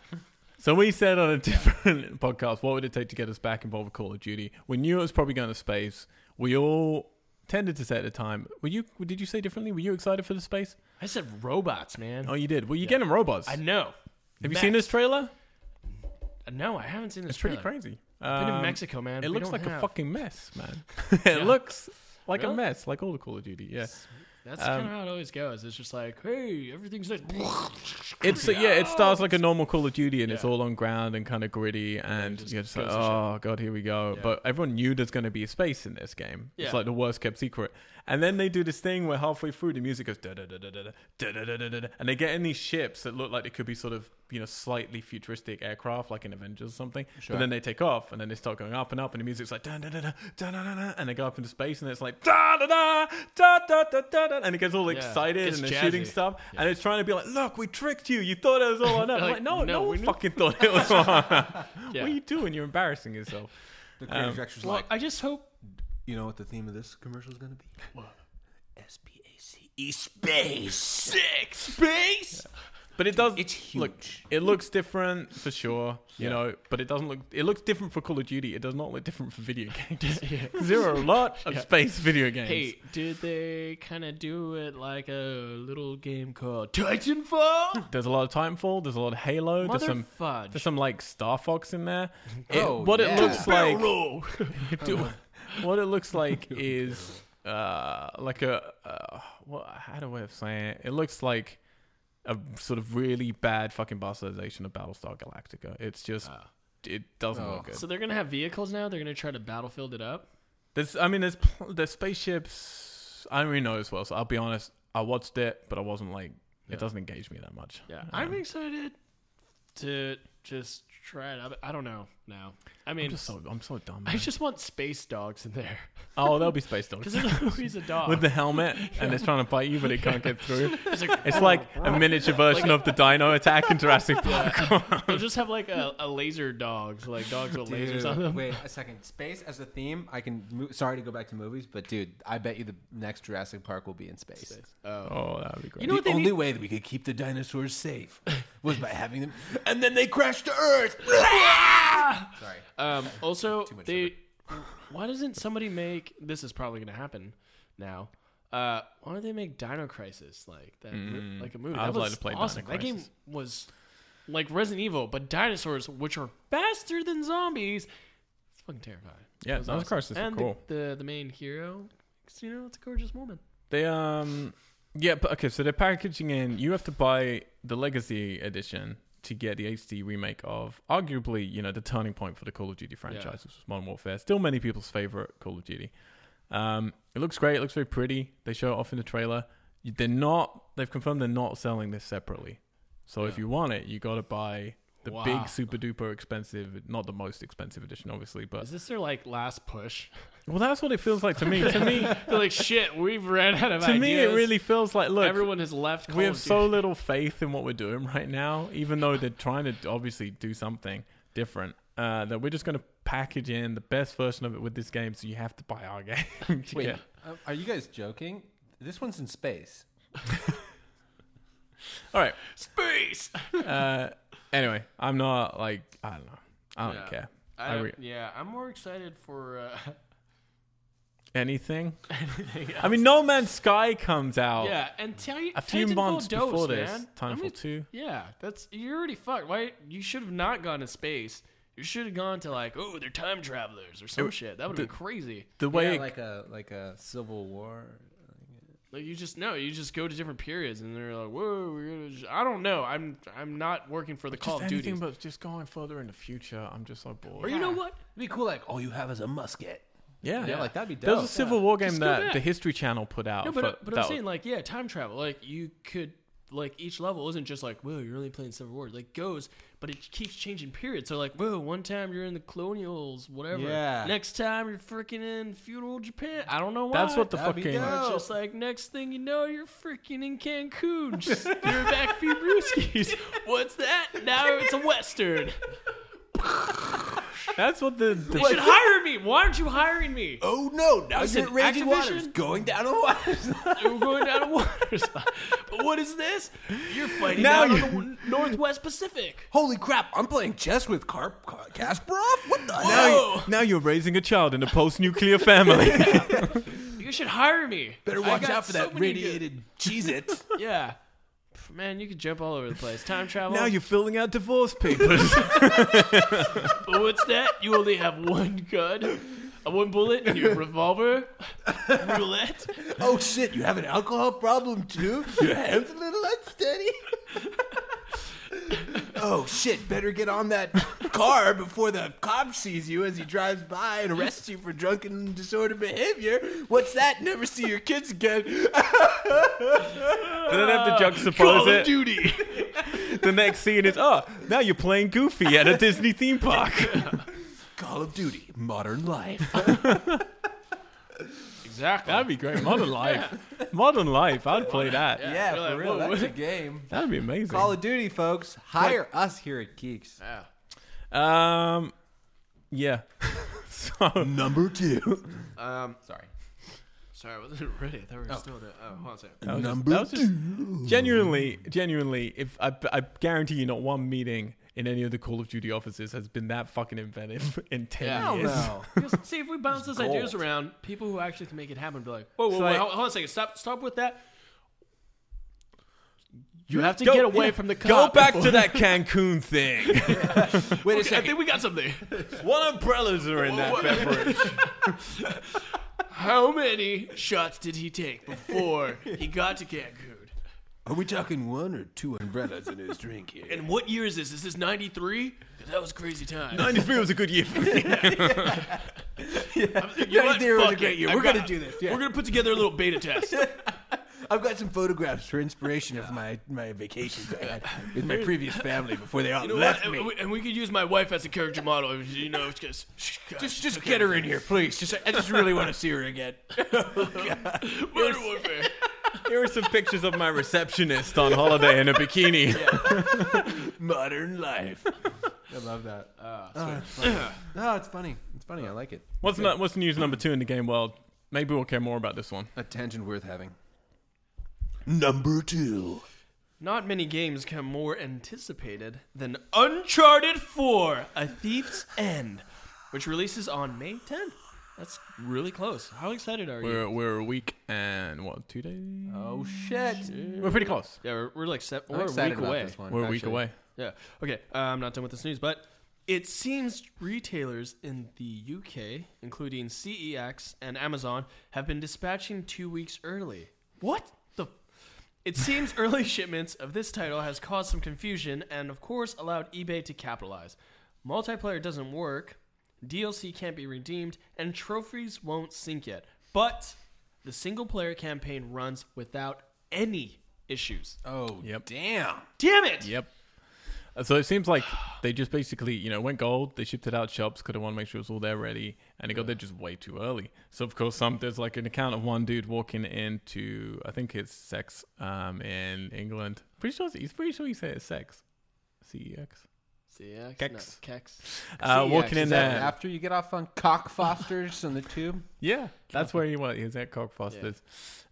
Speaker 1: So we said on a different podcast, what would it take to get us back involved with Call of Duty? We knew it was probably going to space. We all tended to say at the time, were you? Did you say differently? Were you excited for the space?
Speaker 2: I said robots, man.
Speaker 1: Oh, you did. Well, you're getting robots.
Speaker 2: I know.
Speaker 1: Have you seen this trailer?
Speaker 2: No, I haven't seen this.
Speaker 1: It's pretty
Speaker 2: trailer.
Speaker 1: crazy.
Speaker 2: I've been
Speaker 1: Um,
Speaker 2: in Mexico, man.
Speaker 1: It
Speaker 2: We
Speaker 1: looks
Speaker 2: don't
Speaker 1: like a
Speaker 2: have-
Speaker 1: fucking mess, man. it
Speaker 2: Yeah.
Speaker 1: looks like a
Speaker 2: Really?
Speaker 1: mess, like all the Call of Duty. Yeah.
Speaker 2: That's
Speaker 1: um,
Speaker 2: kind of how it always goes. It's just like, hey, everything's nice.
Speaker 1: It's uh, yeah. it starts like a normal Call of Duty, and it's
Speaker 2: Yeah.
Speaker 1: all on ground and kind of gritty, and
Speaker 2: just
Speaker 1: you're just
Speaker 2: goes
Speaker 1: like,
Speaker 2: to shit.
Speaker 1: oh god, here we go.
Speaker 2: Yeah.
Speaker 1: But everyone knew there's going to be space in this game. It's
Speaker 2: Yeah.
Speaker 1: like the worst kept secret. And then they do this thing where halfway through the music goes da da da da da da da da da da, and they get in these ships that look like they could be sort of you know slightly futuristic aircraft, like in Avengers or something. But then they take off, and then they start going up and up, and the music's like da da da da da da da, and they go up into space, and it's like da da da da da da da, da, and it gets all
Speaker 2: Yeah.
Speaker 1: excited,
Speaker 2: Gets
Speaker 1: and they're shooting
Speaker 2: jazzy.
Speaker 1: stuff, and it's trying to be like, look, we tricked you. You thought it was all on us. I'm
Speaker 2: Like,
Speaker 1: like, no,
Speaker 2: no,
Speaker 1: no,
Speaker 2: we
Speaker 1: one
Speaker 2: knew."
Speaker 1: fucking thought it was on us.
Speaker 2: Yeah.
Speaker 1: What are you doing? You're embarrassing yourself.
Speaker 6: The creative director's
Speaker 2: Well,
Speaker 6: like,
Speaker 2: I just hope.
Speaker 6: you know what the theme of this commercial is going to be? E.
Speaker 2: Space.
Speaker 1: But it does. It's huge. Look, it looks different for sure, you know. But it doesn't look. It looks different for Call of Duty. It does not look different for video games. there are a lot of space video games.
Speaker 2: Hey, did they kind of do it like a little game called Titanfall?
Speaker 1: There's a lot of Timefall. There's a lot of Halo. There's
Speaker 2: Mother
Speaker 1: some. There's some like Star Fox in there. It-
Speaker 3: Oh,
Speaker 1: what it
Speaker 3: yeah.
Speaker 1: looks like. Do-
Speaker 2: Uh-huh.
Speaker 1: what it looks like is uh, like a uh, what? How do I of saying it? It looks like a sort of really bad fucking bastardization of Battlestar Galactica. It's just
Speaker 2: Ah.
Speaker 1: it doesn't
Speaker 3: Oh.
Speaker 1: look good.
Speaker 2: So they're gonna have vehicles now. They're gonna try to battlefield it up.
Speaker 1: There's, I mean, there's pl- there's spaceships. I don't really know as well. So I'll be honest. I watched it, but I wasn't like it doesn't engage me that much.
Speaker 2: Yeah,
Speaker 1: Um,
Speaker 2: I'm excited to just try it. I, I don't know. now. I
Speaker 1: I'm
Speaker 2: mean,
Speaker 1: just so I'm so dumb.
Speaker 2: I
Speaker 1: man.
Speaker 2: just want space dogs in there
Speaker 1: oh, there'll be space dogs
Speaker 2: because there's always a dog.
Speaker 1: with the helmet, and it's trying to bite you, but it can't get through.
Speaker 2: It's like- oh,
Speaker 1: It's like a miniature version of the Dino Attack in Jurassic Park.
Speaker 2: They'll just have like a, a laser dogs, like dogs with
Speaker 3: Dude,
Speaker 2: lasers on them.
Speaker 3: Wait a second. Space as a theme, I can. Mo- sorry to go back to movies, but dude, I bet you the next Jurassic Park will be in space.
Speaker 2: Oh,
Speaker 1: oh, that'd be great.
Speaker 2: You know what
Speaker 3: the
Speaker 2: they
Speaker 3: only
Speaker 2: need-
Speaker 3: way that we could keep the dinosaurs safe was by having them, and then they crashed to Earth. sorry.
Speaker 2: Um, also,
Speaker 3: much
Speaker 2: they why doesn't somebody make this is probably going to happen now? Uh, why don't they make Dino Crisis like that, like a movie?
Speaker 1: Mm. I
Speaker 2: that
Speaker 1: would like
Speaker 2: was
Speaker 1: to play Dino
Speaker 2: awesome. That game
Speaker 1: Crisis.
Speaker 2: was like Resident Evil, but dinosaurs, which are faster than zombies. It's fucking terrifying.
Speaker 1: yeah,
Speaker 2: That was
Speaker 1: Dino
Speaker 2: awesome.
Speaker 1: Crisis is
Speaker 2: and the-
Speaker 1: cool.
Speaker 2: the, the main hero, 'cause, you know, it's a gorgeous woman.
Speaker 1: They um yeah, but okay, so they're packaging in you have to buy the legacy edition to get the HD remake of arguably, you know, the turning point for the Call of Duty franchise,
Speaker 2: Yeah.
Speaker 1: which was Modern Warfare. Still many people's favorite Call of Duty. Um it looks great, it looks very pretty. They show it off in the trailer. They're not they've confirmed they're not selling this separately. So if you want it, you got to buy the
Speaker 2: Wow.
Speaker 1: big super duper expensive, not the most expensive edition obviously, but
Speaker 2: Is this their like last push?
Speaker 1: well that's what it feels like to me. to me
Speaker 2: They're like, shit, we've ran out of
Speaker 1: to
Speaker 2: ideas.
Speaker 1: me it really feels like look
Speaker 2: everyone has left. Call
Speaker 1: we
Speaker 2: of
Speaker 1: have
Speaker 2: Duty.
Speaker 1: so little faith in what we're doing right now, even though they're trying to obviously do something different. Uh, that we're just going to package in the best version of it with this game, so you have to buy our game. to
Speaker 3: Wait,
Speaker 1: get-
Speaker 3: um, are you guys joking? This one's in space.
Speaker 1: All right.
Speaker 2: space.
Speaker 1: Uh, anyway, I'm not like I don't know. I don't
Speaker 2: Yeah.
Speaker 1: care. I
Speaker 2: I don't-
Speaker 1: re-
Speaker 2: yeah, I'm more excited for uh,
Speaker 1: Anything.
Speaker 2: anything else.
Speaker 1: I mean, No Man's Sky comes out
Speaker 2: yeah, and tell you
Speaker 1: a few
Speaker 2: Titanfall
Speaker 1: months
Speaker 2: dose,
Speaker 1: before this.
Speaker 2: man. I
Speaker 1: Titanfall
Speaker 2: mean,
Speaker 1: Two.
Speaker 2: Yeah, that's you're already fucked. Why you should have not gone to space. You should have gone to like, oh, they're time travelers or some
Speaker 1: It-
Speaker 2: shit. That would
Speaker 1: the-
Speaker 2: be crazy.
Speaker 1: The way it-
Speaker 3: like a like a civil war.
Speaker 2: Like you just no, you just go to different periods and they're like, whoa, we're gonna j- I don't know. I'm I'm not working for the Call
Speaker 1: just
Speaker 2: of
Speaker 1: anything,
Speaker 2: Duty.
Speaker 1: but just going further in the future. I'm just so bored.
Speaker 2: Or you know what?
Speaker 3: It'd be cool. Like all you have is a musket.
Speaker 1: yeah,
Speaker 3: Yeah, like that'd be dope.
Speaker 1: There was a Civil War game
Speaker 2: Just go
Speaker 1: that
Speaker 2: back.
Speaker 1: the History Channel put out.
Speaker 2: No, but, uh,
Speaker 1: for-
Speaker 2: but
Speaker 1: that
Speaker 2: I'm
Speaker 1: was-
Speaker 2: saying like yeah, time travel. Like you could like each level isn't just like whoa, you're only playing Civil War. Like goes, but it keeps changing periods. So like whoa, one time you're in the colonials, whatever.
Speaker 3: Yeah.
Speaker 2: Next time you're freaking in feudal Japan. I don't know why.
Speaker 1: that's what the Oh.
Speaker 3: That'd be
Speaker 1: fucking.
Speaker 3: dope.
Speaker 2: It's just like next thing you know, you're freaking in Cancun. Just you're back for your brewskis. What's that? Now it's a western.
Speaker 1: That's what the, the
Speaker 2: You should hire me. Why aren't you hiring me?
Speaker 3: Oh no! Now
Speaker 2: Listen,
Speaker 3: you're at raging
Speaker 2: Activision-
Speaker 3: waters, going down on waters.
Speaker 2: We're going down a water spot. But what is this? You're fighting
Speaker 1: Now
Speaker 2: out on
Speaker 1: you-
Speaker 2: the w- Northwest Pacific.
Speaker 3: Holy crap! I'm playing chess with Karp Kar- Kasparov. What the
Speaker 1: now,
Speaker 3: hell?
Speaker 1: you- now you're raising a child in a post-nuclear family.
Speaker 2: You should hire me.
Speaker 3: Better
Speaker 2: I
Speaker 3: watch
Speaker 2: got
Speaker 3: out for
Speaker 2: so
Speaker 3: that
Speaker 2: many good-
Speaker 3: radiated Cheez-It.
Speaker 2: Yeah. Pff, Man, you could jump all over the place. Time travel.
Speaker 1: now you're filling out divorce papers.
Speaker 2: But Oh, what's that? You only have one gun, uh, one bullet, and your revolver, roulette.
Speaker 3: oh shit! You have an alcohol problem too. Your hand's a little unsteady. oh shit! Better get on that car before the cop sees you as he drives by and arrests you for drunken and disordered behavior. What's that? Never see your kids again.
Speaker 1: they don't have to
Speaker 2: Call of
Speaker 1: juxtapose it.
Speaker 2: Duty.
Speaker 1: The next scene is, oh, now you're playing Goofy at a Disney theme park.
Speaker 3: Call of Duty: Modern Life.
Speaker 2: Exactly.
Speaker 1: That'd be great. Modern life. Modern life. I'd play that.
Speaker 3: Yeah,
Speaker 2: You're
Speaker 3: for
Speaker 2: like,
Speaker 3: real.
Speaker 2: "Whoa,
Speaker 3: That's a
Speaker 2: what?"
Speaker 3: game.
Speaker 1: That'd be amazing.
Speaker 3: Call of Duty, folks. Hire us here at Geeks.
Speaker 2: Yeah.
Speaker 1: um, yeah. so,
Speaker 3: Number two.
Speaker 2: Um,
Speaker 3: Sorry.
Speaker 2: sorry, I wasn't ready. I thought we were still there. Oh, hold on a second.
Speaker 1: that was just-
Speaker 3: Number
Speaker 1: that was just- genuinely, genuinely, if I, I guarantee you, not one meeting in any of the Call of Duty offices has been that fucking inventive in ten
Speaker 2: Yeah. Hell
Speaker 1: years.
Speaker 2: Because, see, if we bounce those ideas
Speaker 3: gold.
Speaker 2: around, people who actually can make it happen be like, whoa, whoa,
Speaker 1: So
Speaker 2: whoa,
Speaker 1: I-
Speaker 2: hold, hold on a second, stop, stop with that. You have to
Speaker 1: Go-
Speaker 2: get away
Speaker 1: yeah,
Speaker 2: from the
Speaker 1: Go
Speaker 2: cop
Speaker 1: back
Speaker 2: before-
Speaker 1: to that Cancun thing.
Speaker 3: Wait a
Speaker 2: Okay, I
Speaker 3: second.
Speaker 2: think we got something.
Speaker 1: what umbrellas are in that beverage?
Speaker 2: How many shots did he take before he got to Cancun?
Speaker 3: Are we talking one or two umbrellas in his drink here?
Speaker 2: And what year is this? Is this '93? Because that was crazy time.
Speaker 1: 93 was a good year for me.
Speaker 2: You know what?
Speaker 3: 93 was a
Speaker 2: Fuck
Speaker 3: great
Speaker 2: it.
Speaker 3: year.
Speaker 2: I've
Speaker 3: We're gonna
Speaker 2: got-
Speaker 3: do this, yeah.
Speaker 2: We're gonna put together a little beta test.
Speaker 6: I've got some photographs for inspiration of my my vacations I had with my previous family before they all
Speaker 2: You know
Speaker 6: left
Speaker 2: what?
Speaker 6: me.
Speaker 2: And, we, and we could use my wife as a character model. You know, it's just,
Speaker 6: just just get her in here, please. Just I just really want to see her again. Oh,
Speaker 2: Modern warfare.
Speaker 1: Here are some pictures of my receptionist on holiday in a bikini.
Speaker 6: Modern life.
Speaker 3: I love that. Ah,
Speaker 6: Uh, No, it's funny.
Speaker 3: It's funny. I like it.
Speaker 1: What's not, what's news number two in the game world? Maybe we'll care more about this one.
Speaker 3: A tangent worth having.
Speaker 6: Number two.
Speaker 2: Not many games come more anticipated than Uncharted 4, A Thief's End, which releases on May 10th. That's really close. How excited are you?
Speaker 1: We're we're a week and what two days?
Speaker 3: Oh shit!
Speaker 1: Uh, We're pretty close.
Speaker 2: yeah, we're, we're like se-
Speaker 3: I'm
Speaker 2: we're a
Speaker 3: excited
Speaker 2: week
Speaker 3: about
Speaker 2: away.
Speaker 3: this one.
Speaker 1: We're a week
Speaker 3: actually.
Speaker 1: away.
Speaker 2: Yeah. Okay. Uh, I'm not done with this news, but it seems retailers in the UK, including CEX and Amazon, have been dispatching two weeks early. What the? It seems early shipments of this title has caused some confusion and, of course, allowed eBay to capitalize. Multiplayer doesn't work, DLC can't be redeemed, and trophies won't sync yet. But the single player campaign runs without any issues.
Speaker 3: Oh
Speaker 1: Yep.
Speaker 3: damn!
Speaker 2: Damn it!
Speaker 1: Yep. Uh, So it seems like they just basically, you know, went gold. They shipped it out shops. Could have wanted to make sure it was all there ready, and it got there just way too early. So of course, some there's like an account of one dude walking into, I think it's sex, um, in England. Pretty sure it's- he's pretty sure he said it's sex, CEX.
Speaker 2: CX,
Speaker 1: Kex.
Speaker 2: No, Kex.
Speaker 1: Uh,
Speaker 3: CEX,
Speaker 1: walking in
Speaker 3: E is that
Speaker 1: there,
Speaker 3: after you get off on cock fosters on the tube.
Speaker 1: Yeah, that's where he was. He was at Cockfosters.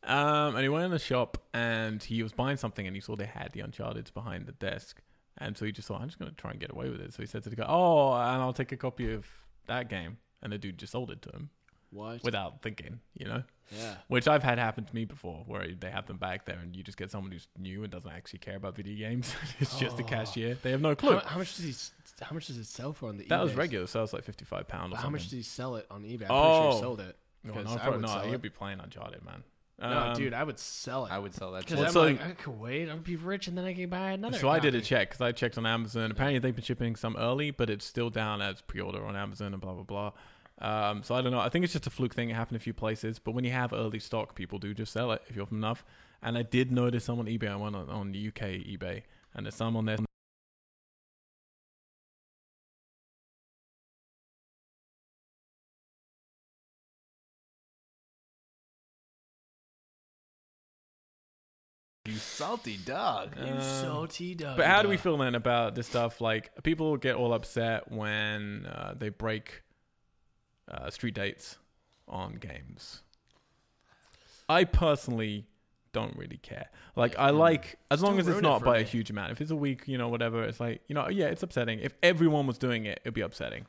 Speaker 1: Um, and he went in the shop and he was buying something and he saw they had the Uncharted behind the desk. And so he just thought, I'm just going to try and get away with it. So he said to the guy, Oh, and I'll take a copy of that game. And the dude just sold it to him
Speaker 2: What?
Speaker 1: without thinking, you know?
Speaker 2: yeah.
Speaker 1: Which I've had happen to me before where they have them back there and you just get someone who's new and doesn't actually care about video games. it's just a cashier. They have no clue.
Speaker 2: Oh. How, how much does he? s- How much does it sell for on the?
Speaker 1: that was
Speaker 2: eBays?
Speaker 1: regular, so that was like £55 or
Speaker 2: But
Speaker 1: something.
Speaker 2: How much did he sell it on eBay? I'm pretty sure
Speaker 1: Oh.
Speaker 2: he sold it.
Speaker 1: no,
Speaker 2: 'Cause
Speaker 1: no,
Speaker 2: I
Speaker 1: probably
Speaker 2: would
Speaker 1: not.
Speaker 2: sell
Speaker 1: You'd
Speaker 2: it.
Speaker 1: be playing Uncharted, man.
Speaker 2: No,
Speaker 1: Um,
Speaker 2: dude, I would sell it.
Speaker 3: I would sell that.
Speaker 2: Because
Speaker 1: Well,
Speaker 2: I'm
Speaker 1: so-
Speaker 2: like, I could wait. I'd be rich, and then I could buy another.
Speaker 1: So I did a
Speaker 2: copy.
Speaker 1: check because I checked on Amazon. Apparently they've been shipping some early, but it's still down as pre-order on Amazon and blah blah blah. Um, so I don't know. I think it's just a fluke thing. It happened a few places, but when you have early stock, people do just sell it if you're enough. And I did notice some on eBay. I went on, on the UK eBay, and there's some on there.
Speaker 3: You salty dog.
Speaker 2: You
Speaker 1: Um,
Speaker 2: salty dog.
Speaker 1: But how do we feel then about this stuff? Like people get all upset when uh, they break uh, street dates on games. I personally don't really care. Like
Speaker 3: Mm.
Speaker 1: I like as long
Speaker 3: Don't
Speaker 1: as it's
Speaker 3: ruin it
Speaker 1: not
Speaker 3: for
Speaker 1: by a
Speaker 3: me.
Speaker 1: huge amount. If it's a week, you know, whatever, it's like you know, yeah, it's upsetting. If everyone was doing it, it'd be upsetting.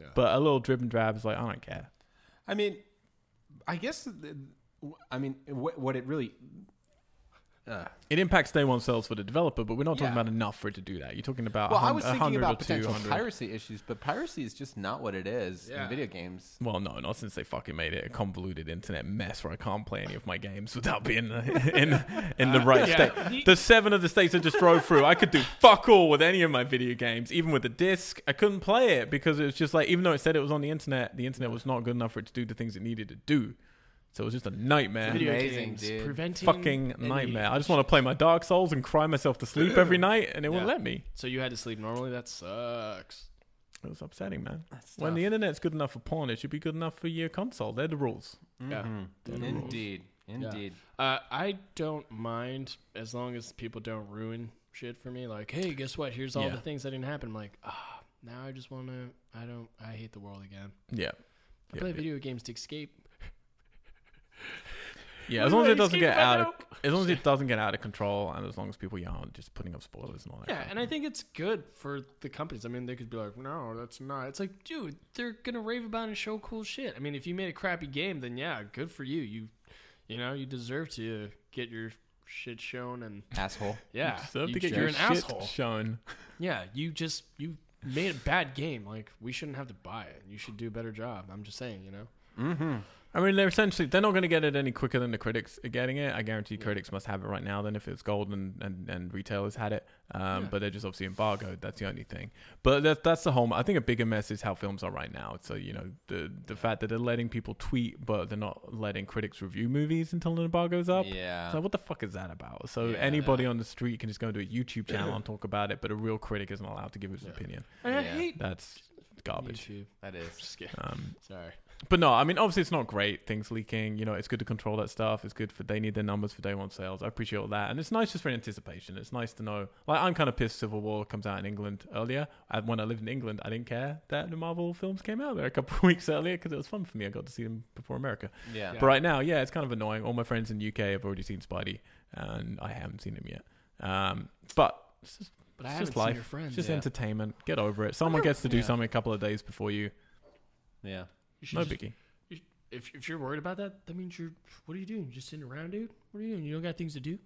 Speaker 3: Yeah.
Speaker 1: But a little drip and drab is like I don't care.
Speaker 3: I mean, I guess. the- I mean, what, what it really. Uh,
Speaker 1: It impacts day one sales for the developer, but we're not talking
Speaker 3: Yeah.
Speaker 1: about enough for it to do that. You're talking about
Speaker 3: well, I
Speaker 1: 100,
Speaker 3: was thinking about
Speaker 1: or
Speaker 3: potential
Speaker 1: 200.
Speaker 3: piracy issues, but piracy is just not what it is
Speaker 2: Yeah.
Speaker 3: in video games.
Speaker 1: Well, no, not since they fucking made it a convoluted internet mess where I can't play any of my games without being in in the right
Speaker 2: yeah.
Speaker 1: state. The seven of the states I just drove through, I could do fuck all with any of my video games, even with the disc. I couldn't play it because it was just like, even though it said it was on the internet, the internet was not good enough for it to do the things it needed to do. So it was just a nightmare,
Speaker 2: Video
Speaker 3: Amazing,
Speaker 2: games
Speaker 3: dude.
Speaker 2: preventing
Speaker 1: fucking
Speaker 2: any-
Speaker 1: nightmare. I just want to play my Dark Souls and cry myself to sleep every night, and it won't
Speaker 2: Yeah.
Speaker 1: let me.
Speaker 2: So you had to sleep normally. That sucks.
Speaker 1: It was upsetting, man. When the internet's good enough for porn, it should be good enough for your console. They're the rules.
Speaker 2: Yeah.
Speaker 3: Indeed. Indeed.
Speaker 2: Uh, I don't mind as long as people don't ruin shit for me. Like, hey, guess what? Here's all
Speaker 1: Yeah.
Speaker 2: the things that didn't happen. I'm like, ah, now I just want to. I don't. I hate the world again.
Speaker 1: Yeah.
Speaker 2: I
Speaker 1: Yeah,
Speaker 2: play
Speaker 1: yeah.
Speaker 2: video games to escape.
Speaker 1: Yeah, as long as it doesn't
Speaker 2: Escape
Speaker 1: get
Speaker 2: my
Speaker 1: out of,
Speaker 2: nope.
Speaker 1: as long as it doesn't get out of control, and as long as people yeah, aren't just putting up spoilers and all that.
Speaker 2: Yeah, and I think it's good for the companies. I mean, they could be like, no, that's not. It's like, dude, they're gonna rave about and show cool shit. I mean, if you made a crappy game, then yeah, good for you. You, you know, you deserve to get your shit shown and
Speaker 3: Asshole.
Speaker 2: yeah,
Speaker 1: crap. So
Speaker 2: you
Speaker 1: to get
Speaker 2: you're
Speaker 1: your
Speaker 2: an
Speaker 1: shit
Speaker 2: asshole.
Speaker 1: shown.
Speaker 2: Yeah, you just you made a bad game. Like we shouldn't have to buy it. You should do a better job. I'm just saying, you know.
Speaker 3: Mm-hmm.
Speaker 1: I mean, they're essentially they're not going to get it any quicker than the critics are getting it. I guarantee critics must have it right now than if it's gold and and, and retailers had it. Um,
Speaker 2: Yeah.
Speaker 1: But they're just obviously embargoed. That's the only thing. But that's that's the whole. I think a bigger mess is how films are right now. So you know the the fact that they're letting people tweet, but they're not letting critics review movies until an embargo's up.
Speaker 3: Yeah.
Speaker 1: So what the fuck is that about? So
Speaker 3: Yeah.
Speaker 1: anybody on the street can just go into a YouTube channel and talk about it, but a real critic isn't allowed to give his opinion.
Speaker 2: I
Speaker 3: Yeah.
Speaker 2: hate
Speaker 1: That's garbage.
Speaker 2: YouTube.
Speaker 3: that is.
Speaker 2: Just kidding.
Speaker 1: Um,
Speaker 2: Sorry.
Speaker 1: but no, I mean, obviously, it's not great. Things leaking, you know, it's good to control that stuff. It's good for they need their numbers for day one sales. I appreciate all that, and it's nice just for anticipation. It's nice to know. Like, I'm kind of pissed Civil War comes out in England earlier. I, when I lived in England, I didn't care that the Marvel films came out there a couple of weeks earlier because it was fun for me. I got to see them before America.
Speaker 3: Yeah.
Speaker 1: But right now, yeah, it's kind of annoying. All my friends in the UK have already seen Spidey, and I haven't seen him yet. Um, but it's just,
Speaker 2: But I
Speaker 1: it's
Speaker 2: haven't
Speaker 1: just
Speaker 2: seen
Speaker 1: life.
Speaker 2: your friends.
Speaker 1: It's just
Speaker 3: yeah.
Speaker 1: entertainment. Get over it. Someone gets to do
Speaker 3: Yeah.
Speaker 1: something a couple of days before you.
Speaker 3: Yeah.
Speaker 2: You should
Speaker 1: No
Speaker 2: just-
Speaker 1: biggie.
Speaker 2: if, if you're worried about that, that means you're. What are you doing? Just sitting around, dude. What are you doing? You don't got things to do,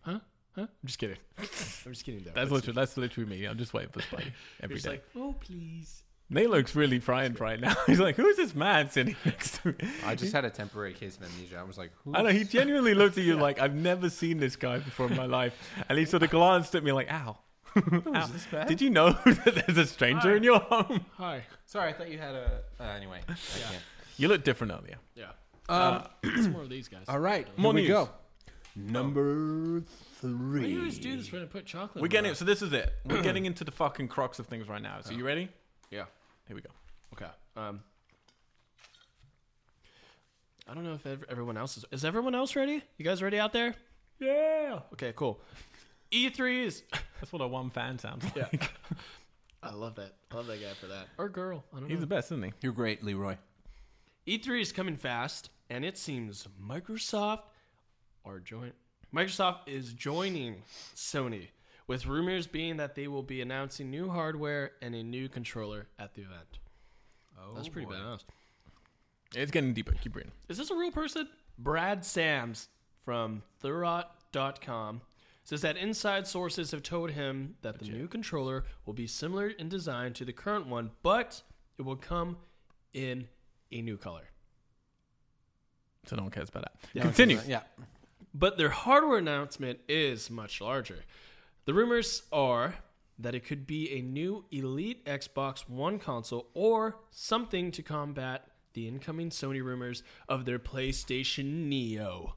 Speaker 2: huh? Huh? I'm just kidding. I'm just kidding. Though.
Speaker 1: That's literally that's literally me. I'm just waiting for Spidey
Speaker 2: You're
Speaker 1: every
Speaker 2: just
Speaker 1: day.
Speaker 2: like, oh please.
Speaker 1: Nate looks really frightened right now. He's like, "Who's this man sitting next to me?"
Speaker 3: I just had a temporary case of amnesia. I was like, who?
Speaker 1: I know he genuinely looked at you like, "I've never seen this guy before in my life," and he sort of glanced at me like, "Ow." Ow. Did you know that there's a stranger in your home?
Speaker 2: Hi.
Speaker 3: Sorry, I thought you had a. Uh, anyway. I can't. Um,
Speaker 1: You look different Um, earlier.
Speaker 2: Yeah. Uh, it's more of these guys.
Speaker 6: All right,
Speaker 1: More
Speaker 6: here we
Speaker 1: news.
Speaker 6: go. Number
Speaker 2: Why do
Speaker 6: three.
Speaker 2: you always do this when I put chocolate.
Speaker 1: We're
Speaker 2: in
Speaker 1: getting
Speaker 2: my-
Speaker 1: so this is it. We're getting into the fucking crux of things right now. So you ready?
Speaker 2: Yeah.
Speaker 1: Here we go.
Speaker 2: Okay. Um. I don't know if ev- everyone else is. Is everyone else ready? You guys ready out there? Yeah. Okay. Cool. E3 is.
Speaker 1: That's what a one fan sounds like.
Speaker 2: Yeah. I love that. I love that guy for that. Or girl. I don't
Speaker 1: He's
Speaker 2: know.
Speaker 1: the best, isn't he?
Speaker 6: You're great, Leroy.
Speaker 2: E3 is coming fast, and it seems Microsoft are join Microsoft is joining Sony, with rumors being that they will be announcing new hardware and a new controller at the event. Oh, that's pretty badass.
Speaker 1: It's getting deeper. Keep reading.
Speaker 2: Is this a real person? Brad Sams from Thurot.com says that inside sources have told him that the new controller will be similar in design to the current one, but it will come in a new color.
Speaker 1: So no one cares about that. Continue.
Speaker 6: Yeah.
Speaker 2: But their hardware announcement is much larger. The rumors are that it could be a new Elite Xbox One console or something to combat the incoming Sony rumors of their PlayStation Neo.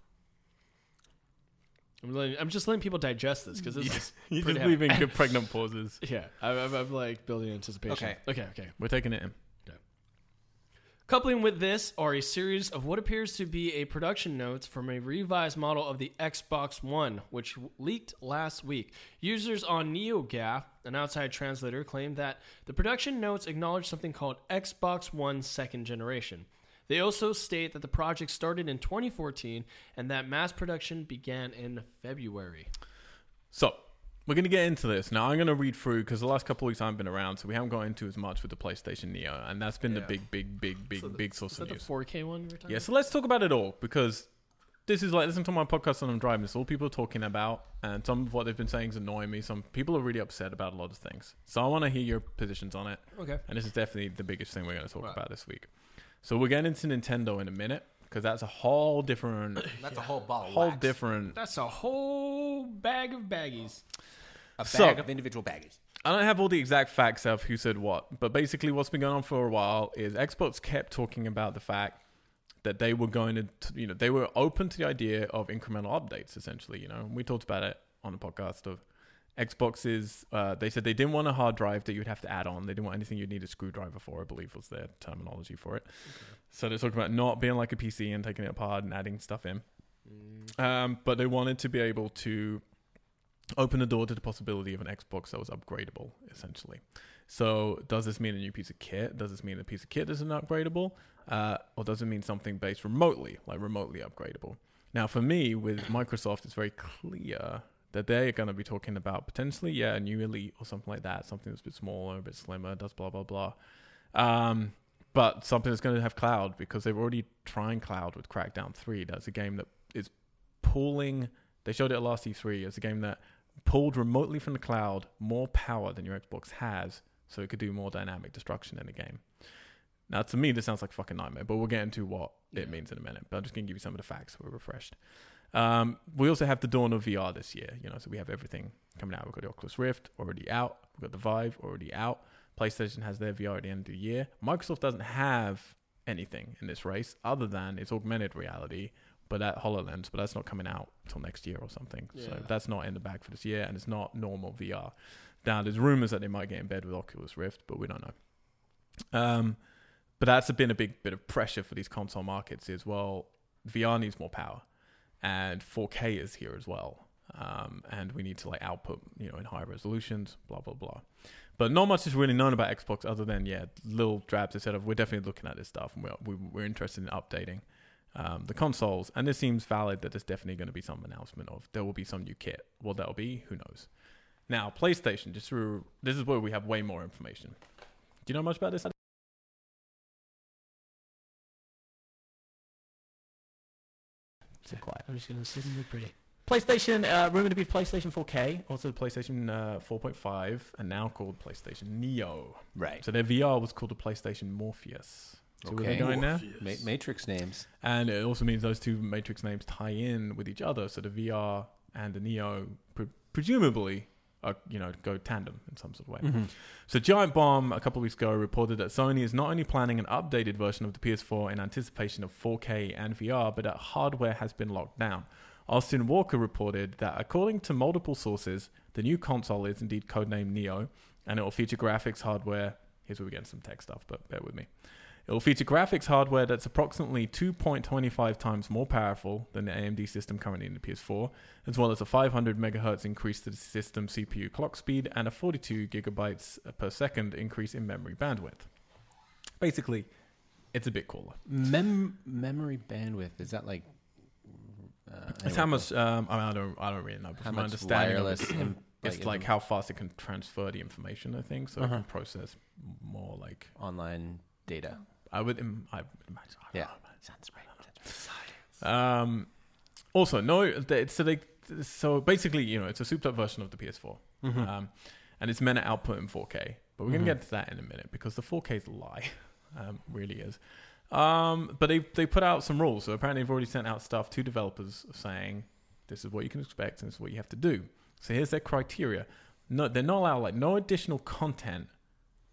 Speaker 2: I'm, letting, I'm just letting people digest this because this is
Speaker 1: You're
Speaker 2: pretty
Speaker 1: just
Speaker 2: heavy.
Speaker 1: leaving good pregnant pauses.
Speaker 2: Yeah, I'm, I'm, I'm like building anticipation.
Speaker 3: Okay.
Speaker 2: okay, okay.
Speaker 1: We're taking it in.
Speaker 2: Coupling with this are a series of what appears to be a production notes from a revised model of the Xbox One, which leaked last week. Users on NeoGAF, an outside translator, claim that the production notes acknowledge something called Xbox One Second Generation. They also state that the project started in 2014 and that mass production began in February.
Speaker 1: So we're going to get into this now. I'm going to read through because the last couple of weeks I've been around, so we haven't got into as much with the PlayStation Neo, and that's been the
Speaker 2: Yeah.
Speaker 1: big, big, big, big, big
Speaker 2: Is
Speaker 1: source
Speaker 2: that
Speaker 1: of
Speaker 2: the
Speaker 1: news.
Speaker 2: 4K one you were talking
Speaker 1: Yeah. So let's talk about it all because this is like listen to my podcast when I'm driving. It's all people are talking about, and some of what they've been saying is annoying me. Some people are really upset about a lot of things. So I want to hear your positions on it.
Speaker 2: about? Okay.
Speaker 1: And this is definitely the biggest thing we're going to talk about this week. So we're getting into Nintendo in a minute because that's a whole different,
Speaker 3: That's a whole ball. Of
Speaker 1: whole
Speaker 3: wax.
Speaker 1: different
Speaker 2: That's a whole bag of baggies.
Speaker 3: A bag
Speaker 1: So-
Speaker 3: of individual baggage.
Speaker 1: I don't have all the exact facts of who said what, but basically, what's been going on for a while is Xbox kept talking about the fact that they were going to, t- you know, they were open to the idea of incremental updates. Essentially, you know, And we talked about it on the podcast of Xboxes. Uh, they said they didn't want a hard drive that you'd have to add on. They didn't want anything you'd need a screwdriver for. I believe was their terminology for it. So they're talking about not being like a PC and taking it apart and adding stuff in. Um, but they wanted to be able to open the door to the possibility of an Xbox that was upgradable, essentially. So, does this mean a new piece of kit? Does this mean a piece of kit isn't upgradable? Uh, or does it mean something based remotely, like remotely upgradable? Now, for me, with Microsoft, it's very clear that they're going to be talking about potentially, yeah, a new Elite or something like that, something that's a bit smaller, a bit slimmer, does blah, blah, blah. Um, but something that's going to have cloud because they're already trying cloud with Crackdown 3. That's a game that is pulling, they showed it at last E3, it's a game that pulled remotely from the cloud more power than your Xbox has, so it could do more dynamic destruction in the game. Now, to me, this sounds like a fucking nightmare, but we'll get into what it means in a minute. But I'm just going to give you some of the facts. We're refreshed. Um, we also have the dawn of VR this year, you know, so we have everything coming out. We've got the Oculus Rift already out. We've got the Vive already out. PlayStation has their VR at the end of the year. Microsoft doesn't have anything in this race other than its augmented reality, but that HoloLens, but that's not coming out till next year or something.
Speaker 2: Yeah.
Speaker 1: So that's not in the bag for this year, and it's not normal VR. Now, there's rumors that they might get in bed with Oculus Rift, but we don't know. Um, but that's been a big bit of pressure for these console markets is well, VR needs more power, and 4K is here as well, um, and we need to like output you know in high resolutions, blah blah blah. But not much is really known about Xbox other than yeah, little drabs instead of we're definitely looking at this stuff and we're we, we're interested in updating um, the consoles, and this seems valid that there's definitely going to be some announcement of there will be some new kit. What that'll be, who knows. Now, PlayStation, just through, this is where we have way more information. Do you know much about this?
Speaker 4: So quiet. I'm just gonna sit and look pretty. PlayStation, uh, rumored to be PlayStation 4K.
Speaker 1: Also, the PlayStation uh, 4.5 and now called PlayStation Neo.
Speaker 3: Right.
Speaker 1: So their VR was called the PlayStation Morpheus. So where they're
Speaker 3: Okay.
Speaker 1: going now?
Speaker 3: Ma- Matrix names.
Speaker 1: And it also means those two Matrix names tie in with each other. So the VR and the Neo pre- presumably are, you know, go tandem in some sort of way. So Giant Bomb a couple of weeks ago reported that Sony is not only planning an updated version of the PS4 in anticipation of 4K and VR, but that hardware has been locked down. Austin Walker reported that according to multiple sources, the new console is indeed codenamed Neo, and it will feature graphics hardware. Here's where we get into some tech stuff, but bear with me. It will feature graphics hardware that's approximately 2.25 times more powerful than the AMD system currently in the PS4, as well as a 500 megahertz increase to the system CPU clock speed and a 42 gigabytes per second increase in memory bandwidth. Basically, it's a bit cooler.
Speaker 3: Mem- memory bandwidth is that like? Uh,
Speaker 1: It's how much? Um, I, mean, I don't. I don't really know. But
Speaker 3: How
Speaker 1: from my
Speaker 3: much
Speaker 1: understanding, of it,
Speaker 3: wireless? and,
Speaker 1: it's like how fast it can transfer the information. I think so.
Speaker 3: Uh-huh.
Speaker 1: It can process more like
Speaker 3: online data.
Speaker 1: I would. Im- I would imagine. I don't
Speaker 3: Yeah.
Speaker 1: know. Um, also, no, they, so they, so basically, you know, it's a souped up version of the PS4, um, and it's meant to output in 4K. But we're gonna get to that in a minute because the 4K is a lie, um, really is. Um, but they they put out some rules. So apparently, they've already sent out stuff to developers saying this is what you can expect and this is what you have to do. So here's their criteria. No, they're not allowed like no additional content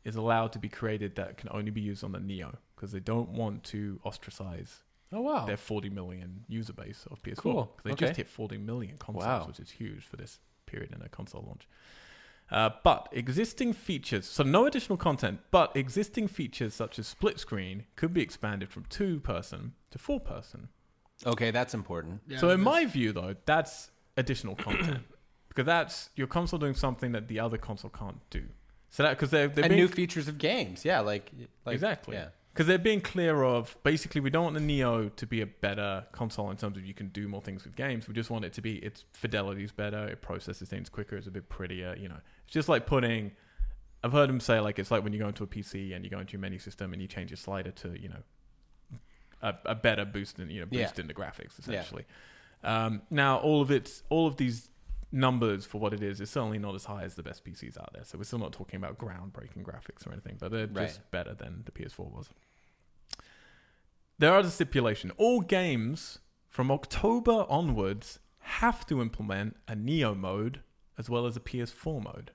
Speaker 1: is allowed to be created that can only be used on the Neo because they don't want to ostracize
Speaker 3: Oh wow!
Speaker 1: their 40 million user base of PS4.
Speaker 3: Cool.
Speaker 1: 'Cause They
Speaker 3: Okay.
Speaker 1: just hit 40 million consoles,
Speaker 3: Wow.
Speaker 1: which is huge for this period in a console launch. Uh, but existing features, so no additional content, but existing features such as split screen could be expanded from two person to four person.
Speaker 3: okay, that's important.
Speaker 2: Yeah,
Speaker 1: so, in
Speaker 2: that's-
Speaker 1: my view, though, that's additional content because that's your console doing something that the other console can't do. So that because they're, they're
Speaker 3: and
Speaker 1: being
Speaker 3: new features of games. Yeah, like, like
Speaker 1: exactly.
Speaker 3: Yeah.
Speaker 1: Because they're being clear of basically, we don't want the Neo to be a better console in terms of you can do more things with games. We just want it to be its fidelity's better, it processes things quicker, it's a bit prettier. You know, it's just like putting. I've heard them say like it's like when you go into a PC and you go into your menu system and you change your slider to you know a, a better boost in you know
Speaker 3: Yeah.
Speaker 1: boost in the graphics essentially. Um, now all of it's all of these numbers for what it is is certainly not as high as the best PCs out there. So we're still not talking about groundbreaking graphics or anything, but they're just better than the PS4 was. There are the stipulation: all games from October onwards have to implement a Neo mode as well as a PS4 mode.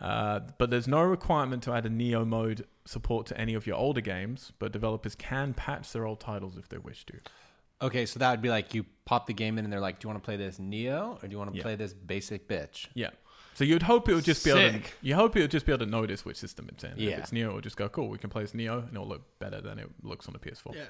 Speaker 1: Uh, but there's no requirement to add a Neo mode support to any of your older games, but developers can patch their old titles if they wish to.
Speaker 3: Okay, so that would be like you pop the game in, and they're like, "Do you want to play this Neo or do you want to
Speaker 1: Yeah.
Speaker 3: play this basic bitch?"
Speaker 1: Yeah. So you'd hope it would just be able to,
Speaker 2: Sick.
Speaker 1: you hope it would just be able to notice which system it's in.
Speaker 3: Yeah.
Speaker 1: If it's Neo, it'll just go, cool, we can play as Neo and it'll look better than it looks on the PS4.
Speaker 2: Yeah.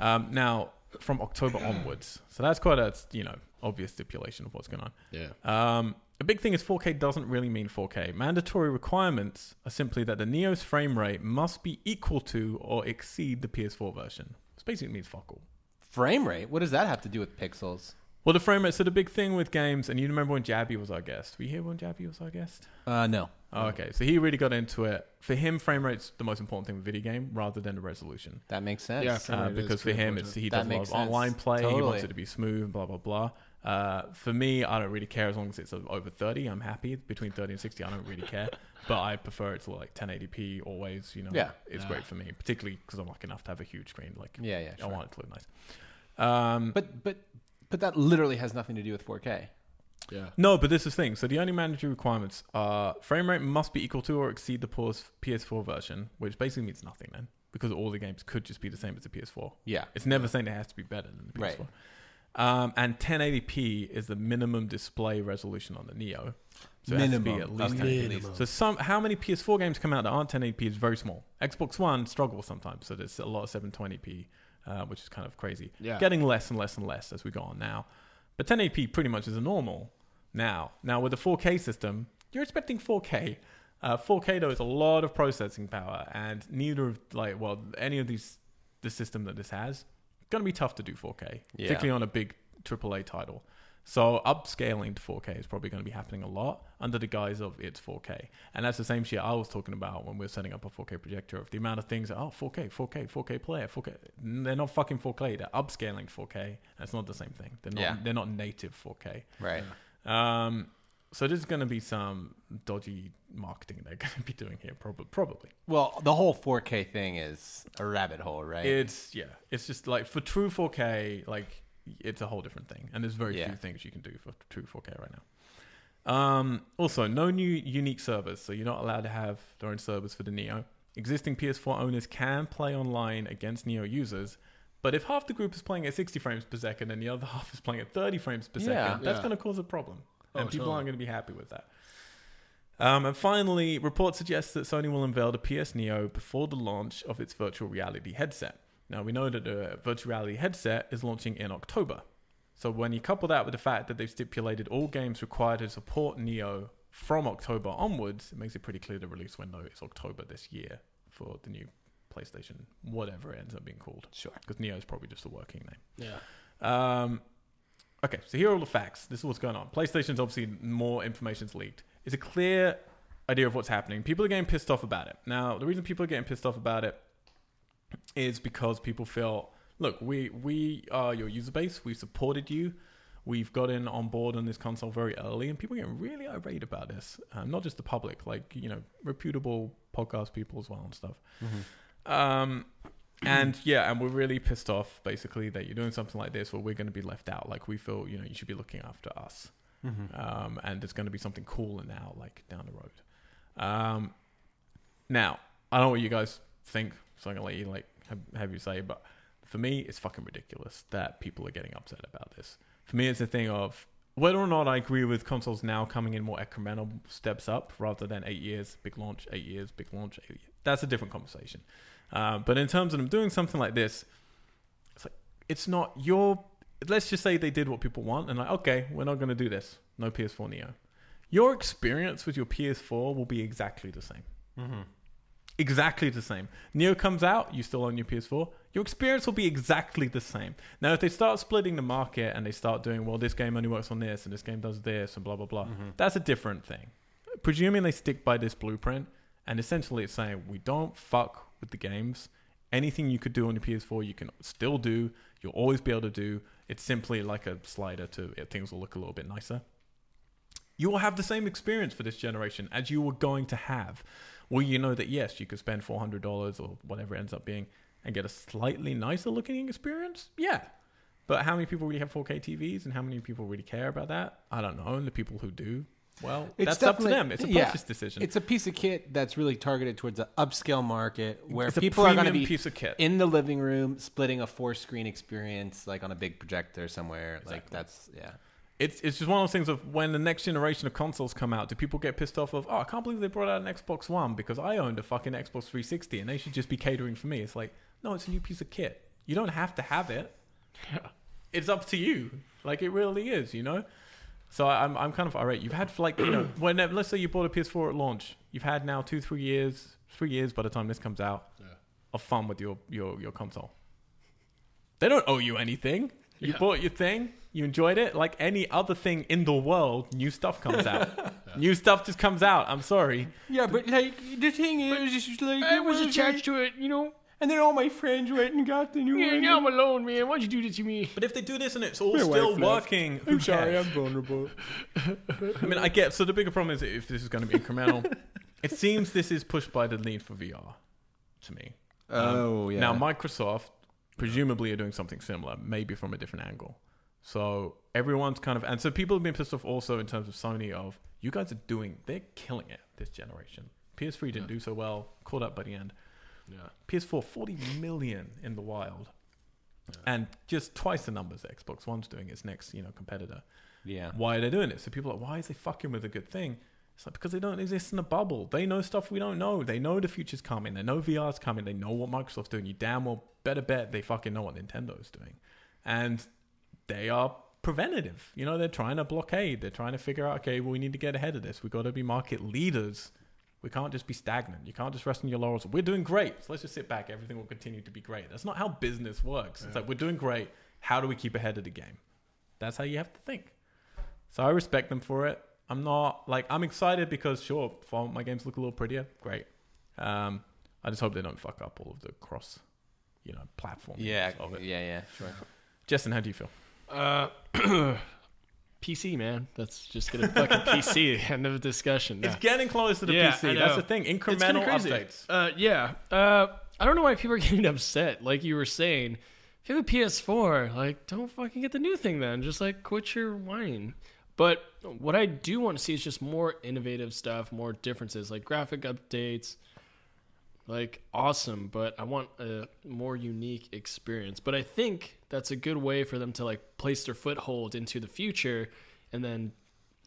Speaker 1: Um, now, from October onwards. So that's quite a, you know, obvious stipulation of what's going on.
Speaker 2: Yeah.
Speaker 3: Uh,
Speaker 1: Um, a big thing is 4K doesn't really mean 4K. Mandatory requirements are simply that the Neo's frame rate must be equal to or exceed the PS4 version. Which basically means fuck all.
Speaker 3: Frame rate. What does that have to do with pixels?
Speaker 1: Well, the frame rate. So the big thing with games, and you remember when Jabby was our guest. Were you here when Jabby was our guest?
Speaker 3: Uh, no.
Speaker 1: Oh, okay. So he really got into it. For him, frame rate's the most important thing with video game, rather than the resolution.
Speaker 3: That makes sense.
Speaker 2: Yeah, frame
Speaker 1: Uh,
Speaker 2: rate is
Speaker 1: because for
Speaker 2: pretty
Speaker 1: him,
Speaker 2: important.
Speaker 1: it's he
Speaker 3: That
Speaker 1: does a lot
Speaker 3: makes
Speaker 1: of online
Speaker 3: sense.
Speaker 1: play. He
Speaker 3: Totally.
Speaker 1: wants it to be smooth, blah blah blah. Uh, for me, I don't really care as long as it's over 30. I'm happy between 30 and 60. I don't really care, but I prefer it's like 1080p always. You know,
Speaker 3: Yeah.
Speaker 1: it's
Speaker 2: Yeah.
Speaker 1: great for me, particularly because I'm lucky enough to have a huge screen. Like,
Speaker 3: Yeah, yeah,
Speaker 1: I
Speaker 3: sure.
Speaker 1: want it to look nice. Um,
Speaker 3: But but but that literally has nothing to do with 4K.
Speaker 2: Yeah.
Speaker 1: no, but this is the thing. So the only mandatory requirements are frame rate must be equal to or exceed the PS- PS4 version, which basically means nothing then, because all the games could just be the same as the PS4.
Speaker 3: Yeah.
Speaker 1: It's never saying it has to be better than the PS4.
Speaker 3: Right.
Speaker 1: Um, and 1080p is the minimum display resolution on the Neo. So it has to be at
Speaker 3: Minimum.
Speaker 1: least
Speaker 3: Okay.
Speaker 1: 1080p.
Speaker 2: Minimum.
Speaker 1: So some how many PS4 games come out that aren't 1080p is very small. Xbox One struggles sometimes, so there's a lot of 720p, uh, which is kind of crazy.
Speaker 2: Yeah.
Speaker 1: Getting less and less and less as we go on now. But 1080p pretty much is a normal now. Now with a 4K system, you're expecting 4K. Uh, 4K though is a lot of processing power, and neither of like well any of these the system that this has going to be tough to do 4K,
Speaker 3: Yeah.
Speaker 1: particularly on a big AAA title. So upscaling to 4K is probably going to be happening a lot under the guise of it's 4K, and that's the same shit I was talking about when we were setting up a 4K projector. Of the amount of things, that, oh 4K, 4K, 4K player, 4K, they're not fucking 4K. They're upscaling to 4K. That's not the same thing. They're not.
Speaker 3: Yeah.
Speaker 1: They're not native 4K.
Speaker 3: Right.
Speaker 1: Um, so there's going to be some dodgy marketing they're going to be doing here, probably. Probably.
Speaker 3: Well, the whole 4K thing is a rabbit hole, right?
Speaker 1: It's yeah. It's just like for true 4K, like it's a whole different thing, and there's very
Speaker 3: Yeah.
Speaker 1: few things you can do for true 4K right now. Um, also, no new unique servers, so you're not allowed to have their own servers for the Neo. Existing PS4 owners can play online against Neo users, but if half the group is playing at 60 frames per second and the other half is playing at 30 frames per second,
Speaker 3: Yeah.
Speaker 1: that's
Speaker 2: Yeah.
Speaker 1: going to cause a problem, and
Speaker 2: Oh,
Speaker 1: people
Speaker 2: totally.
Speaker 1: aren't going to be happy with that. Um, and finally, reports suggest that Sony will unveil the PS Neo before the launch of its virtual reality headset. Now, we know that the virtual reality headset is launching in October. So, when you couple that with the fact that they've stipulated all games required to support Neo from October onwards, it makes it pretty clear the release window is October this year for the new PlayStation, whatever it ends up being called.
Speaker 3: Sure.
Speaker 1: Because Neo is probably just a working name.
Speaker 2: Yeah.
Speaker 1: Um, okay, so here are all the facts. This is what's going on. PlayStation's obviously more information's leaked. It's a clear idea of what's happening. People are getting pissed off about it. Now, the reason people are getting pissed off about it is because people feel, look, we we are your user base. We've supported you. We've gotten on board on this console very early, and people are getting really irate about this. Um, not just the public, like you know, reputable podcast people as well and stuff. Um, and yeah, and we're really pissed off basically that you're doing something like this where we're going to be left out. Like we feel, you know, you should be looking after us. Um, and there's going to be something cool and out like down the road. Um, now I don't know what you guys think, so I'm gonna let you like have, have you say. But for me, it's fucking ridiculous that people are getting upset about this. For me, it's a thing of whether or not I agree with consoles now coming in more incremental steps up rather than eight years, big launch, eight years, big launch. Eight years. That's a different conversation. Uh, but in terms of them doing something like this, it's like it's not your. Let's just say they did what people want, and like, okay, we're not going to do this. No PS4 Neo. Your experience with your PS4 will be exactly the same. Exactly the same. Neo comes out, you still own your PS4. Your experience will be exactly the same. Now, if they start splitting the market and they start doing, well, this game only works on this and this game does this and blah, blah, blah, that's a different thing. Presuming they stick by this blueprint and essentially it's saying, we don't fuck with the games. Anything you could do on your PS4, you can still do. You'll always be able to do. It's simply like a slider to things will look a little bit nicer you will have the same experience for this generation as you were going to have. Will you know that yes, you could spend four hundred dollars or whatever it ends up being and get a slightly nicer looking experience? Yeah. But how many people really have 4K TVs and how many people really care about that? I don't know. And the people who do, well, that's up to
Speaker 3: definitely-
Speaker 1: them. It's a
Speaker 3: yeah.
Speaker 1: purchase decision.
Speaker 3: It's a piece of kit that's really targeted towards the upscale market where
Speaker 1: It's a
Speaker 3: people are going to
Speaker 1: premium
Speaker 3: be
Speaker 1: piece of kit.
Speaker 3: in the living room splitting a four screen experience like on a big projector somewhere. Like
Speaker 1: Exactly.
Speaker 3: that's yeah.
Speaker 1: it's it's just one of those things of when the next generation of consoles come out, do people get pissed off of oh I can't believe they brought out an Xbox One because I owned a fucking Xbox 360 and they should just be catering for me? It's like no, it's a new piece of kit. You don't have to have it. It's up to you. Like it really is, you know. So I- I'm I'm kind of irate. You've had for like you know when let's say you bought a PS4 at launch, you've had now two three years three years by the time this comes out of fun with your your your console. They don't owe you anything. You
Speaker 2: Yeah.
Speaker 1: bought your thing, you enjoyed it. Like any other thing in the world, new stuff comes out. New stuff just comes out. I'm sorry.
Speaker 3: Yeah, but like the thing is, it's like
Speaker 2: I was attached to it, you know.
Speaker 3: And then all my friends went and got the new
Speaker 2: Yeah,
Speaker 3: one.
Speaker 2: now I'm alone, man. Why'd you do this to me?
Speaker 1: But if they do this and it's all
Speaker 3: My
Speaker 1: still
Speaker 3: wife left.
Speaker 1: working, who
Speaker 3: I'm sorry,
Speaker 1: cares?
Speaker 3: I'm vulnerable.
Speaker 1: I mean, I get. So the bigger problem is if this is going to be incremental, it seems this is pushed by the need for VR, to me.
Speaker 3: Oh yeah.
Speaker 1: Now Microsoft presumably are doing something similar, maybe from a different angle. So everyone's kind of and so people have been pissed off also in terms of Sony of you guys are doing they're killing it this generation. PS3 didn't do so well, caught up by the end.
Speaker 2: Yeah.
Speaker 1: PS4 40 million in the wild. And just twice the numbers that Xbox One's doing its next, you know, competitor.
Speaker 3: yeah.
Speaker 1: Why are they doing it? So people are like, why is they fucking with a good thing? It's like because they don't exist in a bubble. They know stuff we don't know. They know the future's coming. They know VR's coming. They know what Microsoft's doing. You damn well better bet they fucking know what Nintendo's doing. And they are preventative. You know, they're trying to blockade. They're trying to figure out, okay, well, we need to get ahead of this. We've got to be market leaders. We can't just be stagnant. You can't just rest on your laurels. We're doing great. So let's just sit back. Everything will continue to be great. That's not how business works. It's like we're doing great. How do we keep ahead of the game? That's how you have to think. So I respect them for it. I'm not like I'm excited because sure, fine, my games look a little prettier. Great. Um, I just hope they don't fuck up all of the cross, you know, platform.
Speaker 3: Yeah.
Speaker 1: Of it.
Speaker 3: Yeah. Yeah. Sure.
Speaker 1: Justin, how do you feel?
Speaker 2: Uh, PC, man. That's just gonna fucking PC. End of discussion.
Speaker 1: It's getting close to the
Speaker 2: Yeah, I
Speaker 1: PC. That's
Speaker 2: know.
Speaker 1: the thing.
Speaker 2: It's kinda
Speaker 1: Incremental
Speaker 2: crazy.
Speaker 1: updates.
Speaker 2: Uh, yeah. Uh, I don't know why people are getting upset. Like you were saying, if you have a PS4, like don't fucking get the new thing then. Just like quit your whining. But what I do want to see is just more innovative stuff, more differences, like graphic updates. Like awesome, but I want a more unique experience. But I think that's a good way for them to like place their foothold into the future, and then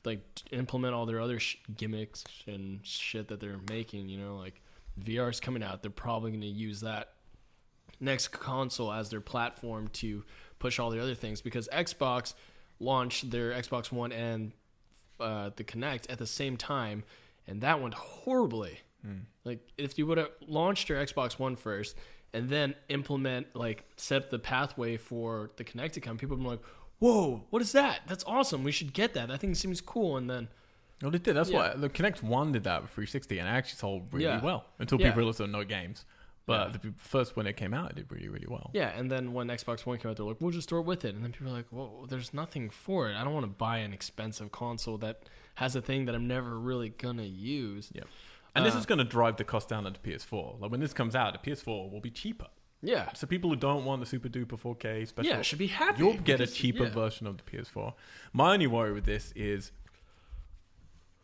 Speaker 2: like t- implement all their other sh- gimmicks and shit that they're making. You know, like VR's coming out, they're probably going to use that next console as their platform to push all the other things because Xbox launched their Xbox One and uh, the Kinect at the same time, and that went horribly. Like if you would have launched your Xbox One first and then implement like set up the pathway for the Kinect to come, people would be like, "Whoa, what is that? That's awesome! We should get that. That thing seems cool." And then
Speaker 1: Well, they did. That's
Speaker 2: Yeah.
Speaker 1: why the Connect One did that with 360, and it actually sold really
Speaker 2: Yeah.
Speaker 1: well until
Speaker 2: Yeah.
Speaker 1: people realized there were no games. But the first when it came out, it did really, really well.
Speaker 2: Yeah, and then when Xbox One came out, they're like, "We'll just throw it with it," and then people are like, "Well, there's nothing for it. I don't want to buy an expensive console that has a thing that I'm never really gonna use."
Speaker 1: Yeah. And
Speaker 2: Uh,
Speaker 1: this is going to drive the cost down at the PS4. Like when this comes out, the PS4 will be cheaper.
Speaker 2: yeah,
Speaker 1: So people who don't want the super duper 4K special,
Speaker 2: yeah. Should be happy.
Speaker 1: you'll get a
Speaker 2: because-
Speaker 1: cheaper
Speaker 2: yeah.
Speaker 1: version of the PS4. My only worry with this is,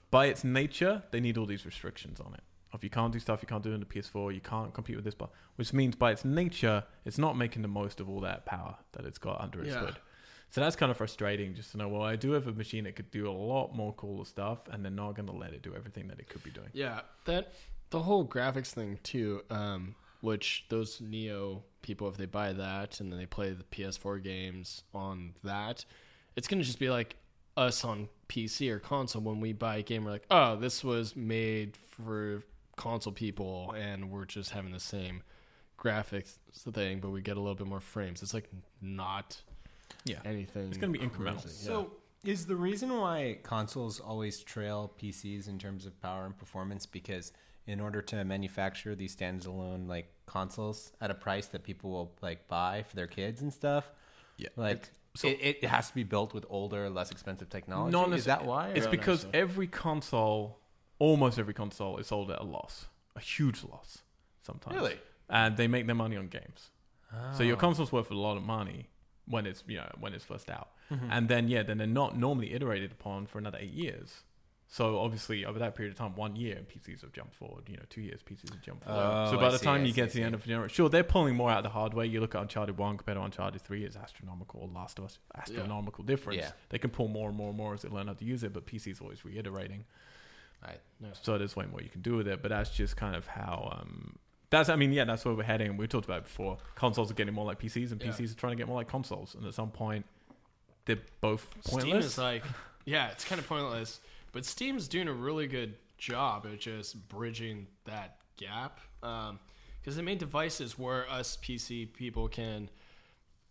Speaker 1: by its nature, they need all these restrictions on it. If you can't do stuff you can't do on the PS4, you can't compete with this, but which means by its nature, it's not making the most of all that power that it's got under its
Speaker 2: Yeah.
Speaker 1: hood. So that's kind of frustrating, just to know. Well, I do have a machine that could do a lot more cooler stuff, and they're not going to let it do everything that it could be doing.
Speaker 2: Yeah, that the whole graphics thing too. Um, which those Neo people, if they buy that and then they play the PS4 games on that, it's gonna just be like us on PC or console. When we buy a game, we're like, oh, this was made for console people, and we're just having the same graphics thing, but we get a little bit more frames. It's like not
Speaker 1: Yeah,
Speaker 2: anything.
Speaker 1: It's gonna be incremental.
Speaker 2: Mm, crazy. Yeah.
Speaker 3: So is the reason why consoles always trail PCs in terms of power and performance because in order to manufacture these standalone like consoles at a price that people will like buy for their kids and stuff,
Speaker 1: Yeah.
Speaker 3: like it, it has to be built with older, less expensive technology.
Speaker 1: No,
Speaker 3: is that why?
Speaker 1: It's
Speaker 3: or-
Speaker 1: because every console, almost every console, is sold at a loss, a huge loss sometimes.
Speaker 3: Really?
Speaker 1: And they make their money on games.
Speaker 3: Oh.
Speaker 1: So your console's worth a lot of money when it's you know when it's first out,
Speaker 3: Mm-hmm.
Speaker 1: and then yeah, then they're not normally iterated upon for another eight years. So obviously over that period of time, one year PCs have jumped forward. You know, two years PCs have jumped forward.
Speaker 3: Oh,
Speaker 1: so by
Speaker 3: I
Speaker 1: the
Speaker 3: see,
Speaker 1: time
Speaker 3: I
Speaker 1: you
Speaker 3: see, I
Speaker 1: get to the end of the generation, sure they're pulling more out of the hardware. You look at Uncharted One compared to Uncharted Three, it's astronomical. Last of Us, astronomical difference.
Speaker 3: Yeah.
Speaker 1: They can pull more and more and more as they learn how to use it, but PC's always reiterating.
Speaker 3: I-
Speaker 1: So there's way more you can do with it. But that's just kind of how. Um, that's I mean yeah, that's where we're heading. We talked about it before. Consoles are getting more like PCs, and
Speaker 2: Yeah.
Speaker 1: PCs are trying to get more like consoles. And at some point, they're both
Speaker 2: Steam
Speaker 1: pointless.
Speaker 2: is like, yeah, it's kind of pointless, but Steam's doing a really good job at just bridging that gap. Because they made devices where us PC people can,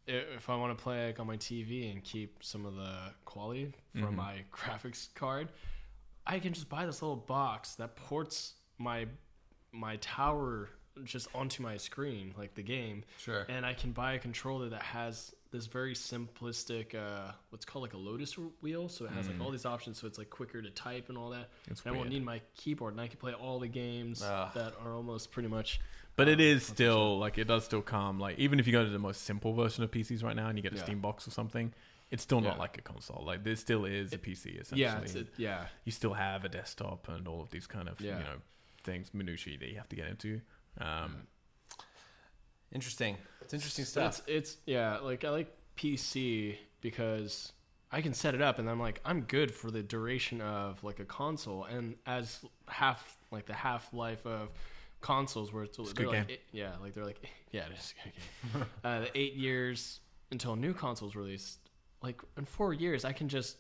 Speaker 2: i- if I want to play like on my TV and keep some of the quality from my graphics card, I can just buy this little box that ports my my tower just onto my screen, like the game.
Speaker 7: Sure.
Speaker 2: And I can buy a controller that has this very simplistic, uh, what's called like a Lotus wheel. So it has
Speaker 7: Mm.
Speaker 2: like all these options. So it's like quicker to type and all that.
Speaker 1: It's
Speaker 2: and I won't
Speaker 1: weird.
Speaker 2: need my keyboard, and I can play all the games
Speaker 7: Ugh.
Speaker 2: that are almost pretty much.
Speaker 1: But it is still like it does still come like even if you go to the most simple version of PCs right now and you get a
Speaker 2: Yeah.
Speaker 1: Steam box or something, it's still not
Speaker 2: Yeah.
Speaker 1: like a console. Like there still is a PC essentially.
Speaker 2: Yeah, it's a, yeah,
Speaker 1: you still have a desktop and all of these kind of
Speaker 2: Yeah.
Speaker 1: you know things minutiae that you have to get into. Um,
Speaker 3: Interesting. It's interesting
Speaker 2: But
Speaker 3: stuff.
Speaker 2: It's, it's yeah, like I like PC because I can set it up and I'm like I'm good for the duration of like a console and as half like the half life of consoles where it's, they're
Speaker 1: good
Speaker 2: like
Speaker 1: game.
Speaker 2: eh, yeah, like they're like eh, yeah, it is a good game. uh, the 8 years until new consoles released, like in 4 years I can just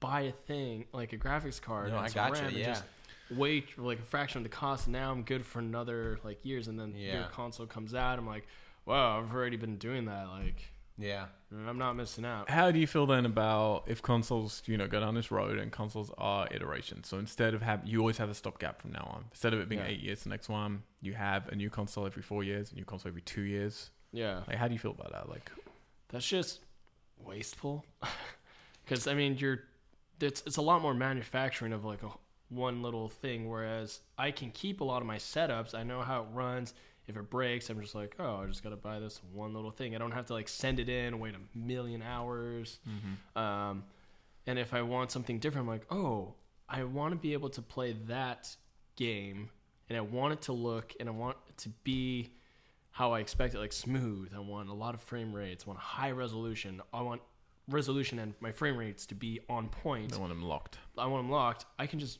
Speaker 2: buy a thing like a graphics card
Speaker 3: No,
Speaker 2: and
Speaker 3: I
Speaker 2: some
Speaker 3: gotcha,
Speaker 2: RAM and
Speaker 3: yeah.
Speaker 2: just wait like a fraction of the cost and now I'm good for another like years and then your
Speaker 3: Yeah.
Speaker 2: console comes out I'm like wow I've already been doing that like
Speaker 3: yeah.
Speaker 2: I'm not missing out
Speaker 1: how do you feel then about if consoles you know go down this road and consoles are iterations? So instead of have you always have a stopgap from now on. Instead of it being
Speaker 2: Yeah.
Speaker 1: eight years, the next one you have a new console every four years, a new console every two years.
Speaker 2: yeah
Speaker 1: Like how do you feel about that? Like
Speaker 2: that's just wasteful because I mean you're it's, it's a lot more manufacturing of like a one little thing whereas I can keep a lot of my setups I know how it runs if it breaks I'm just like oh I just gotta buy this one little thing I don't have to like send it in wait a million hours um, and if I want something different I'm like oh I want to be able to play that game and I want it to look and I want it to be how I expect it, like smooth. I want a lot of frame rates. I want high resolution. I want resolution and my frame rates to be on point.
Speaker 1: I want them locked.
Speaker 2: I want them locked. I can just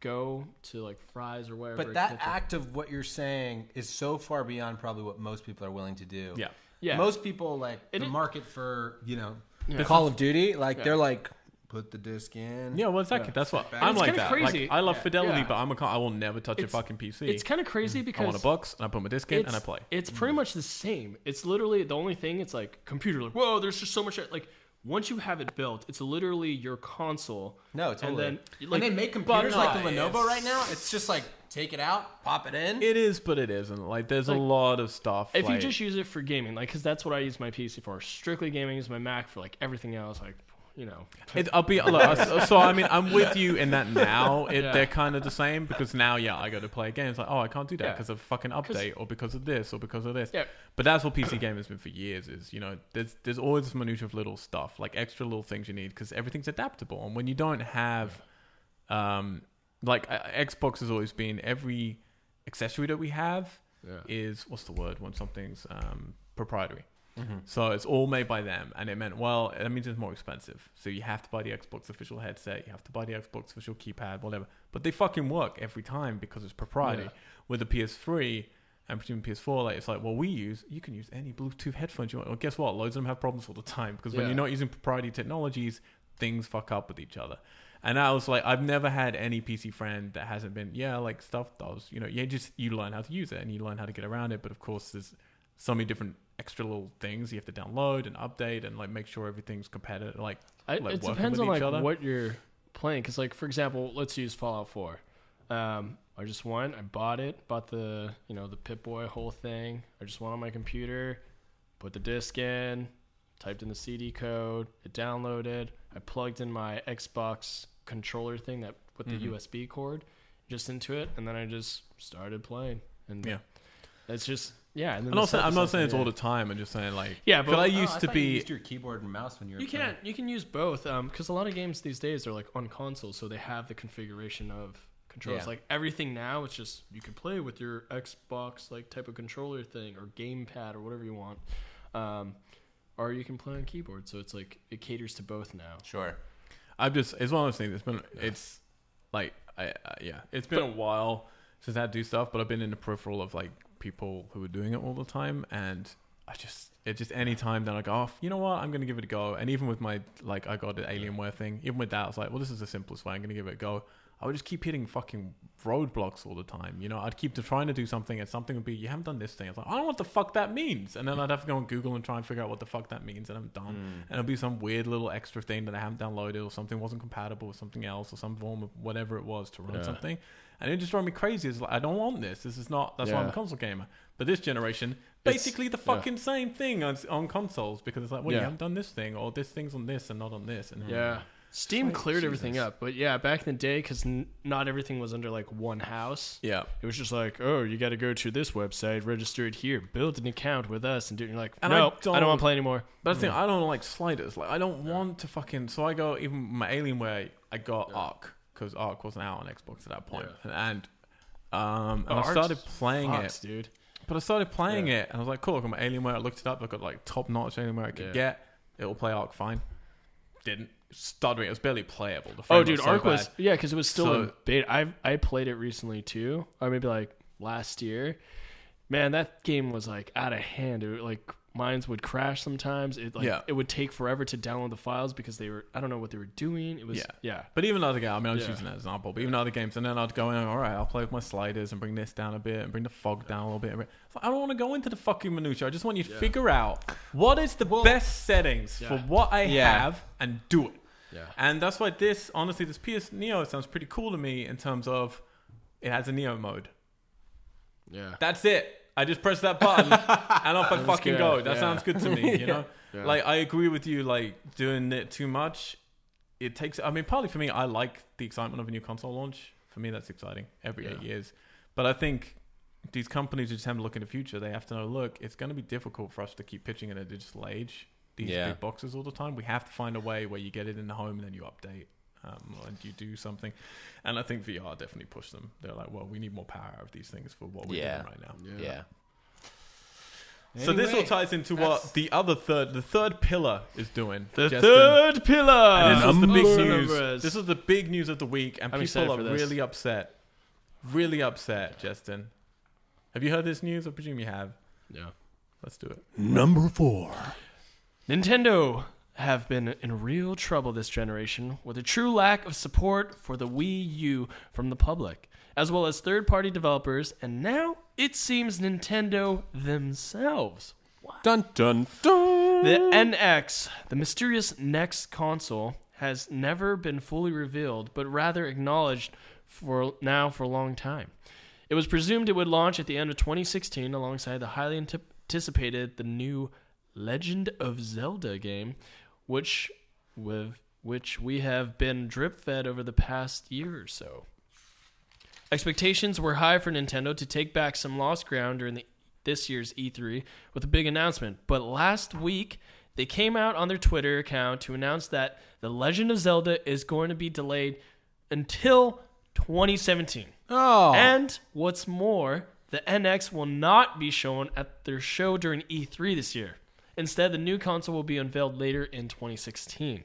Speaker 2: go to like fries or wherever.
Speaker 3: But that
Speaker 2: get the-
Speaker 3: act of what you're saying is so far beyond probably what most people are willing to do.
Speaker 1: Yeah.
Speaker 2: Yeah.
Speaker 3: Most people like
Speaker 2: It
Speaker 3: the
Speaker 2: is-
Speaker 3: market for you know
Speaker 2: Yeah.
Speaker 3: Call of Duty. Like
Speaker 6: Like they're like, put the disc in.
Speaker 1: Yeah, well, exactly.
Speaker 2: Yeah.
Speaker 1: That's what
Speaker 6: Back.
Speaker 1: I'm
Speaker 2: It's
Speaker 1: like.
Speaker 2: kinda
Speaker 1: That
Speaker 2: crazy.
Speaker 1: like I love
Speaker 2: Yeah.
Speaker 1: fidelity,
Speaker 2: Yeah.
Speaker 1: but I'm a con- I will never touch a
Speaker 2: It's-
Speaker 1: fucking PC.
Speaker 2: it's kind of crazy
Speaker 3: Mm.
Speaker 1: I want a
Speaker 2: because
Speaker 1: box and I put my disc in and I play.
Speaker 2: It's pretty much the same. It's literally the only thing. It's like computer. Like, whoa, there's just so much. Like once you have it built, it's literally your console.
Speaker 3: no, totally.
Speaker 2: And then
Speaker 3: when
Speaker 2: like,
Speaker 3: they make computers like the
Speaker 6: no,
Speaker 3: Lenovo
Speaker 6: it's-
Speaker 3: right now, it's just like take it out, pop it in.
Speaker 1: It is, but it isn't. Like there's a
Speaker 2: Like,
Speaker 1: lot of stuff.
Speaker 2: If you
Speaker 1: like-
Speaker 2: just use it for gaming, like, because that's what I use my PC for. Strictly gaming. Use my Mac for like everything else. Like, you know.
Speaker 1: It, I'll be look, I- so, so. I mean, I'm with you in that now. It,
Speaker 2: Yeah.
Speaker 1: They're kind of the same because now, yeah, I go to play games. Like, oh, I can't do that
Speaker 2: Yeah.
Speaker 1: because of fucking update or because of this or because of this.
Speaker 2: Yeah.
Speaker 1: But that's what PC gaming has been for years. Is you know, there's there's always this minutia of little stuff, like extra little things you need because everything's adaptable. And when you don't have, um, like uh, Xbox has always been every accessory that we have
Speaker 2: Yeah.
Speaker 1: is what's the word when something's um, proprietary.
Speaker 2: Mm-hmm.
Speaker 1: So it's all made by them, and it meant well. That means it's more expensive. So you have to buy the Xbox official headset, you have to buy the Xbox official keypad, whatever. But they fucking work every time because it's proprietary.
Speaker 2: Yeah.
Speaker 1: With the PS3 and presumably PS4, like it's like well, we use you can use any Bluetooth headphones you want. Well, guess what? Loads of them have problems all the time because when
Speaker 2: Yeah.
Speaker 1: you're not using proprietary technologies, things fuck up with each other. And I was like, I've never had any PC friend that hasn't been, yeah, like stuff does. You know, you just you learn how to use it and you learn how to get around it. But of course, there's so many different extra little things you have to download and update and like make sure everything's competitive. Like,
Speaker 2: I,
Speaker 1: like
Speaker 2: it
Speaker 1: working
Speaker 2: depends
Speaker 1: with
Speaker 2: on
Speaker 1: each
Speaker 2: like
Speaker 1: other.
Speaker 2: what you're playing. Because like for example, let's use Fallout Four. Um, I just won. I bought it. Bought the you know the Pip Boy whole thing. I just went on my computer, put the disc in, typed in the CD code. It downloaded. I plugged in my Xbox controller thing that with
Speaker 1: Mm-hmm.
Speaker 2: the USB cord just into it, and then I just started playing. And
Speaker 1: Yeah.
Speaker 2: it's just yeah. And then
Speaker 1: I'm not saying, I'm not saying it's
Speaker 2: all
Speaker 1: all the time. I'm just saying like,
Speaker 2: Yeah,
Speaker 1: 'cause
Speaker 2: but-
Speaker 1: I
Speaker 2: oh,
Speaker 3: Oh, I
Speaker 1: used to
Speaker 3: thought you
Speaker 1: be
Speaker 3: used your keyboard and mouse when you were
Speaker 2: You
Speaker 3: playing.
Speaker 2: can you can use both because a lot of games these days are like on console, so they have the configuration of controllers.
Speaker 3: Yeah.
Speaker 2: Like everything now, it's just you can play with your Xbox like type of controller thing or gamepad or whatever you want, um, or you can play on keyboard. So it's like it caters to both now.
Speaker 3: Sure.
Speaker 1: I've just it's one of those things. It's been it's like I uh, yeah, it's been a while since I had to do stuff, but I've been in the peripheral of like people who are doing it all the time, and I just it just any time that I go off, you know what, I'm gonna give it a go. And even with my like I got the Alienware thing, even with that, I was like, well, this is the simplest way. I'm gonna give it a go. I would just keep hitting fucking roadblocks all the time. You know, I'd keep trying to do something, and something would be, "You haven't done this thing." I was like, "I don't know what the fuck that means," and then I'd have to go on Google and try and figure out what the fuck that means, and I'm done.
Speaker 2: Hmm.
Speaker 1: And it'll be some weird little extra thing that I haven't downloaded, or something wasn't compatible with something else, or some form of whatever it was to run something. and it just drove me crazy. It's like I don't want this. This is not. That's why I'm a
Speaker 2: Yeah.
Speaker 1: console gamer. But this generation,
Speaker 2: It's-
Speaker 1: basically the
Speaker 2: yeah.
Speaker 1: fucking same thing on, on consoles because it's like, well, you
Speaker 2: Yeah.
Speaker 1: haven't done this thing, or this thing's on this and not on this. And
Speaker 2: Yeah. Steam
Speaker 1: Like,
Speaker 2: cleared everything
Speaker 1: Jesus.
Speaker 2: up, but yeah, back in the day, because n- not everything was under like one house.
Speaker 1: yeah.
Speaker 2: It was just like, oh, you got to go to this website, register it here, build an account with us, and do. it. You're like,
Speaker 1: And I
Speaker 2: no, I don't,
Speaker 1: don't-
Speaker 2: want to play anymore.
Speaker 1: But that's the thing, I don't like sliders. Like I don't want to fucking. So I go even my Alienware. I got Ark because Ark wasn't out on Xbox at that point, and um, and I
Speaker 2: Oh, Ark's
Speaker 1: started playing
Speaker 2: Fucks,
Speaker 1: it.
Speaker 2: dude.
Speaker 1: But I started playing it, and I was like, cool. I got my Alienware. I looked it up. I got like top notch Alienware I could
Speaker 2: Yeah.
Speaker 1: get. It'll play Ark fine. Didn't stuttering. It was barely playable. The frame
Speaker 2: Oh, dude,
Speaker 1: so
Speaker 2: Ark was
Speaker 1: bad.
Speaker 2: yeah, because it was still
Speaker 1: So-
Speaker 2: in beta. I I played it recently too, or maybe like last year. Man, that game was like out of hand. It would, like mines would crash sometimes. It like
Speaker 1: Yeah.
Speaker 2: it would take forever to download the files because they were I don't know what they were doing. It was
Speaker 1: Yeah.
Speaker 2: yeah,
Speaker 1: But even other games, I mean, I was
Speaker 2: Yeah.
Speaker 1: using that example, but even other games, and then I'd go in, all right, I'll play with my sliders and bring this down a bit and bring the fog down a little bit. and bring- It's like, I don't want to go into the fucking minutia. I just want you to figure out what is the best settings for
Speaker 2: Yeah.
Speaker 1: what I
Speaker 3: Yeah.
Speaker 1: have and do it.
Speaker 2: Yeah.
Speaker 1: And that's why this, honestly, this PS Neo sounds pretty cool to me in terms of it has a Neo mode.
Speaker 2: yeah.
Speaker 1: That's it. I just press that button and off I fucking
Speaker 2: good.
Speaker 1: go. That
Speaker 2: Yeah.
Speaker 1: sounds good to me, you know? Like I agree with you, like doing it too much, it takes I mean, partly for me, I like the excitement of a new console launch. For me that's exciting every eight years. But I think these companies who just have to look in the future, they have to know, look, it's gonna be difficult for us to keep pitching in a digital age, these
Speaker 3: Yeah.
Speaker 1: big boxes all the time. We have to find a way where you get it in the home and then you update. Um, and you do something, and I think VR definitely pushed them. They're like, well, we need more power out of these things for what we're
Speaker 3: Yeah.
Speaker 1: doing right now.
Speaker 3: Yeah.
Speaker 1: So this all
Speaker 3: Anyway,
Speaker 1: ties into what the other third, the third pillar is doing.
Speaker 2: The
Speaker 1: Justin.
Speaker 2: third pillar.
Speaker 1: And this was the big
Speaker 2: Numbers.
Speaker 1: news. This is the big news of the week, and
Speaker 2: I'm excited
Speaker 1: people are
Speaker 2: for this.
Speaker 1: really upset. Really upset, Justin. Have you heard this news? I presume you have.
Speaker 2: yeah.
Speaker 1: Let's do it.
Speaker 6: Number four.
Speaker 2: Nintendo have been in real trouble this generation with a true lack of support for the Wii U from the public, as well as third party developers, and now it seems Nintendo themselves.
Speaker 3: Dun dun dun.
Speaker 2: The NX, the mysterious next console, has never been fully revealed, but rather acknowledged for now for a long time. It was presumed it would launch at the end of 2016 alongside the highly ante- anticipated the new Legend of Zelda game, which with which we have been drip fed over the past year or so. Expectations were high for Nintendo to take back some lost ground during the, this year's E3 with a big announcement, but last week they came out on their Twitter account to announce that The Legend of Zelda is going to be delayed until 2017.
Speaker 3: Oh.
Speaker 2: And what's more, the NX will not be shown at their show during E3 this year. Instead, the new console will be unveiled later in 2016.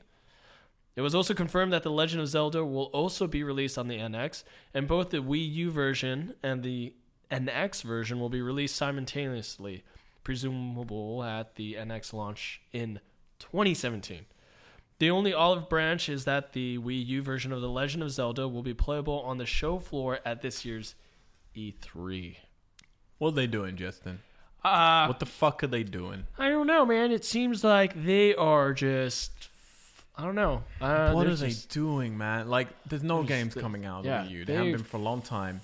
Speaker 2: It was also confirmed that The Legend of Zelda will also be released on the NX, and both the Wii U version and the NX version will be released simultaneously, presumable at the NX launch in 2017. The only olive branch is that the Wii U version of The Legend of Zelda will be playable on the show floor at this year's E E3.
Speaker 1: What are they doing, Justin?
Speaker 2: Uh,
Speaker 1: What the fuck are they doing?
Speaker 2: I don't know, man. It seems like they are just. I don't know. Uh,
Speaker 1: what
Speaker 2: they're
Speaker 1: are they
Speaker 2: just-
Speaker 1: doing, man? Like, there's no games coming out on
Speaker 2: yeah,
Speaker 1: Wii U. They haven't
Speaker 2: they-
Speaker 1: been for a long time.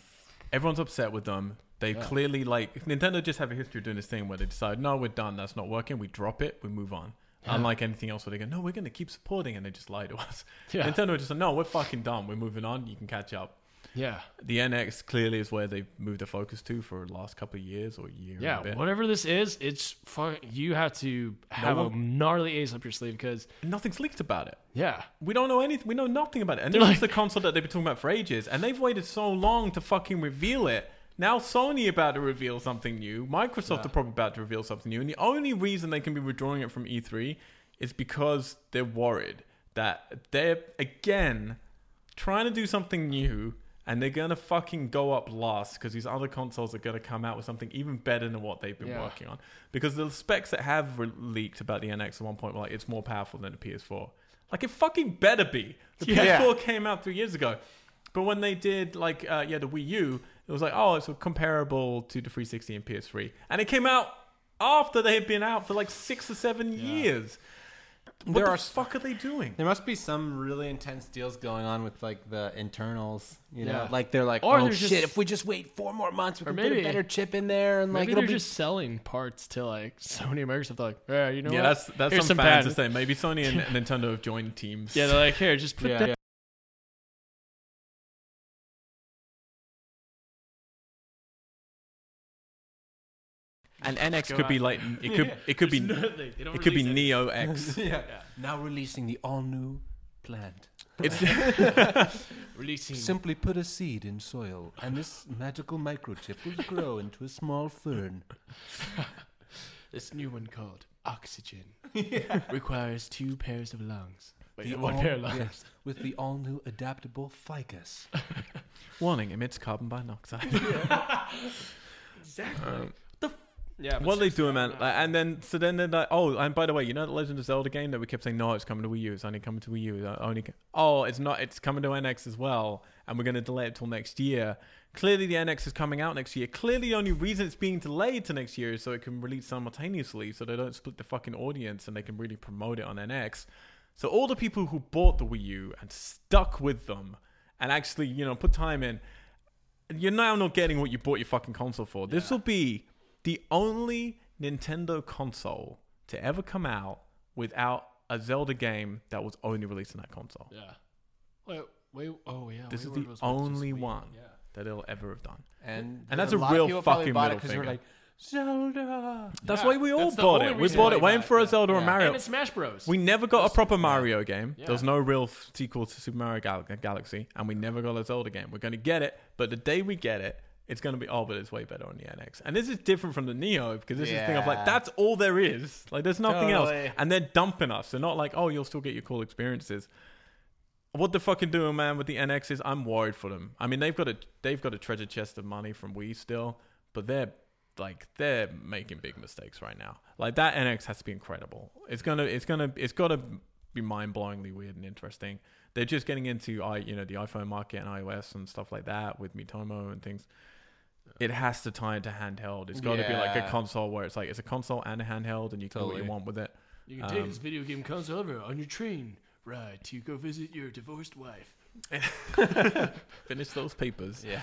Speaker 1: Everyone's upset with them. They clearly like Nintendo just have a history of doing this thing where they decide, no, we're done. That's not working. We drop it. We move on. Unlike anything else, where they go, no, we're going to keep supporting, and they just lie to us.
Speaker 2: Yeah.
Speaker 1: Nintendo are just like, no, we're fucking done. We're moving on. You can catch up.
Speaker 2: Yeah.
Speaker 1: The NX clearly is where they've moved the focus to for the last couple of years or a year. and a
Speaker 2: Yeah.
Speaker 1: bit.
Speaker 2: Whatever this is, it's fun. You have to have a gnarly ace up your sleeve because,
Speaker 1: Nothing's leaked about it.
Speaker 2: yeah.
Speaker 1: We don't know anything. We know nothing about it. And this
Speaker 2: Like-
Speaker 1: is the console that they've been talking about for ages. And they've waited so long to fucking reveal it. Now Sony about to reveal something new. Microsoft are probably about to reveal something new. And the only reason they can be withdrawing it from E3 is because they're worried that they're again trying to do something new. And they're gonna fucking go up last because these other consoles are gonna come out with something even better than what they've been
Speaker 2: Yeah.
Speaker 1: working on. Because the specs that have re- leaked about the NX at one point were like it's more powerful than the PS4. Like it fucking better be. The
Speaker 2: Yeah.
Speaker 1: PS4 came out three years ago, but when they did like uh, yeah the Wii U, it was like oh it's comparable to the 360 and PS3, and it came out after they had been out for like six or seven years. What
Speaker 3: There
Speaker 1: the
Speaker 3: are s-
Speaker 1: fuck are they doing?
Speaker 3: There must be some really intense deals going on with like the internals, you know,
Speaker 2: Yeah.
Speaker 3: like they're like,
Speaker 2: Or
Speaker 3: oh
Speaker 2: they're
Speaker 3: shit,
Speaker 2: just-
Speaker 3: if we just wait four more months, we
Speaker 2: Or
Speaker 3: can put a
Speaker 2: maybe-
Speaker 3: better chip in there, and like
Speaker 2: Maybe
Speaker 3: it'll
Speaker 2: they're
Speaker 3: be
Speaker 2: just selling parts to like Sony Microsoft. They're like, yeah, you know,
Speaker 1: yeah,
Speaker 2: what?
Speaker 1: that's that's
Speaker 2: Here's
Speaker 1: some
Speaker 2: some
Speaker 1: fans are
Speaker 2: patents.
Speaker 1: saying. Maybe Sony and Nintendo have joined teams.
Speaker 2: yeah. They're like, here, just put
Speaker 3: Yeah,
Speaker 2: that.
Speaker 3: yeah.
Speaker 4: And NX
Speaker 1: it could be like it could it could be
Speaker 2: There's nothing. They don't
Speaker 1: it could be
Speaker 2: release it.
Speaker 1: Neo X.
Speaker 3: yeah. Now releasing the all new plant.
Speaker 1: It's
Speaker 2: releasing.
Speaker 3: Simply put a seed in soil, and this magical microchip will grow into a small fern.
Speaker 2: This new one called Oxygen requires two pairs of lungs. Wait,
Speaker 3: The
Speaker 2: one
Speaker 3: all-
Speaker 2: pair of lungs.
Speaker 3: yes, with the all new adaptable ficus.
Speaker 1: warning emits carbon monoxide.
Speaker 2: Exactly.
Speaker 1: Um,
Speaker 2: yeah. but
Speaker 1: What are they doing, man?
Speaker 2: now.
Speaker 1: Like, and then, so then they're like, oh, and by the way, you know the Legend of Zelda game that we kept saying, no, it's coming to Wii U, it's only coming to Wii U, it's only, co- oh, it's not, it's coming to NX as well, and we're going to delay it till next year. Clearly, the NX is coming out next year. Clearly, the only reason it's being delayed to next year is so it can release simultaneously, so they don't split the fucking audience and they can really promote it on NX. So all the people who bought the Wii U and stuck with them and actually, you know, put time in, you're now not getting what you bought your fucking console for. This will be the only Nintendo console to ever come out without a Zelda game that was only released on that console.
Speaker 2: Yeah. Wait, wait. Oh yeah.
Speaker 1: This is
Speaker 2: Wayward
Speaker 1: the
Speaker 2: was supposed to
Speaker 1: only
Speaker 2: just wait.
Speaker 1: one
Speaker 2: Yeah.
Speaker 1: that it'll ever have done.
Speaker 3: And,
Speaker 1: And that's
Speaker 3: a
Speaker 1: a
Speaker 3: lot of
Speaker 1: real
Speaker 3: people probably
Speaker 1: fucking
Speaker 3: bought
Speaker 1: middle
Speaker 3: it because we're
Speaker 1: finger.
Speaker 3: like, Zelda.
Speaker 1: That's
Speaker 2: Yeah,
Speaker 1: why we all
Speaker 2: that's the
Speaker 1: bought
Speaker 2: only
Speaker 1: it. We
Speaker 2: reason
Speaker 1: bought
Speaker 2: why
Speaker 1: it
Speaker 2: we
Speaker 1: waying
Speaker 2: bought it,
Speaker 1: for a
Speaker 2: yeah.
Speaker 1: Zelda or
Speaker 3: Yeah.
Speaker 1: Mario.
Speaker 2: And it's Smash Bros.
Speaker 1: We never got a proper Mario game.
Speaker 2: Yeah.
Speaker 1: There was no real f- sequel to Super Mario Gal- Galaxy, and we never got a Zelda game. We're going to get it, but the day we get it, it's going to be oh, but it's way better on the NX. And this is different from the Neo because this is the thing of like
Speaker 3: Yeah.
Speaker 1: that's all there is. Like there's nothing
Speaker 3: Totally.
Speaker 1: else, and they're dumping us. They're not like oh, you'll still get your cool experiences. What the fucking doing, man? With the NX is, I'm worried for them. I mean, they've got a they've got a treasure chest of money from Wii still, but they're like they're making big mistakes right now. Like that NX has to be incredible. It's gonna it's gonna it's gotta be mind blowingly weird and interesting. They're just getting into i you know the iPhone market and iOS and stuff like that with Mitomo and things. It has to tie into handheld. It's got to be like
Speaker 3: Yeah.
Speaker 1: a console where it's like it's a console and a handheld, and you can do what
Speaker 3: Totally.
Speaker 1: you want with it.
Speaker 2: You can take
Speaker 1: Um,
Speaker 2: this video game console over on your train ride to go visit your divorced wife.
Speaker 1: Finish those papers.
Speaker 3: Yeah.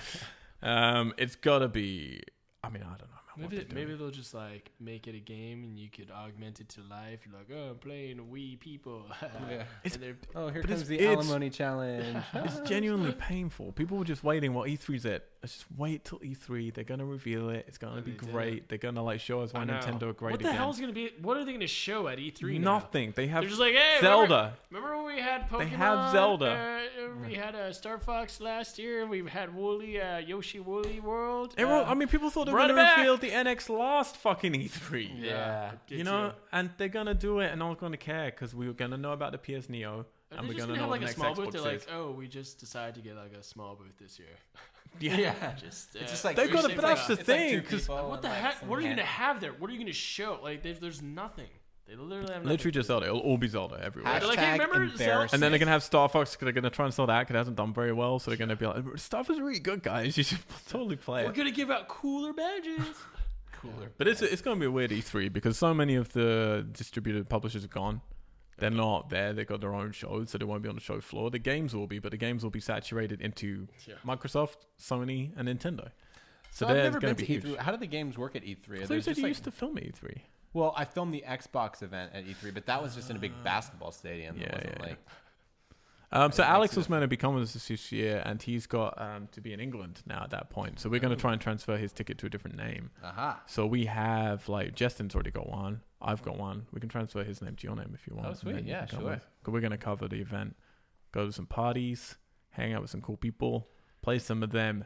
Speaker 1: Um, it's got to be. I mean, I don't know. Man,
Speaker 2: Maybe
Speaker 1: what
Speaker 2: they,
Speaker 1: they're doing.
Speaker 2: maybe they'll just like make it a game and you could augment it to life. You're like, oh, I'm playing we people.
Speaker 3: Yeah.
Speaker 1: It's-
Speaker 2: and they're
Speaker 3: Oh, here
Speaker 1: But it's-
Speaker 3: comes the
Speaker 1: it's-
Speaker 3: alimony challenge.
Speaker 1: It's genuinely painful. People were just waiting while E3's at. Let's just wait till E3. They're gonna reveal it. It's gonna
Speaker 2: And
Speaker 1: be
Speaker 2: they didn't.
Speaker 1: great. They're gonna like show us why
Speaker 2: I know.
Speaker 1: Nintendo are great
Speaker 2: What the
Speaker 1: again.
Speaker 2: hell is gonna be? What are they gonna show at E3? now?
Speaker 1: Nothing. They have
Speaker 2: They're just like, hey,
Speaker 1: Zelda.
Speaker 2: Remember, remember when we had Pokemon?
Speaker 1: They have Zelda.
Speaker 2: Uh, we had uh, Star Fox last year. We had Woolly uh, Yoshi Woolly World.
Speaker 1: Everyone,
Speaker 2: Uh,
Speaker 1: I mean, people thought they were
Speaker 2: Run
Speaker 1: gonna
Speaker 2: it back.
Speaker 1: reveal the NX last fucking E3.
Speaker 3: Yeah.
Speaker 2: I did
Speaker 1: You know,
Speaker 2: too.
Speaker 1: and they're gonna do it, and no one's gonna care because we were gonna know about the PS Neo,
Speaker 2: Are
Speaker 1: and
Speaker 2: they
Speaker 1: we're
Speaker 2: just
Speaker 1: gonna,
Speaker 2: gonna
Speaker 1: know
Speaker 2: have
Speaker 1: what
Speaker 2: like
Speaker 1: the
Speaker 2: a
Speaker 1: next
Speaker 2: small
Speaker 1: Xbox
Speaker 2: booth. They're
Speaker 1: is.
Speaker 2: like, oh, we just decided to get like a small booth this year.
Speaker 1: yeah.
Speaker 2: Just uh,
Speaker 3: It's just like
Speaker 1: They've
Speaker 3: three
Speaker 1: got a-
Speaker 3: shapes
Speaker 1: but that's
Speaker 3: like-
Speaker 1: the
Speaker 3: it's like two
Speaker 1: thing, 'cause-
Speaker 3: people
Speaker 2: What
Speaker 3: and,
Speaker 2: the
Speaker 3: like,
Speaker 2: heck?
Speaker 3: some
Speaker 2: What are you
Speaker 3: hand-
Speaker 2: gonna have there? What are you gonna show? Like, there's, there's nothing. They literally have nothing.
Speaker 1: Literally just Zelda. It'll all be Zelda everywhere.
Speaker 2: They're like, hey,
Speaker 3: Hashtag
Speaker 2: remember Zelda?
Speaker 3: embarrassing.
Speaker 1: And then they're gonna have Star Fox. 'cause They're gonna try and sell that. 'cause It hasn't done very well, so they're gonna be like, "Stuff is really good, guys. You should totally play
Speaker 2: We're
Speaker 1: it."
Speaker 2: gonna give out cooler badges.
Speaker 3: cooler.
Speaker 1: But it's it's gonna be a weird E3 because so many of the distributed publishers are gone. They're not there. They've got their own shows, so they won't be on the show floor. The games will be, but the games will be saturated into
Speaker 2: Yeah.
Speaker 1: Microsoft, Sony, and Nintendo.
Speaker 3: So,
Speaker 1: they're
Speaker 3: I've never
Speaker 1: gonna
Speaker 3: been to E
Speaker 1: be
Speaker 3: E3.
Speaker 1: huge.
Speaker 3: How do the games work at E3? Are
Speaker 1: So
Speaker 3: there
Speaker 1: you said
Speaker 3: just,
Speaker 1: you
Speaker 3: like-
Speaker 1: used to film E E3.
Speaker 3: Well, I filmed the Xbox event at E3, but that was just in a big basketball stadium.
Speaker 1: yeah,
Speaker 3: it wasn't
Speaker 1: yeah,
Speaker 3: like
Speaker 1: Um, so
Speaker 3: didn't
Speaker 1: Alex
Speaker 3: see
Speaker 1: was meant to be coming with us this year, and he's got um, to be in England now at that point. So we're
Speaker 3: Oh.
Speaker 1: going to try and transfer his ticket to a different name.
Speaker 3: aha.
Speaker 1: So we have like Justin's already got one. I've got one. We can transfer his name to your name if you want.
Speaker 3: Oh,
Speaker 1: and
Speaker 3: sweet.
Speaker 1: then you
Speaker 3: Yeah,
Speaker 1: can come
Speaker 3: sure.
Speaker 1: with. 'Cause we're gonna cover the event, go to some parties, hang out with some cool people, play some of them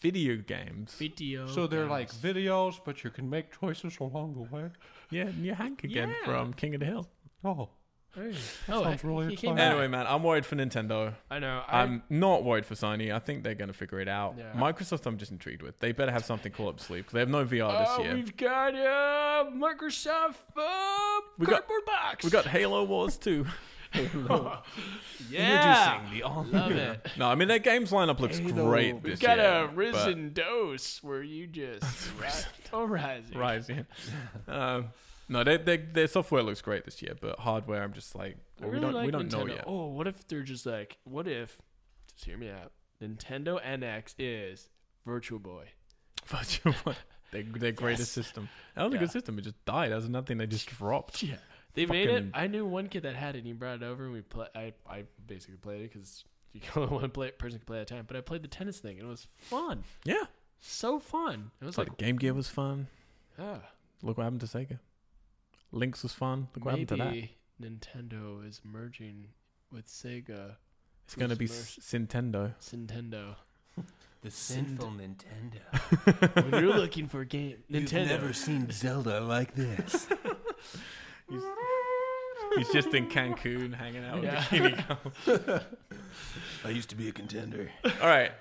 Speaker 1: video games.
Speaker 2: Video.
Speaker 3: videos, but you can make choices along the way.
Speaker 1: yeah, new Hank again
Speaker 2: Yeah.
Speaker 1: from King of the Hill.
Speaker 3: Oh,
Speaker 2: oh,
Speaker 3: sounds
Speaker 2: I-
Speaker 3: really
Speaker 2: he came
Speaker 3: exciting.
Speaker 2: back.
Speaker 1: Anyway, man, I'm worried for Nintendo.
Speaker 2: I know. I,
Speaker 1: I'm not worried for Sony. I think they're gonna figure it out.
Speaker 2: Yeah.
Speaker 1: Microsoft, I'm just intrigued with. They better have something cool up sleep 'cause they have no VR this
Speaker 2: Oh,
Speaker 1: year.
Speaker 2: We've got uh, Microsoft uh,
Speaker 1: We got-
Speaker 2: cardboard box.
Speaker 1: We got Halo Wars too.
Speaker 2: yeah,
Speaker 3: Introducing the all
Speaker 2: love it.
Speaker 1: no, I mean their games lineup looks
Speaker 6: Halo.
Speaker 1: great.
Speaker 2: We've
Speaker 1: this
Speaker 2: got
Speaker 1: year,
Speaker 2: a
Speaker 1: but-
Speaker 2: risen dose where you just ri- oh rising.
Speaker 1: Rising. um, No, they, they, their software looks great this year, but hardware, I'm just like,
Speaker 2: I
Speaker 1: well,
Speaker 2: really
Speaker 1: we don't,
Speaker 2: like
Speaker 1: we don't
Speaker 2: Nintendo.
Speaker 1: know yet.
Speaker 2: Oh, what if they're just like, what if? Just hear me out. Nintendo NX is Virtual Boy.
Speaker 1: Virtual Boy. Their, their greatest system. That was a
Speaker 2: Yeah.
Speaker 1: good system. It just died. That was nothing they just dropped.
Speaker 2: Yeah, they made it.
Speaker 1: Fucking-
Speaker 2: I knew one kid that had it, and he brought it over, and we play. I I basically played it because you can only one play, person can play at a time. But I played the tennis thing, and it was fun,
Speaker 1: Yeah.
Speaker 2: so fun. It was
Speaker 1: It's like,
Speaker 2: like,
Speaker 1: Game Gear was fun.
Speaker 2: ah,
Speaker 1: Look what happened to Sega. Lynx was fun. Look what happened to that.
Speaker 2: maybe Nintendo is merging with Sega,
Speaker 1: It's going to
Speaker 2: who's
Speaker 1: be
Speaker 2: immersed?
Speaker 1: Nintendo.
Speaker 2: Nintendo.
Speaker 3: The sinful Nintendo.
Speaker 2: when you're looking for a game, Nintendo.
Speaker 6: seen Zelda like this.
Speaker 1: He's just in Cancun hanging out with
Speaker 2: Yeah.
Speaker 1: Bikini Girl.
Speaker 6: I used to be a contender.
Speaker 1: All right.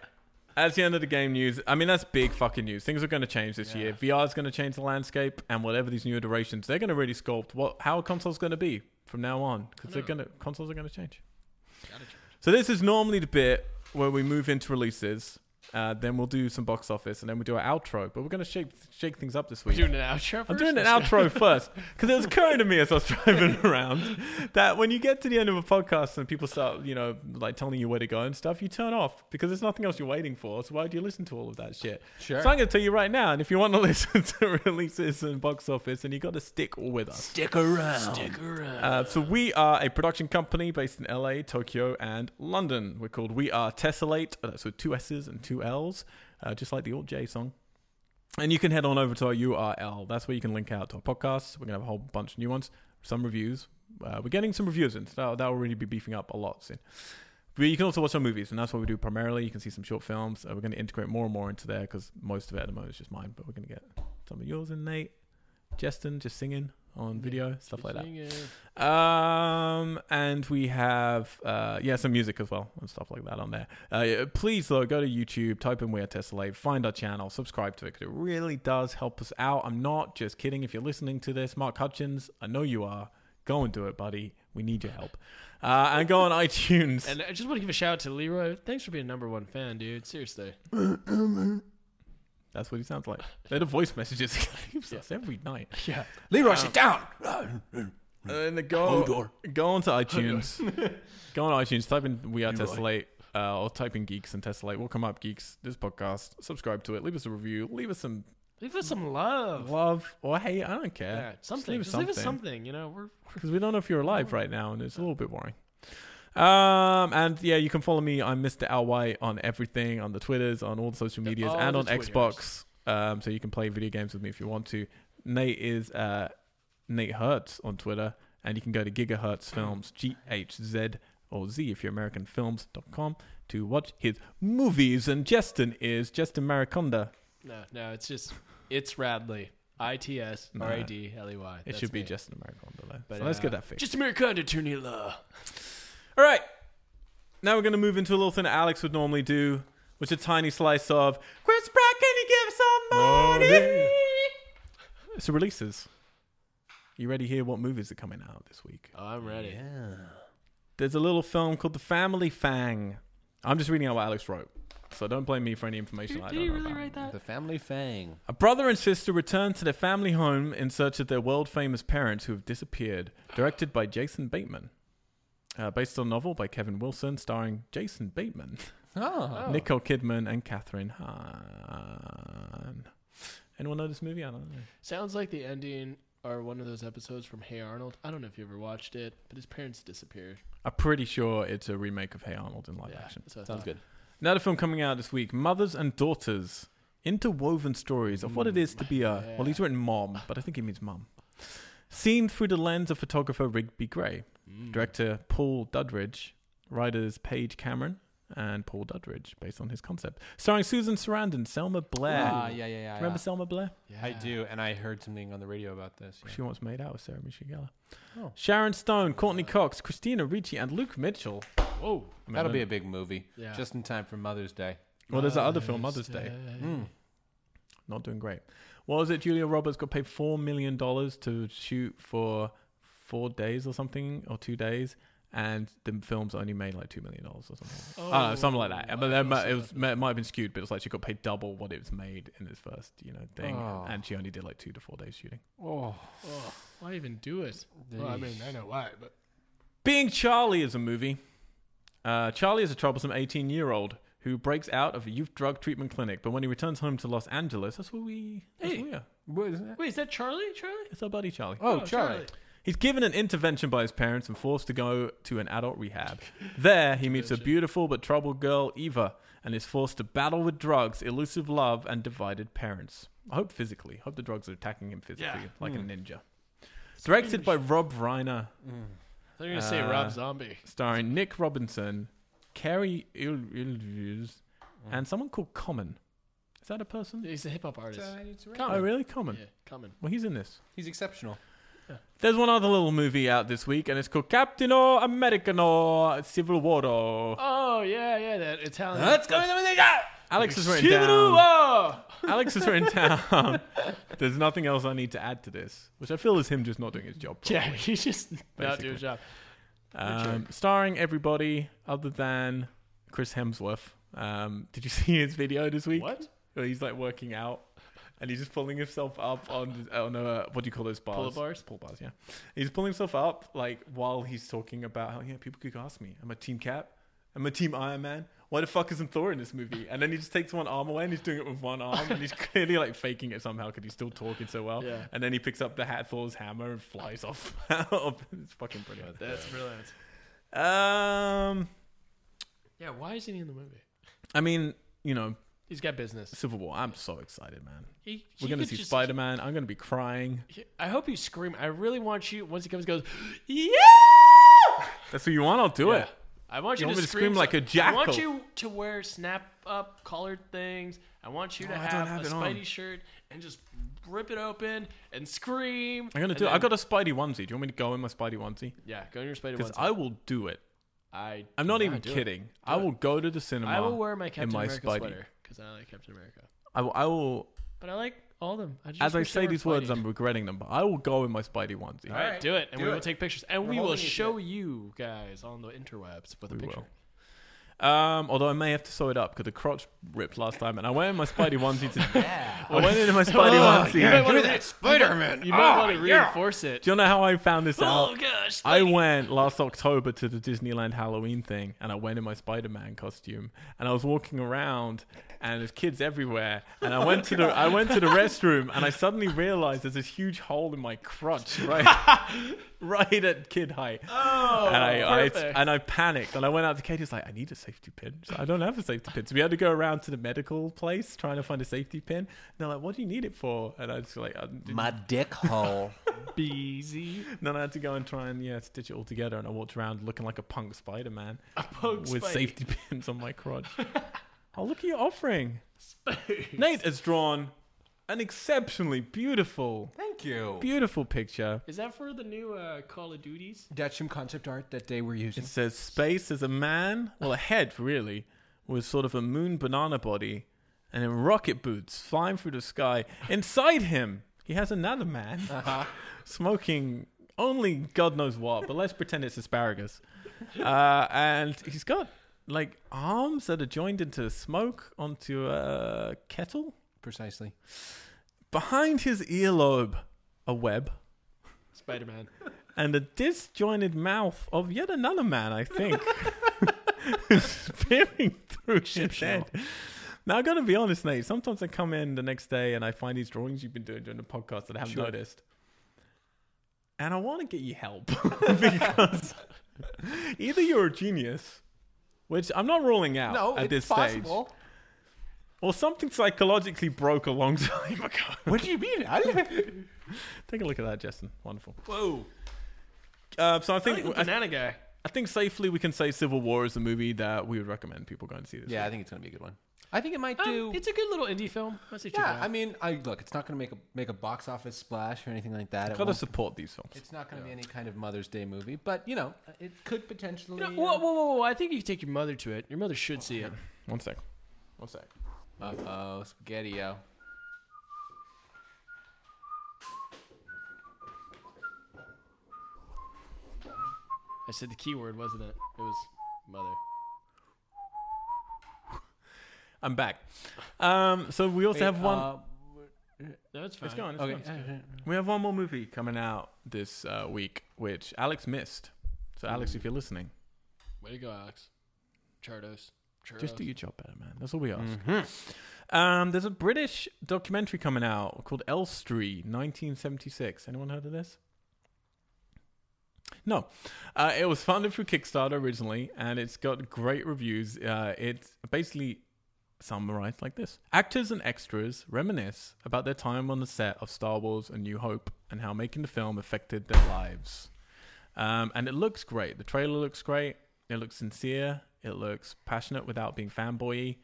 Speaker 1: That's the end of the game news. I mean, that's big fucking news. Things are going to change this year. VR is going to change the landscape, and whatever these new iterations, they're going to really sculpt what how a console's going to be from now on because they're going to consoles are going to change. So this is normally the bit where we move into releases. Uh, then we'll do some box office, and then we do our outro. But we're going to shake shake things up this week.
Speaker 2: doing an outro.
Speaker 1: I'm
Speaker 2: first?
Speaker 1: doing an outro first because it was occurring to me as I was driving around that when you get to the end of a podcast and people start, you know, like telling you where to go and stuff, you turn off because there's nothing else you're waiting for. So why do you listen to all of that shit?
Speaker 3: Sure.
Speaker 1: So I'm going to tell you right now, and if you want to listen to releases and box office, then you got to stick with us.
Speaker 6: Stick around.
Speaker 1: Uh, so we are a production company based in LA, Tokyo, and London. We're called We Are Tessellate. uh, That's with two S's and two L's, uh, just like the Alt J song. And you can head on over to our URL. That's where you can link out to our podcasts. We're going to have a whole bunch of new ones, some reviews. Uh, we're getting some reviews in, so that'll, that'll really be beefing up a lot soon. But you can also watch our movies, and that's what we do primarily. You can see some short films. Uh, we're going to integrate more and more into there because most of it at the moment is just mine, but we're going to get some of yours in, Nate. Justin, just singing on video, stuff like that. Um, and we have uh, yeah, some music as well and stuff like that on there. Uh, yeah, please though, go to YouTube, type in "We Are Tessellate," find our channel, subscribe to it because it really does help us out. I'm not just kidding. If you're listening to this, Mark Hutchins, I know you are. Go and do it, buddy. We need your help. Uh, and go on iTunes.
Speaker 2: And I just want to give a shout out to Leroy. Thanks for being a number one fan, dude. Seriously.
Speaker 1: That's what he sounds like. They're the voice messages he leaves us every night.
Speaker 2: Yeah.
Speaker 6: Leroy, sit down.
Speaker 1: And then go
Speaker 6: Hodor.
Speaker 1: go onto iTunes. go on iTunes. Type in "We Are Tessellate" uh, or type in "Geeks and Tessellate." We'll come up, geeks. This podcast. Subscribe to it. Leave us a review. Leave us some
Speaker 2: Leave us some love.
Speaker 1: love or hate. I don't care.
Speaker 2: Yeah, something. Just leave us something. You know, we're
Speaker 1: because we don't know if you're alive right now, and it's a little bit worrying. Um and yeah, you can follow me. I'm Mr. Al White on everything, on the Twitters, on all the social medias,
Speaker 2: all
Speaker 1: and
Speaker 2: the
Speaker 1: on
Speaker 2: Twitters.
Speaker 1: Xbox. Um, so you can play video games with me if you want to. Nate is uh, Nate Hertz on Twitter, and you can go to Gigahertz Films, G H Z or Z if you're AmericanFilms.com to watch his movies. And Justin is Justin Mariconda.
Speaker 2: no, no. It's just it's Radley. I T S R A D L E Y.
Speaker 1: It should be Justin Mariconda though.
Speaker 2: But,
Speaker 1: so let's
Speaker 2: uh,
Speaker 1: get that fixed.
Speaker 2: Just America to turn your love.
Speaker 1: All right. Now we're going to move into a little thing that Alex would normally do, which is a tiny slice of Chris Pratt, can you give some money? So releases. You ready to hear what movies are coming out this week?
Speaker 2: Oh, I'm ready.
Speaker 1: There's a little film called The Family Fang. I'm just reading out what Alex wrote. So don't blame me for any information I
Speaker 2: Did
Speaker 1: don't
Speaker 2: you
Speaker 1: know
Speaker 2: really
Speaker 1: about.
Speaker 2: write that?
Speaker 3: The family fang.
Speaker 1: A brother and sister return to their family home in search of their world famous parents who have disappeared. Directed by Jason Bateman. Uh, based on a novel by Kevin Wilson, starring Jason Bateman,
Speaker 3: Oh.
Speaker 1: Nicole Kidman, and Catherine Hahn. Anyone know this movie? I don't know.
Speaker 2: Sounds like the ending or one of those episodes from Hey Arnold. I don't know if you ever watched it, but his parents disappeared.
Speaker 1: I'm pretty sure it's a remake of Hey Arnold in live
Speaker 2: Yeah,
Speaker 1: action.
Speaker 2: that's what I
Speaker 3: Sounds
Speaker 2: thought.
Speaker 3: good.
Speaker 1: Another film coming out this week Mothers and Daughters. Interwoven stories of what it is to be a. Well, he's written mom, but I think he means mum. Seen through the lens of photographer Rigby Gray,
Speaker 2: mm,
Speaker 1: director Paul Dudridge, writers Paige Cameron and Paul Dudridge, based on his concept. Starring Susan Sarandon, Selma Blair.
Speaker 3: Ah, yeah, yeah, yeah.
Speaker 1: Remember
Speaker 3: yeah.
Speaker 1: Selma Blair?
Speaker 2: Yeah.
Speaker 3: I do, and I heard something on the radio about this. yeah.
Speaker 1: She once made out with Sarah Michelle Gellar.
Speaker 3: Oh.
Speaker 1: Sharon Stone, Courtney Cox, Christina Ricci, and Luke Mitchell.
Speaker 2: Whoa.
Speaker 1: I mean,
Speaker 3: That'll be
Speaker 1: then-
Speaker 3: a big movie.
Speaker 2: Yeah.
Speaker 3: Just in time for Mother's Day.
Speaker 1: well. There's that other film, Mother's Day. Hmm.
Speaker 3: Mm.
Speaker 1: Not doing great. What was it? Julia Roberts got paid four million dollars to shoot for four days or something, or two days, and the film's only made like two million dollars or something.
Speaker 2: Oh,
Speaker 1: I don't know, something like that. But
Speaker 2: I
Speaker 1: then
Speaker 2: must
Speaker 1: it
Speaker 2: have
Speaker 1: was
Speaker 2: thought
Speaker 1: it might have been skewed, but it's like she got paid double what it was made in this first you know thing,
Speaker 3: Oh.
Speaker 1: and she only did like two to four days shooting.
Speaker 3: Oh,
Speaker 2: that. Ugh, why even do it? Well, I mean, I know why, but
Speaker 1: Being Charlie is a movie. Uh, Charlie is a troublesome 18 year old who breaks out of a youth drug treatment clinic, but when he returns home to Los Angeles, that's where we. That's
Speaker 2: Hey.
Speaker 1: where we are.
Speaker 3: what is that?
Speaker 2: wait, is that Charlie? Charlie?
Speaker 1: It's our buddy Charlie.
Speaker 3: Oh, Charlie.
Speaker 1: He's given an intervention by his parents and forced to go to an adult rehab. There, he meets a beautiful but troubled girl, Eva, and is forced to battle with drugs, elusive love, and divided parents. I hope physically. I hope the drugs are attacking him physically
Speaker 2: Yeah. Hmm.
Speaker 1: like a ninja. Directed by Rob Reiner,
Speaker 3: Mm.
Speaker 2: They're gonna say
Speaker 1: Uh,
Speaker 2: Rob Zombie.
Speaker 1: starring Nick Robinson, Carrie Il- Ilves,
Speaker 2: Mm.
Speaker 1: and someone called Common. Is that a person?
Speaker 2: He's a hip hop artist.
Speaker 1: Oh,
Speaker 2: Common.
Speaker 1: really? Common.
Speaker 2: Yeah, Common.
Speaker 1: Well, he's in this.
Speaker 3: He's exceptional.
Speaker 1: There's one other little movie out this week, and it's called Captain or American or Civil War.
Speaker 2: Oh yeah, yeah, that Italian.
Speaker 1: Alex is written
Speaker 2: Shoo-doo,
Speaker 1: down.
Speaker 2: oh!
Speaker 1: Alex is written down. There's nothing else I need to add to this, which I feel is him just not doing his job.
Speaker 2: Yeah, he's just not doing
Speaker 1: Basically.
Speaker 2: his job.
Speaker 1: Um, starring everybody other than Chris Hemsworth. Um, did you see his video this week?
Speaker 2: What?
Speaker 1: Where he's like working out and he's just pulling himself up on on a what do you call those bars?
Speaker 2: Pull-up bars?
Speaker 1: Pull bars. Yeah. He's pulling himself up like while he's talking about how yeah people could ask me, I'm a team cap, I'm a team Iron Man. Why the fuck isn't Thor in this movie? And then he just takes one arm away and he's doing it with one arm and he's clearly like faking it somehow because he's still talking so well.
Speaker 2: Yeah.
Speaker 1: And then he picks up the hat Thor's hammer and flies off. it's fucking brilliant.
Speaker 2: That's brilliant.
Speaker 1: Um,
Speaker 2: Yeah, why isn't he in the movie?
Speaker 1: I mean, you know,
Speaker 2: He's got business.
Speaker 1: Civil War. I'm so excited, man.
Speaker 2: He, he
Speaker 1: We're gonna
Speaker 2: could
Speaker 1: see
Speaker 2: just-
Speaker 1: Spider Man. I'm gonna be crying.
Speaker 2: he- I hope you scream. I really want you. Once he comes, goes, yeah.
Speaker 1: That's what you want. I'll do
Speaker 2: Yeah.
Speaker 1: it.
Speaker 2: I want you,
Speaker 1: You want
Speaker 2: to,
Speaker 1: me to scream
Speaker 2: so-
Speaker 1: like a
Speaker 2: I want
Speaker 1: jackal?
Speaker 2: you to wear snap up collared things. I want you to
Speaker 1: No, I don't
Speaker 2: have,
Speaker 1: have
Speaker 2: a
Speaker 1: it on.
Speaker 2: Spidey shirt and just rip it open and scream.
Speaker 1: I'm gonna
Speaker 2: And
Speaker 1: do it. I
Speaker 2: then-
Speaker 1: got a Spidey onesie. Do you want me to go in my Spidey onesie?
Speaker 2: Yeah, go in your Spidey
Speaker 1: Because
Speaker 2: onesie.
Speaker 1: I will do it.
Speaker 2: I
Speaker 1: I'm not
Speaker 2: yeah,
Speaker 1: even
Speaker 2: do it.
Speaker 1: kidding. I will go to the cinema.
Speaker 2: I will wear my Captain
Speaker 1: in my
Speaker 2: America
Speaker 1: Spidey.
Speaker 2: sweater because I like Captain America.
Speaker 1: I will. I will
Speaker 2: But I like all of them. I just
Speaker 1: as I
Speaker 2: wish they
Speaker 1: say
Speaker 2: were
Speaker 1: these words,
Speaker 2: Spidey.
Speaker 1: I'm regretting them. But I will go in my Spidey onesie.
Speaker 2: All right, do it, and
Speaker 3: do
Speaker 2: we
Speaker 3: it.
Speaker 2: will take pictures, and
Speaker 3: We're
Speaker 2: we will
Speaker 3: holding it
Speaker 2: show you guys on the interwebs with a
Speaker 1: We
Speaker 2: picture.
Speaker 1: will. Um, although I may have to sew it up because the crotch ripped last time, and I went in my Spidey onesie today. I went into my Spidey onesie.
Speaker 2: You might
Speaker 1: Do
Speaker 2: want to Spider Man. You might
Speaker 3: Ah,
Speaker 2: want to reinforce it.
Speaker 1: you know how I found this out?
Speaker 2: Oh gosh!
Speaker 1: I went last October to the Disneyland Halloween thing, and I went in my Spider Man costume, and I was walking around, and there's kids everywhere, and I went to the I went to the restroom, and I suddenly realized there's this huge hole in my crotch, right, right at kid height,
Speaker 2: Oh,
Speaker 1: and I, I
Speaker 2: perfect.
Speaker 1: and I panicked, and I went out to Katie's like, I need a safety pin. She's like, I don't have a safety pin, so we had to go around to the medical place trying to find a safety pin. And they're like, What do you need it for? And I was like, I didn't
Speaker 6: My dick hole.
Speaker 2: Beezy.
Speaker 1: then I had to go and try and yeah stitch it all together, and I walked around looking like a punk Spider Man
Speaker 2: punk
Speaker 1: with
Speaker 2: Spidey.
Speaker 1: safety pins on my crotch. oh, look at your offering! Nate has drawn an exceptionally beautiful,
Speaker 3: Thank you.
Speaker 1: beautiful picture.
Speaker 2: Is that for the new uh, Call of Duties?
Speaker 3: That's some concept art that they were using.
Speaker 1: It says space as a man, well, a head really, with sort of a moon banana body, and in rocket boots flying through the sky. Inside him, he has another man smoking only God knows what, but let's pretend it's asparagus. Uh, and he's got like arms that are joined into smoke onto a kettle.
Speaker 3: Precisely.
Speaker 1: Behind his earlobe, a web.
Speaker 2: Spider Man.
Speaker 1: And a disjointed mouth of yet another man, I think, peering through his head. Now, I've got to be honest, Nate. Sometimes I come in the next day and I find these drawings you've been doing during the podcast that I haven't noticed. And I want to get you help because either you're a genius, which I'm not ruling out
Speaker 3: No,
Speaker 1: at
Speaker 3: it's
Speaker 1: this
Speaker 3: possible.
Speaker 1: stage, or something psychologically broke a long time ago.
Speaker 3: What do you mean? I
Speaker 1: Take a look at that, Justin. Wonderful.
Speaker 2: Whoa!
Speaker 1: Uh, so I think
Speaker 2: Like the
Speaker 1: I,
Speaker 2: banana guy.
Speaker 1: I think safely we can say Civil War is a movie that we would recommend people go and see this.
Speaker 3: yeah, I
Speaker 1: week.
Speaker 3: think it's gonna be a good one. I think it might
Speaker 2: Um,
Speaker 3: do.
Speaker 2: it's a good little indie film. Let's see what you
Speaker 3: yeah,
Speaker 2: got.
Speaker 3: I mean, I look. It's not gonna make a make a box office splash or anything like that. It
Speaker 1: gotta
Speaker 3: won't-
Speaker 1: support these films.
Speaker 3: it's not gonna be any kind of Mother's Day movie, but you know, it could potentially.
Speaker 2: You know,
Speaker 3: uh,
Speaker 2: whoa, whoa, whoa, whoa! I think you can take your mother to it. Your mother should see it.
Speaker 1: One sec. One sec.
Speaker 3: Uh oh, spaghetti-o.
Speaker 2: I I said the key word, wasn't it? It was mother.
Speaker 1: I'm back. Um, so we also have
Speaker 3: uh,
Speaker 1: one. Uh,
Speaker 2: No, uh, it's fine.
Speaker 1: it's gone. It's
Speaker 3: okay.
Speaker 1: gone. We have one more movie coming out this uh, week, which Alex missed. So Alex, if you're listening,
Speaker 2: Way to go, Alex. Chardos. Chardos.
Speaker 1: just do your job better, man. That's all we ask.
Speaker 2: Mm-hmm.
Speaker 1: Um, there's a British documentary coming out called Elstree, 1976. Anyone heard of this? No. Uh, it was funded through Kickstarter originally, and it's got great reviews. Uh, it's basically summarized like this Actors and extras reminisce about their time on the set of Star Wars A New Hope and how making the film affected their lives. Um, and it looks great. The trailer looks great. It looks sincere. It looks passionate without being fanboy.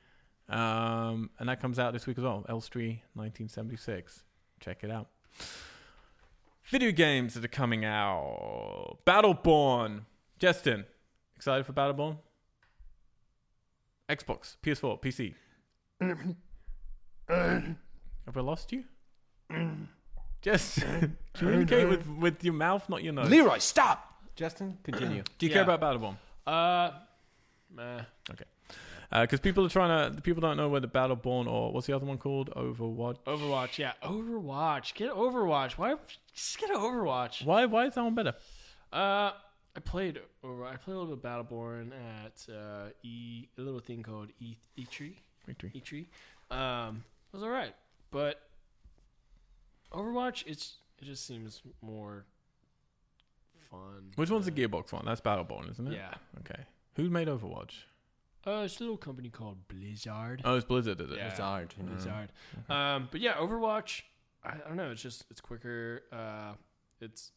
Speaker 1: Um, and that comes out this week as well. Elstree, 1976. Check it out. Video games that are coming out. Battleborn. Justin, excited for Battleborn? Xbox, PS4, PC. Have I lost you? Just communicate with, with your mouth, not your nose.
Speaker 6: Leroy, stop.
Speaker 3: Justin, continue.
Speaker 1: Do you care
Speaker 2: Yeah.
Speaker 1: about Battleborn?
Speaker 2: Uh, meh.
Speaker 1: Because Uh, people are trying to, people don't know whether Battleborn or what's the other one called? Overwatch.
Speaker 2: Overwatch. Yeah, Overwatch. Get Overwatch. Why? Just get Overwatch.
Speaker 1: Why? Why is that one better?
Speaker 2: Uh, I played over. I played a little bit of Battleborn at uh, e a little thing called e E3.
Speaker 1: Victory.
Speaker 2: E3. Um, it was all right, but Overwatch, it's it just seems more fun.
Speaker 1: Which one's the
Speaker 2: Uh,
Speaker 1: Gearbox one? That's Battleborn, isn't it?
Speaker 2: Yeah.
Speaker 1: Okay. Who made Overwatch?
Speaker 2: Uh, it's a little company called Blizzard.
Speaker 1: Oh, it's Blizzard did it.
Speaker 2: Yeah.
Speaker 3: hard.
Speaker 2: Blizzard. Um, but yeah, Overwatch. I, I don't know. It's just it's quicker. Uh, it's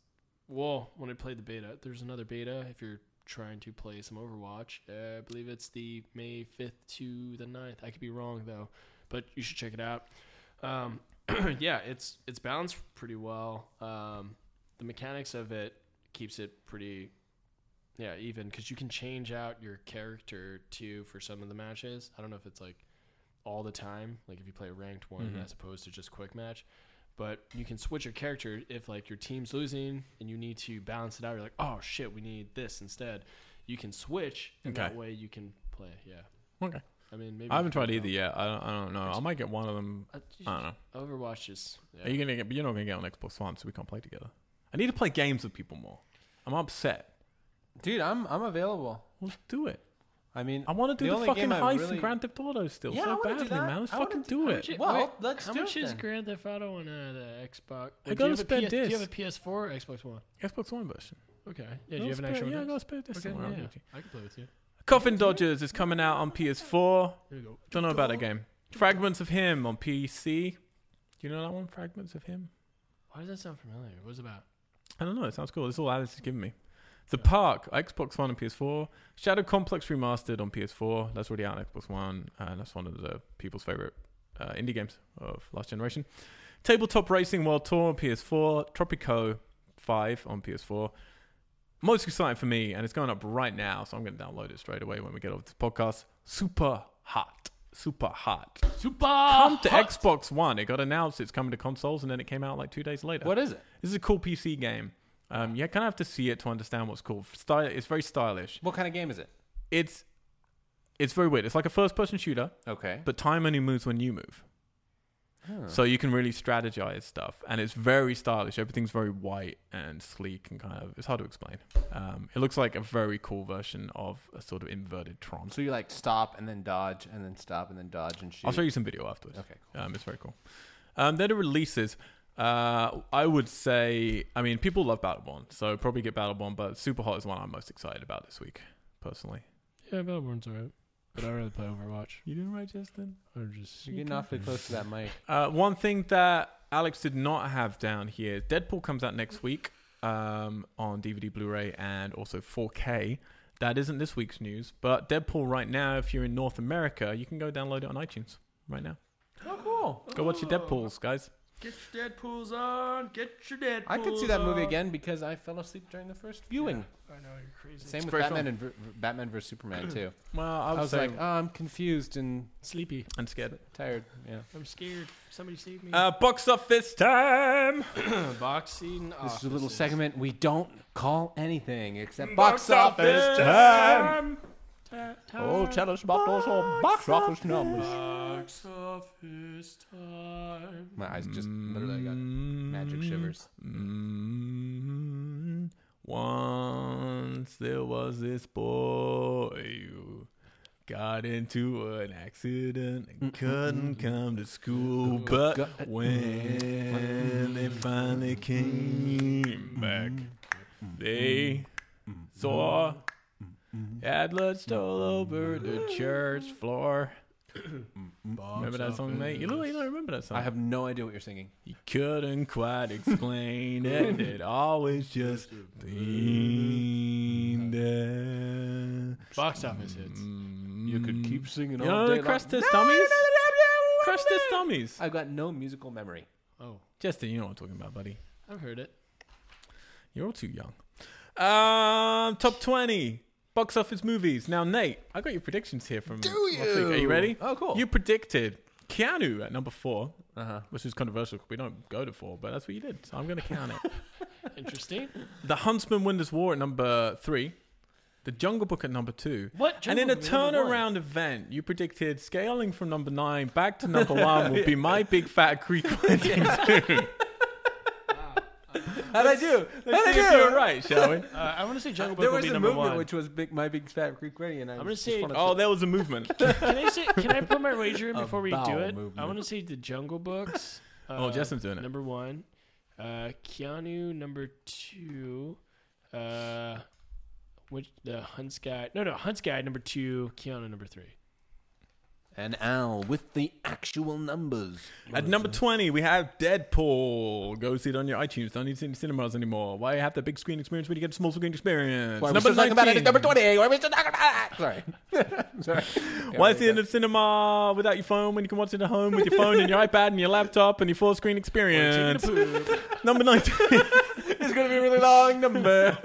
Speaker 2: well when I played the beta. There's another beta if you're trying to play some Overwatch. Uh, I believe it's the May 5th to the 9th. I could be wrong though, but you should check it out. Um, yeah, it's it's balanced pretty well. Um, the mechanics of it keeps it pretty yeah even because you can change out your character too for some of the matches. I don't know if it's like all the time, like if you play a ranked one
Speaker 1: Mm-hmm.
Speaker 2: as opposed to just quick match. But you can switch your character if like your team's losing and you need to balance it out. You're like, oh shit, we need this instead. You can switch, and
Speaker 1: Okay.
Speaker 2: that way you can play. Yeah,
Speaker 1: Okay.
Speaker 2: I mean, maybe
Speaker 1: I haven't
Speaker 2: you
Speaker 1: tried
Speaker 2: can-
Speaker 1: either yet. I don't, I don't know. I might get one of them.
Speaker 2: Uh,
Speaker 1: I don't know.
Speaker 2: Overwatch is. Yeah.
Speaker 1: Are you gonna get? But you're not gonna get on Xbox One, so we can't play together. I need to play games with people more. I'm upset.
Speaker 3: Dude, I'm I'm available.
Speaker 1: Let's do it.
Speaker 3: I mean,
Speaker 1: I want to do the,
Speaker 3: only
Speaker 1: fucking
Speaker 3: game I
Speaker 1: heist
Speaker 3: really-
Speaker 1: in Grand Theft Auto still
Speaker 3: Yeah, I
Speaker 1: so
Speaker 3: wanna do
Speaker 1: badly,
Speaker 3: that.
Speaker 1: man. Let's
Speaker 3: I wanna
Speaker 1: fucking
Speaker 3: do-
Speaker 1: do
Speaker 2: How
Speaker 1: it.
Speaker 2: much i-
Speaker 3: Well,
Speaker 2: wait,
Speaker 3: let's
Speaker 2: How
Speaker 3: do
Speaker 2: much
Speaker 3: it
Speaker 2: is
Speaker 3: then.
Speaker 2: Grand Theft Auto on uh, the Xbox?
Speaker 1: I got
Speaker 2: Wait, do
Speaker 1: a
Speaker 2: you have
Speaker 1: spare
Speaker 2: PS Do you have a
Speaker 1: disc.
Speaker 2: PS4 or Xbox One?
Speaker 1: Xbox One version.
Speaker 2: Okay.
Speaker 1: Got a
Speaker 2: Yeah, do you have an
Speaker 1: spare-
Speaker 2: actual
Speaker 1: Yeah, I
Speaker 2: one?
Speaker 1: got a spare disc
Speaker 2: Okay,
Speaker 1: somewhere. I'll
Speaker 2: yeah,
Speaker 1: give
Speaker 2: yeah.
Speaker 1: it to you.
Speaker 2: I can play with you.
Speaker 1: Coffin Dodgers is coming out on PS4.
Speaker 2: Here we go.
Speaker 1: Don't know about that game. Fragments of Him on PC. Do you know that one? Fragments of Him.
Speaker 2: Why does that sound familiar? What was it about?
Speaker 1: I don't know. It sounds cool. That's all Alice has given me. The Park, Xbox One and PS4. Shadow Complex Remastered on PS4. That's already out on Xbox One. And that's one of the people's favorite uh, indie games of last generation. Tabletop Racing World Tour on PS4. Tropico 5 on PS4. Most exciting for me, and it's going up right now, so I'm going to download it straight away when we get off this podcast. Super Hot. Super Hot.
Speaker 2: Super.
Speaker 1: Come to Xbox One. It got announced it's coming to consoles, and then it came out like two days later.
Speaker 3: What is it?
Speaker 1: This is a cool PC game. Um, you kind of have to see it to understand what's cool. Style, it's very stylish.
Speaker 3: What kind of game is it?
Speaker 1: It's it's very weird. It's like a first-person shooter,
Speaker 3: Okay.
Speaker 1: but time only moves when you move. So you can really strategize stuff, and it's very stylish. Everything's very white and sleek, and kind of it's hard to explain. Um, it looks like a very cool version of a sort of inverted Tron.
Speaker 3: So you like stop and then dodge and then stop and then dodge and shoot.
Speaker 1: I'll show you some video afterwards.
Speaker 3: Okay,
Speaker 1: Um, it's very cool. Um, then the releases. Uh, I would say, I mean, people love Battleborn, so probably get Battleborn, but Superhot is one I'm most excited about this week, personally.
Speaker 2: Yeah, Battleborn's alright, but I'd rather play Overwatch.
Speaker 1: You doing right, Justin?
Speaker 2: I'm just.
Speaker 3: You're getting awfully close to that mic.
Speaker 1: Uh, one thing that Alex did not have down here Deadpool comes out next week um, on DVD, Blu ray, and also 4K. That isn't this week's news, but Deadpool right now, if you're in North America, you can go download it on iTunes right now.
Speaker 3: Oh, cool.
Speaker 1: Go watch your Deadpools, guys.
Speaker 2: Get your Deadpool's on. Get your Deadpool.
Speaker 3: I could see that movie again because I fell asleep during the first viewing.
Speaker 2: I know you're crazy.
Speaker 3: Same with
Speaker 1: great
Speaker 3: Batman and v- v- Batman vs Superman too.
Speaker 1: Well, I
Speaker 3: I
Speaker 1: was,
Speaker 3: was
Speaker 1: saying,
Speaker 3: like, oh, I'm confused and
Speaker 2: Sleepy.
Speaker 1: I'm scared.
Speaker 3: tired. Yeah.
Speaker 2: I'm scared. Somebody save me.
Speaker 1: Uh, box office time.
Speaker 2: Boxing.
Speaker 3: Ah, This is a little segment we don't call anything except box, office.
Speaker 1: time.
Speaker 3: Oh, tell us about those old box office numbers.
Speaker 2: Box office time.
Speaker 3: My eyes just literally got magic shivers.
Speaker 1: Mm, once there was this boy who got into an accident and couldn't come to school. But when they finally came back, they saw Adler stole over the church floor. Remember that song, mate? You literally don't remember that song.
Speaker 3: I have no idea what you're singing.
Speaker 1: You couldn't quite explain it. It always just leaned there.
Speaker 2: Box office hits.
Speaker 3: You could keep singing
Speaker 1: You know the Crush Test Dummies? Crush Test Dummies.
Speaker 3: I've got no musical memory.
Speaker 2: Oh,
Speaker 1: Justin, you know what I'm talking about, buddy.
Speaker 2: I've heard it.
Speaker 1: You're all too young. Um, top 20 box office movies. Now, Nate, I got your predictions here from. Do you? Are you ready?
Speaker 3: Oh, cool.
Speaker 1: You predicted Keanu at number four,
Speaker 3: Uh-huh.
Speaker 1: which is controversial 'cause we don't go to four, but that's what you did. So I'm going to count it.
Speaker 2: Interesting.
Speaker 1: The Huntsman Windows War at number three. The Jungle Book at number two.
Speaker 2: What
Speaker 1: and in
Speaker 2: Jungle
Speaker 1: a
Speaker 2: Book at number one?
Speaker 1: turnaround event, you predicted scaling from number nine back to number one would be my big fat Greek wedding too.
Speaker 3: How'd I do?
Speaker 1: Let's see if you're right, shall we?
Speaker 2: Uh, I want to say Jungle Book
Speaker 3: There
Speaker 2: will
Speaker 3: was
Speaker 2: be
Speaker 3: a
Speaker 2: number
Speaker 3: movement
Speaker 2: one.
Speaker 3: which was big, my big fat Greek wedding, and I
Speaker 2: I'm
Speaker 3: just
Speaker 2: gonna say-
Speaker 3: wanted to-
Speaker 1: Oh, there was a movement.
Speaker 2: Can I say? Can I put my wager in before we do
Speaker 3: bowel
Speaker 2: it? I
Speaker 3: movement.
Speaker 2: want to say the Jungle Books. Uh,
Speaker 1: Oh, Justin's doing it.
Speaker 2: Number one, uh, Keanu. Number two, uh, which the Hunt's guy? No, no, Hunt's guy. Number two, Keanu. Number three.
Speaker 3: and Al with the actual numbers.
Speaker 1: At number 20, we have Deadpool. Go see it on your iTunes. Don't need to see it in cinemas anymore. Why have the big screen experience when you get a small screen experience?
Speaker 3: Why are we
Speaker 1: number
Speaker 3: still talking about it?
Speaker 1: 19.
Speaker 3: It's number twenty. Why are we still talking about it? Sorry. Sorry.
Speaker 1: Why see it in the cinema without your phone when you can watch it at home with your phone and your iPad and your laptop and your full screen experience? Number 19.
Speaker 3: It's gonna be a really long number.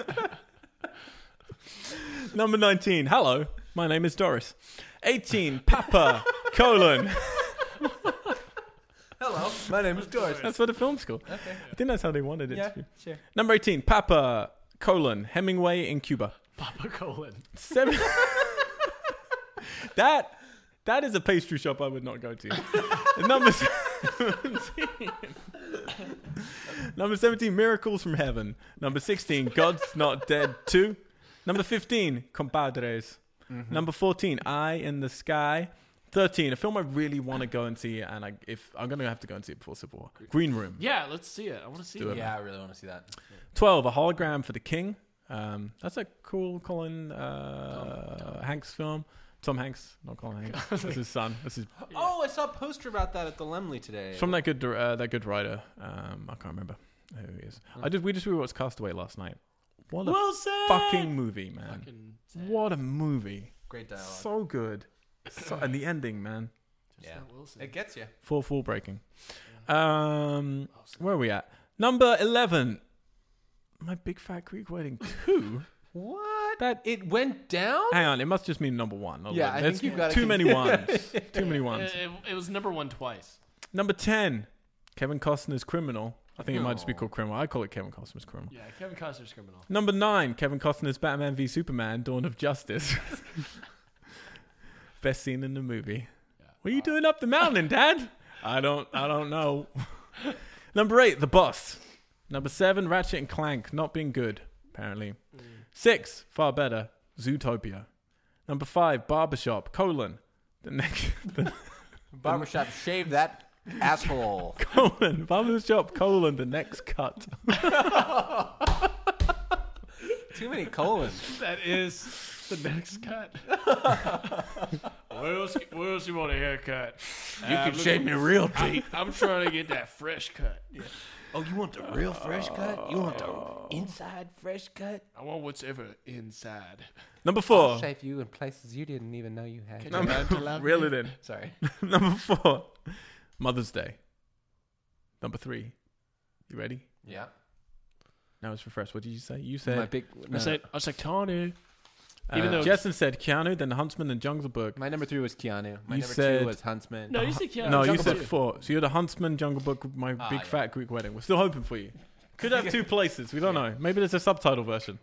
Speaker 1: Number 19. Hello, my name is Doris. 18. Papa, colon.
Speaker 3: Hello, my name is George.
Speaker 1: That's for the film school. I think that's how they wanted it
Speaker 3: Yeah,
Speaker 1: to be.
Speaker 3: sure.
Speaker 1: Number 18. Papa, colon, Hemingway in Cuba.
Speaker 2: Papa Colon.
Speaker 1: Seven. that that is a pastry shop I would not go to. Number seventeen. Number seventeen. Miracles from heaven. Number sixteen. God's not dead two. Number fifteen. Compadres. Number fourteen. Eye in the sky. Thirteen. A film I really want to go and see, and I, if I'm gonna have to go and see it before Civil War. Green Room.
Speaker 2: Yeah, let's see it. I want to see
Speaker 1: Do
Speaker 2: it.
Speaker 1: it.
Speaker 3: Yeah, I really want to see that.
Speaker 1: Twelve. A hologram for the king. Um, that's a cool Colin uh, Hanks film. Tom Hanks, not Colin Hanks. That's his son. This is
Speaker 3: Oh, I saw a poster about that at the Lemley today.
Speaker 1: from that good dir- uh, that good writer. Um, I can't remember who he is. I did. We just rewatched Castaway last night. What a
Speaker 2: Wilson.
Speaker 1: fucking movie, man!
Speaker 2: Fucking
Speaker 1: What a movie!
Speaker 3: Great dialogue.
Speaker 1: So good. So, and the ending, man.
Speaker 3: yeah,
Speaker 2: Wilson.
Speaker 3: it gets you.
Speaker 1: Four four breaking. Um, where are we at? Number eleven. My big fat Greek wedding two.
Speaker 3: What? That it went down.
Speaker 1: Hang on, it must just mean number one.
Speaker 3: Yeah, I
Speaker 1: That's
Speaker 3: think you've gotta
Speaker 1: too
Speaker 3: con-
Speaker 1: many ones. too many
Speaker 2: It,
Speaker 1: ones.
Speaker 2: it- it was number one twice.
Speaker 1: Number ten, Kevin Costner's criminal. I think it might just be
Speaker 3: No.
Speaker 1: called criminal. I call it Kevin Costner's criminal.
Speaker 2: Yeah, Kevin Costner's criminal.
Speaker 1: Number nine, Kevin Costner's Batman v Superman: Dawn of Justice. Best scene in the movie. What are you doing up the mountain, Dad? I don't. I don't know. Number eight, The Boss. Number seven, Ratchet and Clank. Not being good, apparently. Six, far better, Zootopia. Number five, Barbershop. Colon. The next. The,
Speaker 3: Barbershop, shave that asshole.
Speaker 1: colon. Barbershop. Colon. The next cut.
Speaker 3: Too many colons.
Speaker 2: That is the next cut. where else? Where else you want a haircut? Uh,
Speaker 6: You can shave me real deep.
Speaker 2: I'm trying to get that fresh cut.
Speaker 6: Ah, Oh, you want the real fresh cut? You want the inside fresh cut?
Speaker 2: I want what's ever inside.
Speaker 1: Number four.
Speaker 3: shave you in places you didn't even know you had.
Speaker 2: Can you learn to love
Speaker 1: Reel
Speaker 2: me?
Speaker 1: it in.
Speaker 3: Sorry.
Speaker 1: Number four, Mother's Day. Number three. You ready?
Speaker 3: Yeah.
Speaker 1: Now it's refreshed. What did you say? You
Speaker 3: My
Speaker 1: said
Speaker 3: big.
Speaker 2: I
Speaker 3: no,
Speaker 2: said, I was like, Tanu.
Speaker 1: uh,
Speaker 2: even though-
Speaker 1: Justin said Keanu, then Huntsman and Jungleberg.
Speaker 3: My number three was Keanu. My
Speaker 1: You
Speaker 3: number
Speaker 1: said-
Speaker 3: two was Huntsman.
Speaker 2: No, you said Keanu.
Speaker 1: no, you
Speaker 2: Jungle
Speaker 1: said
Speaker 2: Book.
Speaker 1: four. So you're the Huntsman, Jungle Book, My
Speaker 3: Ah,
Speaker 1: Big
Speaker 3: yeah.
Speaker 1: Fat Greek Wedding. We're still hoping for you. Could have two places. We don't know. Maybe there's a subtitle version.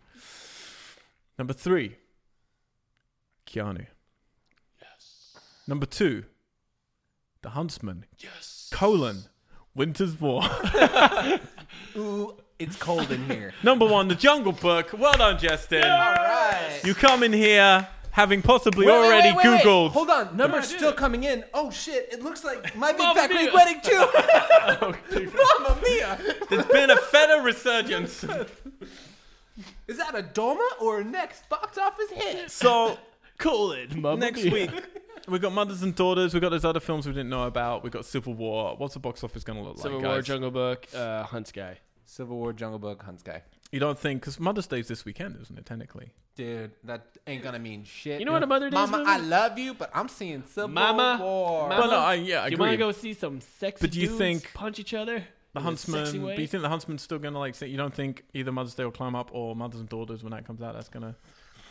Speaker 1: Number three, Keanu.
Speaker 2: Yes.
Speaker 1: Number two, The Huntsman,
Speaker 2: Yes.
Speaker 1: colon, Winter's War.
Speaker 3: Ooh, it's cold in here.
Speaker 1: Number one, The Jungle Book. Well done, Justin. You come in here having possibly
Speaker 3: Wait, wait,
Speaker 1: already
Speaker 3: wait, wait, wait.
Speaker 1: Googled.
Speaker 3: Hold on, number's
Speaker 2: dude.
Speaker 3: still coming in. Oh shit! It looks like my big
Speaker 2: Mamma
Speaker 3: fat Greek
Speaker 2: Mia.
Speaker 3: wedding too. Mamma mia!
Speaker 1: There's been a feta resurgence.
Speaker 3: Is that a Doma or a next box office hit?
Speaker 1: So
Speaker 2: Colon. Mamma
Speaker 1: next
Speaker 2: mia.
Speaker 1: week we've got Mothers and Daughters. We've got those other films we didn't know about. We've got Civil War. What's the box office going to look
Speaker 2: Civil
Speaker 1: like,
Speaker 2: War,
Speaker 1: guys?
Speaker 2: Jungle Book, uh, Hunt's Guy.
Speaker 3: Civil War, Jungle Book, Hunt's Guy.
Speaker 1: you don't think because Mother's Day's this weekend, isn't it? Technically,
Speaker 3: Dude, that ain't gonna mean shit.
Speaker 2: You know what a Mother Day's
Speaker 3: Mama,
Speaker 2: movie?
Speaker 3: I love you, but I'm seeing Civil
Speaker 2: Mama,
Speaker 3: War.
Speaker 2: Mama,
Speaker 1: well, no, I, yeah, I
Speaker 2: Uh-huh. do you
Speaker 1: agree.
Speaker 2: want to go see some sexy
Speaker 1: But do you
Speaker 2: dudes
Speaker 1: think-
Speaker 2: punch each other?
Speaker 1: the
Speaker 2: in a sexy
Speaker 1: Huntsman.
Speaker 2: way?
Speaker 1: Do you think the Huntsman's still going to like? Say, you don't think either Mother's Day will climb up or Mothers and Daughters when that comes out? That's going to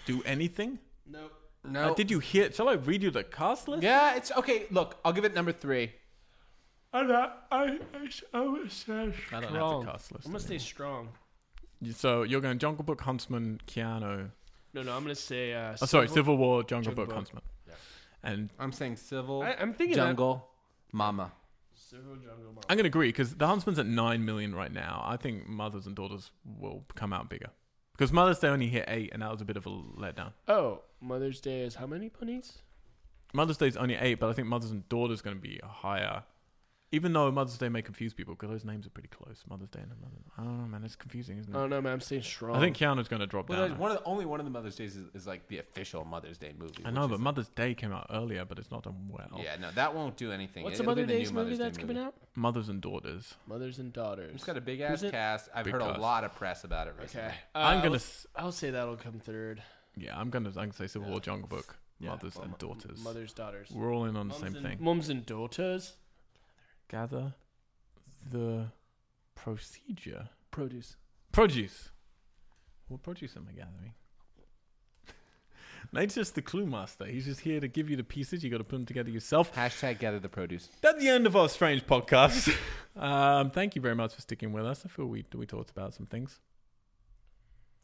Speaker 1: do anything?
Speaker 2: Nope.
Speaker 3: no,
Speaker 1: Uh, did you hear? Shall I read you the cast list?
Speaker 3: Yeah, it's okay. Look, I'll give it number three.
Speaker 2: I'm not, I, I, I would say
Speaker 1: I don't
Speaker 2: strong.
Speaker 1: have the cast list.
Speaker 2: I'm going to say strong.
Speaker 1: So you're going Jungle Book, Huntsman, Keanu.
Speaker 2: No, no, I'm going to say. Uh,
Speaker 1: Oh, sorry, Civil War, Jungle,
Speaker 2: Jungle
Speaker 1: Book,
Speaker 2: Book.
Speaker 1: Huntsman.
Speaker 2: Yeah.
Speaker 1: And
Speaker 3: I'm saying Civil
Speaker 2: I, I'm thinking that-
Speaker 3: Jungle Mama.
Speaker 2: Civil Jungle Book.
Speaker 1: I'm going to agree because The Huntsman's at 9 million right now. I think Mothers and Daughters will come out bigger. Because Mother's Day only hit 8, and that was a bit of a letdown.
Speaker 2: Oh, Mother's Day is how many bunnies?
Speaker 1: Mother's Day's only 8, but I think Mothers and Daughters going to be higher. Even though Mother's Day may confuse people because those names are pretty close. Mother's Day and Mother. I don't know, man. It's confusing, isn't it?
Speaker 2: Oh no, man, I'm saying strong.
Speaker 1: I think Keanu's going to drop
Speaker 3: Well,
Speaker 1: down.
Speaker 3: one of the, only one of the Mother's Days is, is like the official Mother's Day movie.
Speaker 1: I
Speaker 3: which
Speaker 1: know,
Speaker 3: is
Speaker 1: but
Speaker 3: like-
Speaker 1: Mother's Day came out earlier, but it's not done well.
Speaker 3: Yeah, no, that won't do anything.
Speaker 2: What's
Speaker 3: It-
Speaker 2: the
Speaker 3: it'll be
Speaker 2: Mother's Day movie
Speaker 3: new Mother's Day
Speaker 2: that's coming out?
Speaker 1: Mothers and Daughters.
Speaker 2: Mothers and Daughters.
Speaker 3: It's got a big ass
Speaker 2: Who's it?
Speaker 3: cast. I've
Speaker 1: Big
Speaker 3: heard
Speaker 1: cast.
Speaker 3: a lot of press about it recently.
Speaker 2: okay.
Speaker 1: I'm
Speaker 2: Uh,
Speaker 1: gonna.
Speaker 2: let's-
Speaker 1: s-
Speaker 2: I'll say that'll come third.
Speaker 1: Yeah, I'm gonna. I'm gonna say Civil War, Jungle Book,
Speaker 2: Yeah,
Speaker 1: Mothers
Speaker 2: well,
Speaker 1: and
Speaker 2: mo-
Speaker 1: Daughters.
Speaker 2: Mothers, daughters.
Speaker 1: We're all in on the
Speaker 2: Mums
Speaker 1: same
Speaker 2: and-
Speaker 1: thing.
Speaker 2: Mums and daughters.
Speaker 1: gather the procedure.
Speaker 2: Produce.
Speaker 1: Produce. What produce am I gathering? Nate's just the clue master. He's just here to give you the pieces. You got to put them together yourself.
Speaker 3: Hashtag gather the produce.
Speaker 1: That's the end of our strange podcast. um, thank you very much for sticking with us. I feel we we talked about some things.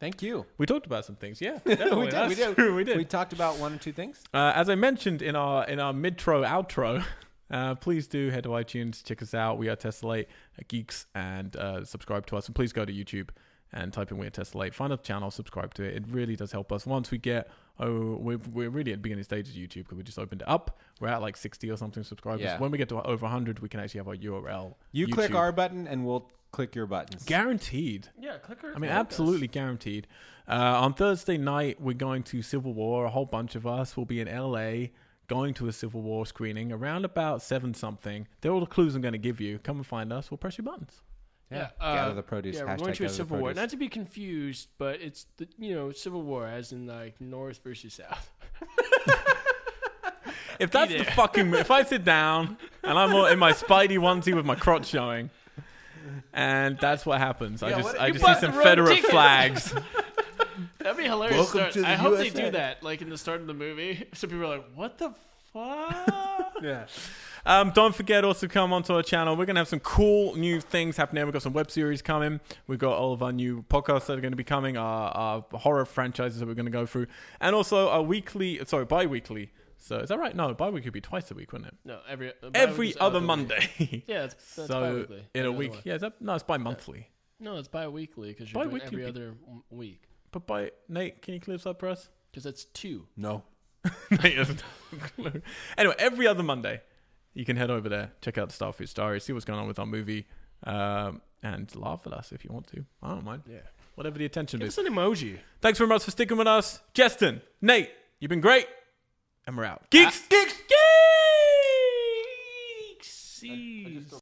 Speaker 3: Thank you.
Speaker 1: We talked about some things. Yeah, definitely.
Speaker 3: did,
Speaker 1: That's
Speaker 3: we did.
Speaker 1: true. We did.
Speaker 3: We talked about one or two things.
Speaker 1: Uh, as I mentioned in our in our midtro outro, uh, please do head to iTunes, check us out. We are Tessellate uh, Geeks, and uh, subscribe to us. And please go to YouTube and type in We Are Tessellate. Find our channel, subscribe to it. It really does help us. Once we get oh, we're, we're really at the beginning stages of YouTube because we just opened it up. We're at like sixty or something subscribers.
Speaker 3: Yeah.
Speaker 1: When we get to over hundred, we can actually have our URL.
Speaker 3: You click
Speaker 1: YouTube.
Speaker 3: our button and we'll click your buttons.
Speaker 1: guaranteed.
Speaker 2: Yeah, clicker.
Speaker 1: I mean, absolutely guaranteed. Uh, on Thursday night, we're going to Civil War. A whole bunch of us will be in LA going to a Civil War screening around about seven something. They're all the clues I'm going to give you. Come and find us. We'll press your buttons.
Speaker 2: Yeah.
Speaker 3: gather
Speaker 2: uh,
Speaker 3: the produce.
Speaker 2: Yeah,
Speaker 3: hashtag
Speaker 2: we're going to a
Speaker 3: gather the
Speaker 2: civil war.
Speaker 3: produce.
Speaker 2: Not to be confused, but it's the you know civil war as in like north versus south.
Speaker 1: If that's the
Speaker 2: there.
Speaker 1: fucking, if I sit down and I'm all in my Spidey onesie with my crotch showing, and that's what happens. I
Speaker 3: Yeah,
Speaker 1: just,
Speaker 3: what-
Speaker 1: I
Speaker 3: you
Speaker 1: just see
Speaker 2: bought
Speaker 1: some
Speaker 2: the wrong
Speaker 1: Federate
Speaker 2: ticket.
Speaker 1: flags.
Speaker 2: That'd be hilarious.
Speaker 6: Welcome
Speaker 2: start.
Speaker 6: to the
Speaker 2: I hope they
Speaker 6: USA.
Speaker 2: do that, like in the start of the movie. So people are like, "What the fuck?"
Speaker 6: Yeah.
Speaker 1: Um, don't forget also come onto our channel. We're gonna have some cool new things happening. We've got some web series coming. We've got all of our new podcasts that are gonna be coming. Our, our horror franchises that we're gonna go through, and also our weekly, sorry, bi-weekly. So is that right? No, bi-weekly would be twice a week, wouldn't it?
Speaker 2: no, every uh, bi-weekly
Speaker 1: Every
Speaker 2: is
Speaker 1: other
Speaker 2: week.
Speaker 1: Monday.
Speaker 2: Yeah, it's, that's
Speaker 1: so
Speaker 2: bi-weekly.
Speaker 1: in a
Speaker 2: Every
Speaker 1: week,
Speaker 2: other
Speaker 1: yeah, is that, no, it's bi-monthly.
Speaker 2: No, it's bi-weekly because you're doing
Speaker 1: Bi-weekly
Speaker 2: every
Speaker 1: be-
Speaker 2: other m- week.
Speaker 1: But by Nate, can you clear this up for us?
Speaker 2: Because that's two.
Speaker 6: No.
Speaker 1: Nate doesn't have a clue. Anyway, every other Monday, you can head over there, check out Starfish Diary, see what's going on with our movie, um, and laugh at us if you want to. I don't mind.
Speaker 2: Yeah.
Speaker 1: Whatever the attention
Speaker 2: Give
Speaker 1: is.
Speaker 2: us an emoji.
Speaker 1: Thanks very much for sticking with us. Justin, Nate, you've been great. And we're out. Geeks! geeks! Geeks!
Speaker 2: Seas.